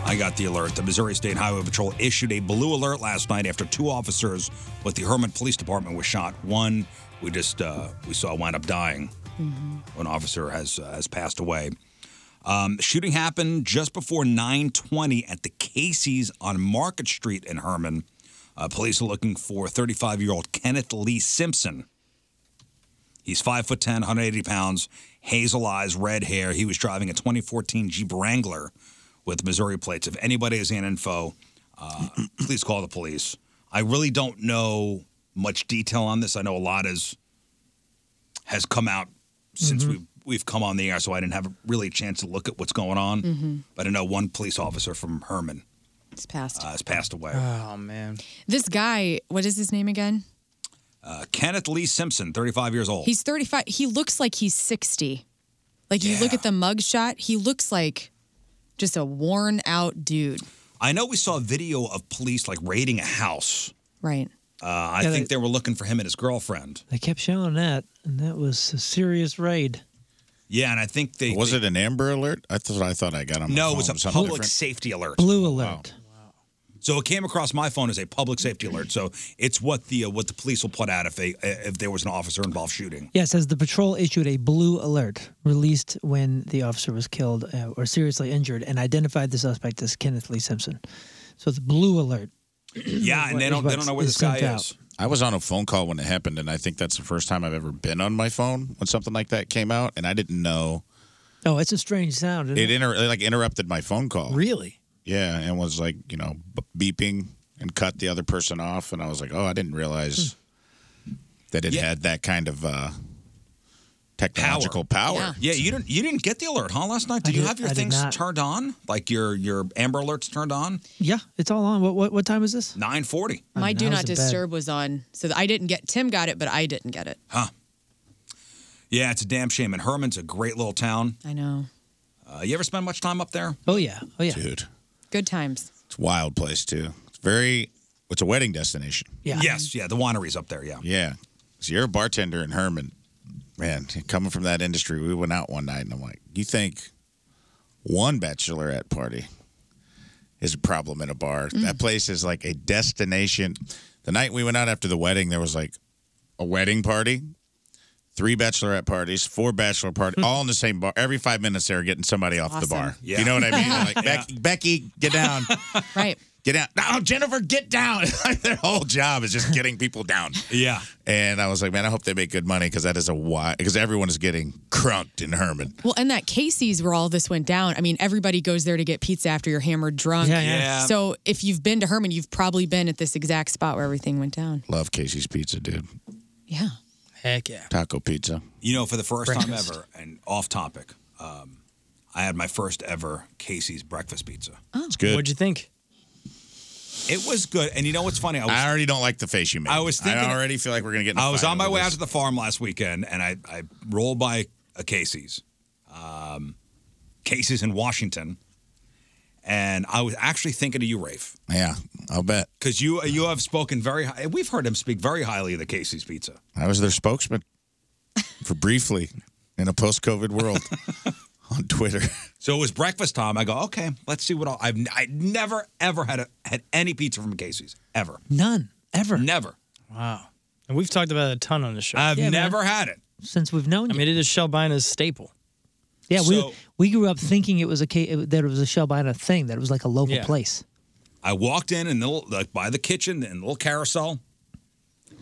S1: I got the alert. The Missouri State Highway Patrol issued a blue alert last night after two officers with the Herman Police Department were shot. One we just uh, we saw wind up dying. One officer has uh, has passed away. Um, the shooting happened just before 9:20 at the Casey's on Market Street in Herman. Uh, police are looking for 35-year-old Kenneth Lee Simpson. He's 5 foot 10, 180 pounds, hazel eyes, red hair. He was driving a 2014 Jeep Wrangler with Missouri plates. If anybody has any info, uh, please call the police. I really don't know much detail on this. I know a lot is has come out
S4: Mm-hmm.
S1: since
S6: Mm-hmm.
S1: we've we've come on the air, so I didn't have really a chance to look at what's going on.
S4: Mm-hmm.
S2: Mhm.
S1: But I know one police officer from Herman
S2: It's passed.
S1: uh, has passed away.
S3: Oh man,
S2: This guy, what is his name again?
S1: uh, Kenneth Lee Simpson, 35 years old.
S2: He's 35. He looks like he's 60. Like you look at the mugshot, he looks like just a worn out dude.
S4: Oh,
S1: I know we saw a video of police like raiding a house.
S2: Right.
S1: Uh, I
S4: Yeah,
S1: think
S4: they-
S1: they were looking for him and his girlfriend.
S4: They kept showing that, and that was a serious raid.
S1: Yeah, and I think they
S5: was it an Amber Alert? I thought I thought I got on.
S1: No,
S5: my
S1: it was
S5: phone,
S1: a
S5: something
S1: public
S5: different.
S1: safety alert.
S4: Blue alert.
S1: So it came across my phone as a public safety alert. So it's what the uh, what the police will put out if a if there was an officer involved shooting.
S4: Yeah, it says the patrol issued a blue alert released when the officer was killed uh, or seriously injured and identified the suspect as Kenneth Lee Simpson. So it's blue alert.
S1: yeah, and they
S4: is
S1: don't they
S4: what's-
S1: don't know where
S4: is
S1: this guy
S4: sent out.
S1: is.
S5: I was on a phone call when it happened, and I think that's the first time I've ever been on my phone when something like that came out, and I didn't know
S4: Oh, it's a strange sound. isn't
S5: it inter- it, like interrupted my phone call.
S4: Really?
S5: Yeah, and was like you know b- beeping and cut the other person off, and I was like, oh, I didn't realize that it had that kind of uh, technological power.
S1: Yeah, you didn't you didn't get the alert, huh? Last night, did
S4: I
S1: you
S4: did-
S1: have your
S4: I did
S1: things
S4: not.
S1: turned on, like your your Amber Alerts turned on?
S4: Yeah, it's all on. What what, what time is this?
S1: Nine forty.
S2: My do not disturb was on. So I didn't get Tim got it, but I didn't get it.
S1: Huh. Yeah, it's a damn shame. And Herman's a great little town.
S2: I know.
S1: Uh, you ever spend much time up there?
S4: Oh yeah, oh yeah,
S5: dude.
S2: Good times.
S5: It's a wild place too. It's very. It's a wedding destination.
S1: Yeah. Yes. Yeah. The wineries up there. Yeah.
S5: Yeah. So you're a bartender in Herman. Man, coming from that industry, we went out one night and I'm like, you think one bachelorette party is a problem in a bar? That place is like a destination. The night we went out after the wedding, there was like a wedding party, three bachelorette parties, four bachelor parties, all in the same bar. Every five minutes, they were getting somebody off the
S10: Awesome.
S5: bar.
S10: Yeah.
S5: You know what I mean? Like, Becky, Becky, get down.
S2: right.
S5: Get down. No, Jennifer, get down. Their whole job is just getting people down.
S1: Yeah.
S5: And I was like, man, I hope they make good money because that is a why. Because everyone is getting crunked in Herman.
S2: Well, and that Casey's where all this went down. I mean, everybody goes there to get pizza after you're hammered drunk.
S5: Yeah, yeah. Yeah.
S2: So if you've been to Herman, you've probably been at this exact spot where everything went down.
S5: Love Casey's Pizza, dude.
S2: Yeah.
S3: Heck yeah.
S5: Taco pizza.
S1: You know, for the first time
S5: Breakfast.
S1: ever, and off topic, um, I had my first ever Casey's breakfast pizza.
S2: Oh,
S5: it's good.
S3: What'd you think?
S1: It was good. And you know what's funny? I, was,
S5: I already don't like the face you made.
S1: I was
S5: I
S1: thinking-
S5: already feel like we're gonna get. in a
S1: I was
S5: fight
S1: on my
S5: over
S1: way
S5: this.
S1: out to the farm last weekend, and I, I rolled by a Casey's, um, Casey's in Washington, and I was actually thinking of you, Rafe,
S5: Yeah, I'll bet.
S1: because you you have spoken very. High, we've heard him speak very highly of the Casey's pizza.
S5: I was their spokesman for briefly in a post-COVID world on Twitter.
S1: So it was breakfast time. I go, okay, let's see what I'll, I've I never ever had a, had any pizza from Casey's ever,
S4: none ever,
S1: never.
S3: Wow. And we've talked about it a ton on the show.
S1: I've Yeah, man. never had it.
S4: since we've known
S3: I
S4: you.
S3: mean, it is Shelbina's staple.
S4: Yeah,
S3: So-
S4: we we grew up thinking it was a ca- that it was a Shelbina thing, that it was like a local
S1: Yeah.
S4: place.
S1: I walked in and the, little- like by the kitchen and the little carousel.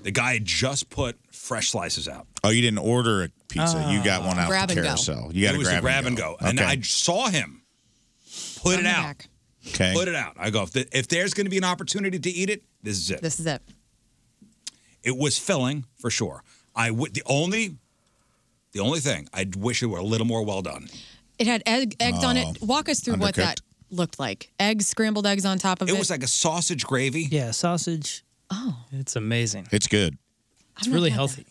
S1: The guy had just put fresh slices out.
S5: Oh, you didn't order a pizza. you got one out
S1: Uh, Grab
S5: the
S1: and go.
S5: carousel. You got
S1: it
S5: to
S1: was
S5: grab,
S1: a grab and go. And
S5: okay.
S1: I saw him put it out.
S5: Okay.
S1: Put it out. I go, if, th- if there's going to be an opportunity to eat it, this is it.
S2: This is it.
S1: It was filling for sure. I would the only the only thing I wish it were a little more well done.
S2: It had egg, eggs on
S1: Oh.
S2: it. Walk us through what
S1: Undercooked.
S2: that looked like. Eggs, scrambled eggs on top of it.
S1: It was like a sausage gravy.
S4: Yeah, sausage.
S2: Oh.
S3: It's amazing.
S5: It's good.
S3: It's really healthy.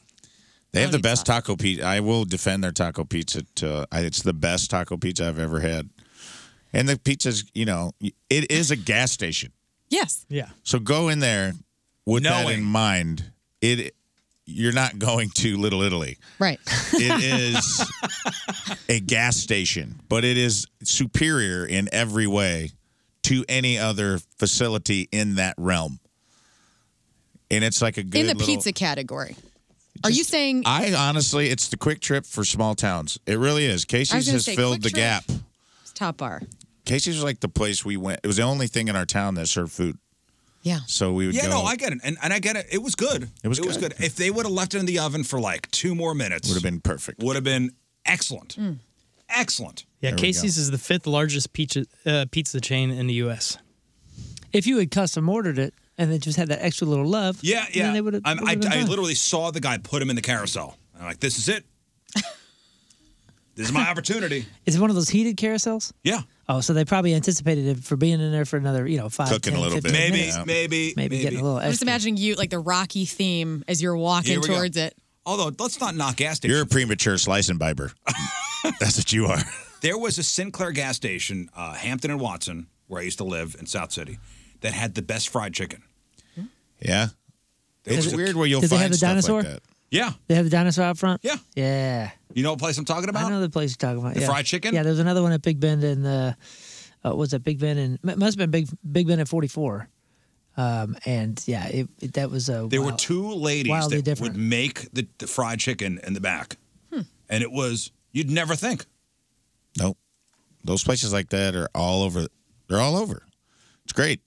S5: They
S1: Oh,
S5: have the best taco pizza. I will defend their taco pizza. To I- it's the best taco pizza I've ever had. And the pizza's, you know, it is a gas station.
S2: Yes.
S3: Yeah.
S5: So go in there with that in mind. It you're not going to Little Italy.
S2: Right.
S5: It is a gas station, but it is superior in every way to any other facility in that realm. And it's like a good
S2: in the
S5: little-
S2: pizza category. Are you saying
S5: I honestly, it's the quick trip for small towns. It really is. Casey's
S2: gonna
S5: has
S2: say,
S5: filled the
S2: Quick
S5: gap.
S2: it's top bar?
S5: Casey's was like the place we went. It was the only thing in our town that served food.
S2: Yeah.
S5: So we would
S1: yeah,
S5: go.
S1: no, I get it, and, and I get it. It was good.
S5: It was
S1: good.
S5: good.
S1: If they would have left it in the oven for like two more minutes, would have
S5: been perfect.
S1: Would have been excellent,
S4: Hmm.
S1: excellent.
S3: Yeah, Casey's is the fifth largest pizza uh, pizza chain in the U.S.
S4: If you had custom ordered it and then just had that extra little love,
S1: Yeah,
S4: then
S1: yeah.
S4: they would've-
S1: I'm- I,
S4: would've been
S1: I
S4: done.
S1: literally saw the guy put him in the carousel. I'm like, this is it. this is my opportunity.
S4: Is it one of those heated carousels?
S1: Yeah.
S4: Oh, so they probably anticipated it for being in there for another, you know, five, 10, 15
S1: Maybe,
S4: minutes.
S1: maybe,
S4: Maybe getting a little
S2: I'm just
S4: extra.
S2: imagining you like the Rocky theme as you're walking
S5: Here we go.
S2: towards it.
S1: Although let's not knock gas stations.
S5: You're a premature slice and biber. That's what you are.
S1: There was a Sinclair gas station, uh, Hampton and Watson, where I used to live in South City, that had the best fried chicken.
S5: Yeah. It's
S1: was a-
S5: weird where you'll
S4: Did they
S5: find
S4: have the
S5: stuff
S4: dinosaur?
S5: like that.
S1: Yeah.
S4: They have the dinosaur out front?
S1: Yeah.
S4: Yeah.
S1: You know what place I'm talking about?
S4: I know the place you're talking about.
S1: The
S4: yeah.
S1: fried chicken?
S4: Yeah, there's another one at Big Bend in the. Uh, what was that Big Bend and must have been Big Big Bend at 44, um, and yeah, it, it- that was a.
S1: There were
S4: wild-
S1: two ladies
S4: wildly
S1: that
S4: different. Hmm.
S1: would make the, the fried chicken in the back. And it was, you'd never think.
S5: Nope. Those places like that are all over. They're all over. It's great.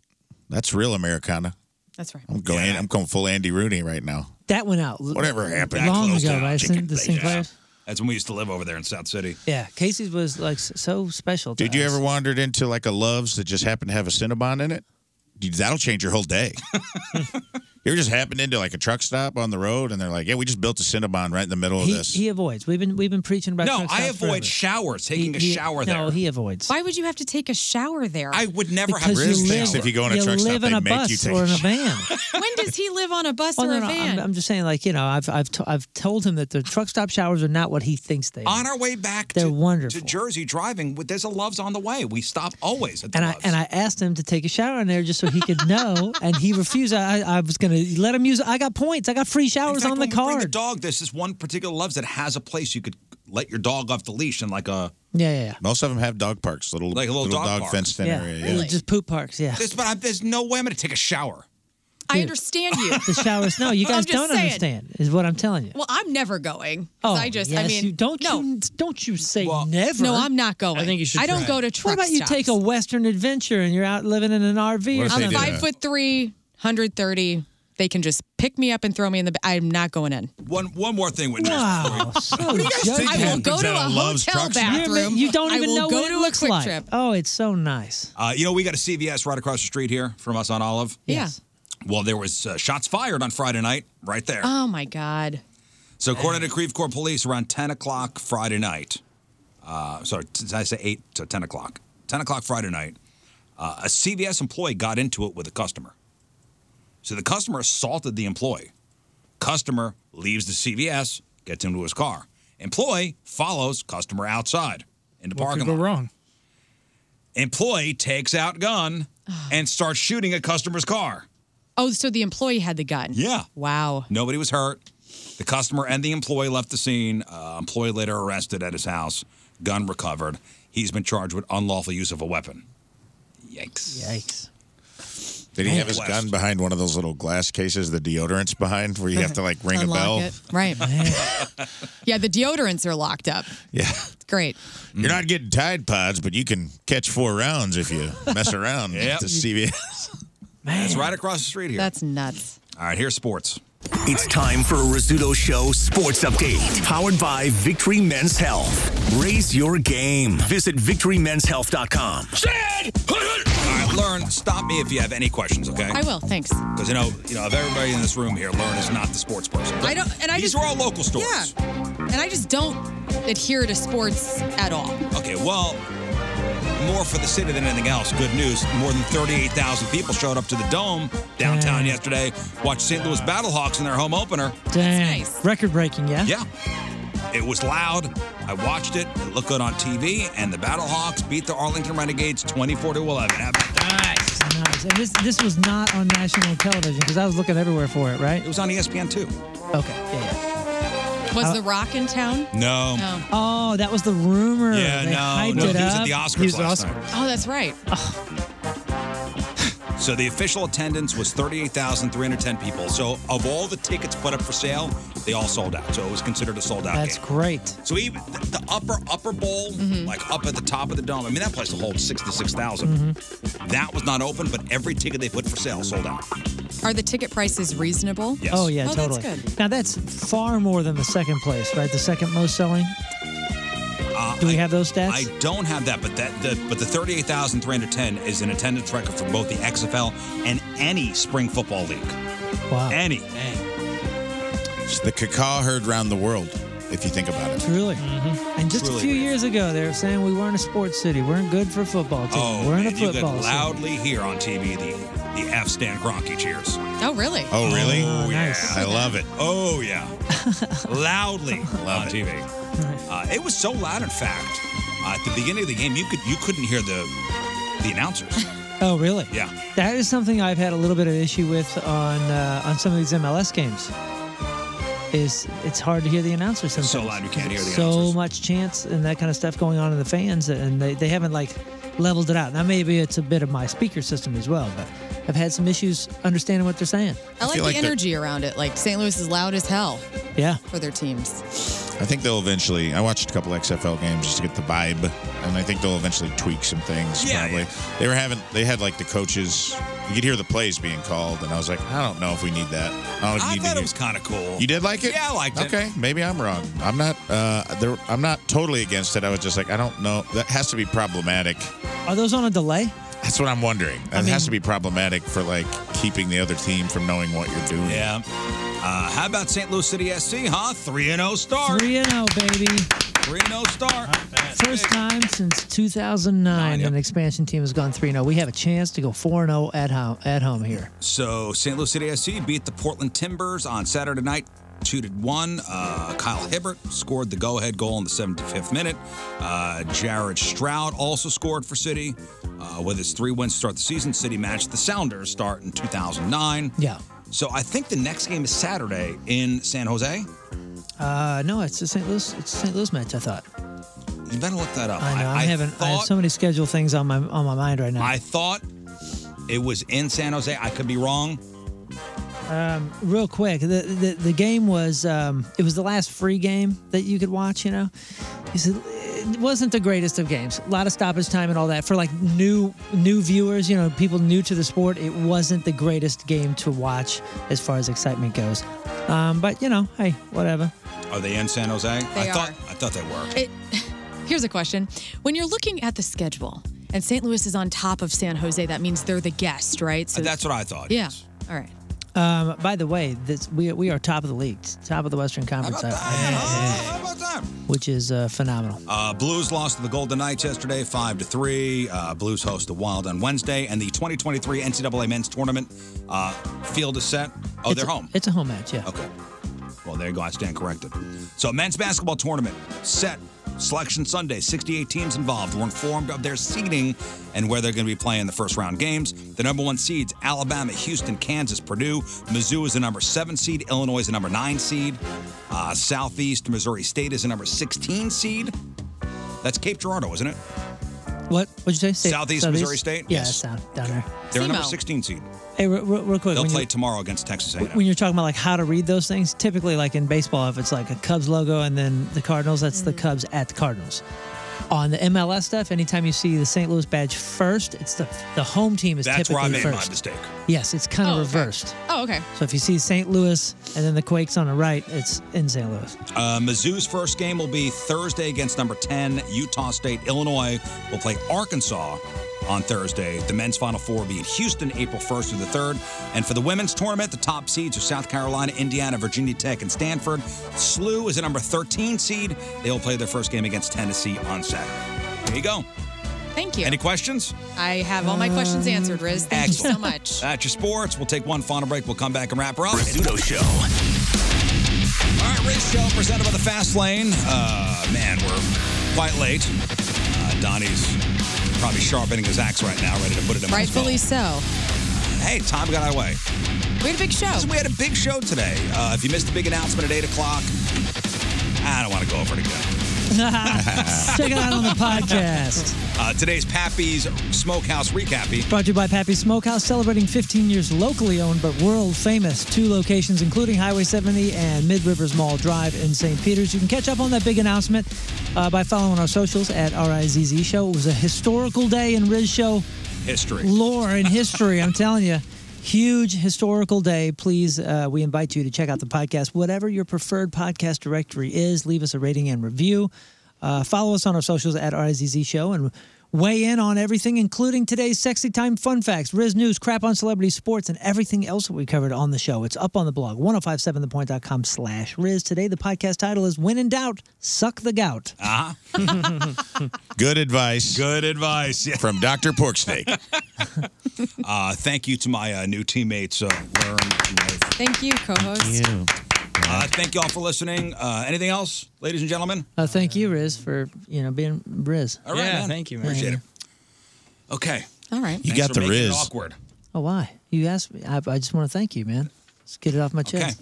S5: That's real Americana.
S2: That's right.
S5: I'm going. I'm going full Andy Rooney right now.
S4: That went out.
S5: Whatever happened.
S4: Long
S5: Closed
S4: ago,
S5: down
S4: right?
S5: chicken
S4: The
S5: place.
S4: Sinclair's.
S1: That's when we used to live over there in South City.
S4: Yeah, Casey's was like s- so special. To
S5: Did you ever wandered into like a Love's that just happened to have a Cinnabon in it? Dude, that'll change your whole day. You ever just happened into like a truck stop on the road, and they're like, "Yeah, we just built a Cinnabon right in the middle of
S4: He,
S5: this."
S4: he avoids. We've been we've been preaching about.
S5: No,
S4: truck
S5: I
S4: stops
S5: avoid
S4: forever.
S5: showers, taking a shower
S4: No,
S5: there.
S4: he avoids.
S2: Why would you have to take a shower there?
S1: I would never
S4: Because you live,
S5: if you go in a
S4: you
S5: truck stop,
S4: live
S5: they
S4: in a
S5: make
S4: bus
S5: you take
S4: or
S5: a
S4: in a van.
S2: When does he live on a bus
S4: Well,
S2: or
S4: no,
S2: a
S4: no,
S2: van?
S4: I'm, I'm just saying, like you know, I've I've t- I've told him that the truck stop showers are not what he thinks they are.
S1: On our way back
S4: They're
S1: to,
S4: wonderful.
S1: to Jersey driving, w- there's a Love's on the way. We stop always at the
S4: and I
S1: Love's.
S4: and I asked him to take a shower in there just so he could know, and he refused. I I I was gonna let him use. I got points. I got free
S1: In
S4: showers
S1: fact,
S4: on the
S1: when we bring the
S4: card.
S1: dog, there's this one particular Love's that has a place you could let your dog off the leash and like a
S4: Yeah, yeah, yeah.
S5: Most of them have dog parks, little
S1: Like a little dog
S5: dog,
S1: park.
S5: fenced in
S1: Yeah.
S5: area.
S1: Really?
S5: Yeah.
S4: Just poop parks. Yeah.
S1: There's, but I, there's no way I'm going to take a shower.
S2: I understand you.
S4: The showers. No, you
S2: But I'm
S4: guys
S2: just
S4: don't
S2: saying.
S4: understand. Is what I'm telling you.
S2: Well, I'm never going.
S4: Oh,
S2: 'cause I just,
S4: yes,
S2: I mean,
S4: you- don't
S2: no.
S4: you don't you say never?
S2: No, I'm not going. I think you should I don't try. go to
S4: What
S2: truck
S4: about
S2: stops.
S4: you take a Western adventure and you're out living in an RV? or
S2: I'm
S4: something?
S2: five foot three, 130. They can just pick me up and throw me in the. ba- I'm not going in.
S1: One one more thing with
S4: Wow, so
S2: What do you guys
S4: judgy.
S2: think I will happens go to at a a Love's hotel truck stop? bathroom.
S4: You're ma- You don't
S2: I
S4: even
S2: will
S4: know
S2: go
S4: what
S2: to
S4: it
S2: a
S4: looks
S2: Quick
S4: like.
S2: Trip.
S4: Oh, it's so nice.
S1: Uh, you know, we got a CVS right across the street here from us on Olive.
S2: Yeah.
S1: Well, there was uh, shots fired on Friday night right there.
S2: Oh my God.
S1: so according to Creve Coeur Police, around 10 o'clock Friday night, uh, sorry, t- did I say 8 to 10 o'clock? 10 o'clock Friday night, uh, a CVS employee got into it with a customer. So the customer assaulted the employee. Customer leaves the CVS, gets into his car. Employee follows customer outside in the
S3: What
S1: parking
S3: could
S1: lot.
S3: go wrong?
S1: Employee takes out gun and starts shooting at customer's car.
S2: Oh, so the employee had the gun.
S1: Yeah.
S2: Wow.
S1: Nobody was hurt. The customer and the employee left the scene. Uh, employee later arrested at his house. Gun recovered. He's been charged with unlawful use of a weapon. Yikes.
S4: Yikes.
S5: Did he have his
S1: Blast.
S5: gun behind one of those little glass cases, the deodorants behind, where you have to like ring a
S2: Unlock
S5: bell?
S2: it. Right. yeah, the deodorants are locked up.
S5: Yeah.
S2: It's great.
S5: You're not getting Tide Pods, but you can catch four rounds if you mess around
S1: Yep.
S5: at the CVS.
S1: That's right across the street here.
S2: That's nuts.
S1: All right, here's sports.
S17: It's time for a Rizzuto Show sports update, powered by Victory Men's Health. Raise your game. Visit victorymenshealth.com.
S1: All right, Learn, stop me if you have any questions, okay?
S2: I will. Thanks.
S1: Because you know, you know, of everybody in this room here, Learn is not the sports person.
S2: I don't. And I
S1: These
S2: just.
S1: are all local stories.
S2: Yeah. And I just don't adhere to sports at all.
S1: Okay, well, more for the city than anything else. Good news. More than 38,000 people showed up to the Dome downtown yesterday, watched St. Louis Battlehawks in their home opener.
S4: Dang. Record breaking, yeah?
S1: Yeah. It was loud. I watched it. It looked good on TV. And the Battlehawks beat the Arlington Renegades 24 to 11. How about that?
S4: Nice. And this this was not on national television because I was looking everywhere for it, right? It
S1: was on E ESPN too.
S4: Okay. Yeah,
S2: Was
S4: Uh,
S2: The Rock in town?
S1: No.
S4: yeah. Oh, that was the rumor.
S1: Um, Yeah,
S4: They
S1: no,
S4: hyped
S1: no,
S4: it
S1: he was at
S4: up.
S1: the Oscars He was at the last Oscars. night.
S2: Oh, that's right.
S1: So the official attendance was 38,310 people. So of all the tickets put up for sale, they all sold out. So it was considered a sold out
S4: That's
S1: game.
S4: great.
S1: So even th- the upper upper bowl,
S4: Mm-hmm.
S1: like up at the top of the dome. I mean, that place will hold six to six
S4: Mm-hmm.
S1: That was not open, but every ticket they put for sale sold out.
S2: Are the ticket prices reasonable?
S4: Oh yeah,
S2: oh,
S4: totally.
S2: That's good.
S4: Now that's far more than the second place, right? The second most selling.
S1: Uh,
S4: Do we have those stats?
S1: I don't have that, but that the, but the thirty eight thousand three hundred ten is an attendance record for both the XFL and any spring football league.
S4: Wow.
S1: Any.
S5: It's the cacaw heard round the world, if you think about it.
S4: Truly. And just
S5: Truly
S4: a few years ago, they were saying we weren't a sports city. We weren't good for a football team.
S1: Oh,
S4: we're in
S1: man,
S4: a
S1: you could
S4: football city.
S1: loudly hear on TV the the F Stan Kroenke cheers.
S2: Oh, really?
S5: Oh, really?
S1: Oh, yeah.
S5: I love it.
S1: Oh, yeah. Loudly on TV. Uh, it was so loud, in fact, uh, at the beginning of the game, you could you couldn't hear the the announcers.
S4: Oh, really?
S1: Yeah.
S4: That is something I've had a little bit of issue with on uh, on some of these MLS games. Is it's hard to hear the announcers sometimes. So loud
S1: you can't hear the
S4: So much chance and that kind of stuff going on in the fans, and they, they haven't like leveled it out. Now maybe it's a bit of my speaker system as well, but I've had some issues understanding what they're saying.
S2: I like the energy around it. Like St. Louis is loud as hell
S4: Yeah.
S2: for their teams.
S5: I think they'll eventually. I watched a couple XFL games just to get the vibe, and I think they'll eventually tweak some things.
S1: Yeah,
S5: probably. They were having. They had like the coaches. You could hear the plays being called, and I was like, I don't know if we need that. Oh, I, don't
S1: I
S5: need to
S1: thought it
S5: hear-
S1: was kind of cool.
S5: You did like it?
S1: Yeah, I liked it.
S5: Okay, maybe I'm wrong. I'm not. Uh, there, I'm not totally against it. I was just like, I don't know. That has to be problematic.
S4: Are those on a delay?
S5: That's what I'm wondering. It has to be problematic for like keeping the other team from knowing what you're doing.
S1: Yeah. Uh, how about St. Louis City SC, huh? 3 0 start.
S4: 3 and oh. 0, baby.
S1: 3 0 start.
S4: First time since 2009 an expansion team has gone 3 0. We have a chance to go 4 0 at home, at home here.
S1: So St. Louis City SC beat the Portland Timbers on Saturday night. Two to one. Uh, Kyle Hibbert scored the go-ahead goal in the 75th minute. Uh, Jared Stroud also scored for City. Uh, with his three wins to start the season, City matched the Sounders start in 2009.
S4: Yeah.
S1: So I think the next game is Saturday in San Jose.
S4: Uh, no, it's the St. Louis. It's the St. Louis match. I thought.
S1: You better look that up.
S4: I know. I, haven't. I have so many scheduled things on my on my mind right now.
S1: I thought it was in San Jose. I could be wrong.
S4: Um, real quick, the, the the game was um, it was the last free game that you could watch. You know, It's- it wasn't the greatest of games. A lot of stoppage time and all that for like new new viewers. You know, people new to the sport. It wasn't the greatest game to watch as far as excitement goes. Um, but you know, hey, whatever.
S1: Are they in San Jose?
S2: They
S1: I thought I thought they were.
S2: It, here's a question. When you're looking at the schedule and St. Louis is on top of San Jose, that means they're the guest, right? So
S1: Uh, That's what I thought.
S2: Yeah. All right.
S4: Um, by the way, this, we we are top of the league, top of the Western Conference, uh, which is uh, phenomenal.
S1: Uh, Blues lost to the Golden Knights yesterday, five to three. Uh, Blues host the Wild on Wednesday, and the 2023 NCAA Men's Tournament uh, field is set. Oh,
S4: It's
S1: they're
S4: a-
S1: home.
S4: It's a home match, yeah.
S1: Okay. Well, there you go. I stand corrected. So, men's basketball tournament set selection Sunday. 68 teams involved were informed of their seeding and where they're going to be playing the first round games. The number one seeds Alabama, Houston, Kansas, Purdue. Mizzou is the number seven seed. Illinois is the number nine seed. Uh, Southeast Missouri State is the number 16 seed. That's Cape Girardeau, isn't it?
S4: What? What'd you say? State-
S1: Southeast Missouri State?
S4: Yeah,
S1: Yes.
S4: it's down, down there.
S1: They're a number 16 seed.
S4: Hey, real, real real quick,
S1: They'll
S4: when,
S1: play
S4: you,
S1: tomorrow against Texas A&M.
S4: when you're talking about like how to read those things, typically like in baseball, if it's like a Cubs logo and then the Cardinals, that's
S2: Mm.
S4: the Cubs at the Cardinals. On the MLS stuff, anytime you see the St. Louis badge first, it's the the home team is
S1: That's where I
S4: typically
S1: made my
S4: first.
S1: mistake.
S4: Yes, it's kind of reversed.
S2: Oh, okay.
S4: So if you see St. Louis and then the Quakes on the right, it's in St. Louis.
S1: Uh, Mizzou's first game will be Thursday against number 10, Utah State. Illinois will play Arkansas on Thursday. The men's Final Four will be in Houston April 1st through the 3rd. And for the women's tournament, the top seeds are South Carolina, Indiana, Virginia Tech, and Stanford. SLU is a number 13 seed. They will play their first game against Tennessee on Saturday. There you go.
S2: Thank you.
S1: Any questions?
S2: I have all my questions answered, Riz. Thank you so much.
S1: That's your sports. We'll take one final break. We'll come back and wrap her up.
S17: Rizzuto Show.
S1: All right, race show presented by the Fast Lane. Uh, man, we're quite late. Uh, Donnie's probably sharpening his axe right now, ready to put it in my
S2: Rightfully so.
S1: Hey, time got our way.
S2: We had a big show.
S1: we had a big show today. Uh, if you missed the big announcement at 8 o'clock, I don't want to go over it again.
S4: Check it out on the podcast.
S1: Uh, today's Pappy's Smokehouse Recappy.
S4: Brought to you by Pappy Smokehouse, celebrating 15 years locally owned but world famous. Two locations, including Highway 70 and Mid Rivers Mall Drive in St. Peters. You can catch up on that big announcement uh, by following our socials at RIZZ Show. It was a historical day in Riz Show
S1: history,
S4: lore, and history. I'm telling you. Huge historical day. Please, uh, we invite you to check out the podcast, whatever your preferred podcast directory is. Leave us a rating and review. Uh, follow us on our socials at RIZZ Show and weigh in on everything, including today's sexy time fun facts, Riz news, crap on celebrity sports, and everything else that we covered on the show. It's up on the blog, 1057thepoint.com slash Riz. Today, the podcast title is When in Doubt, Suck the Gout.
S1: Uh-huh.
S5: Good advice.
S1: Good advice.
S5: From Dr. Porksteak.
S1: Uh, thank you to my uh, new teammates, uh, Worm and Nathan.
S2: Thank you, co-host.
S1: Uh, thank you all for listening. Uh, anything else, ladies and gentlemen?
S4: Uh, thank you, Riz, for you know being Riz.
S1: All right, man. Appreciate it. Okay.
S2: All right.
S4: You got
S1: for
S4: the
S1: making it
S4: Riz.
S1: awkward.
S4: Oh, why? You asked me. I, I just want to thank you, man. Let's get it off my chest.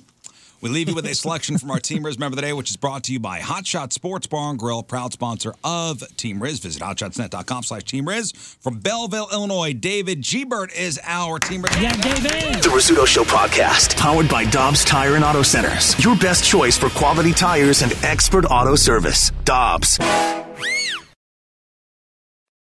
S1: We leave you with a selection from our Team Riz member of the day, which is brought to you by Hot Shot Sports Bar and Grill, proud sponsor of Team Riz. Visit hotshotsnet.com slash Team Riz. From Belleville, Illinois, David Gebert is our Team Riz. Yeah,
S17: The Rizzuto Show podcast, powered by Dobbs Tire and Auto Centers. Your best choice for quality tires and expert auto service. Dobbs.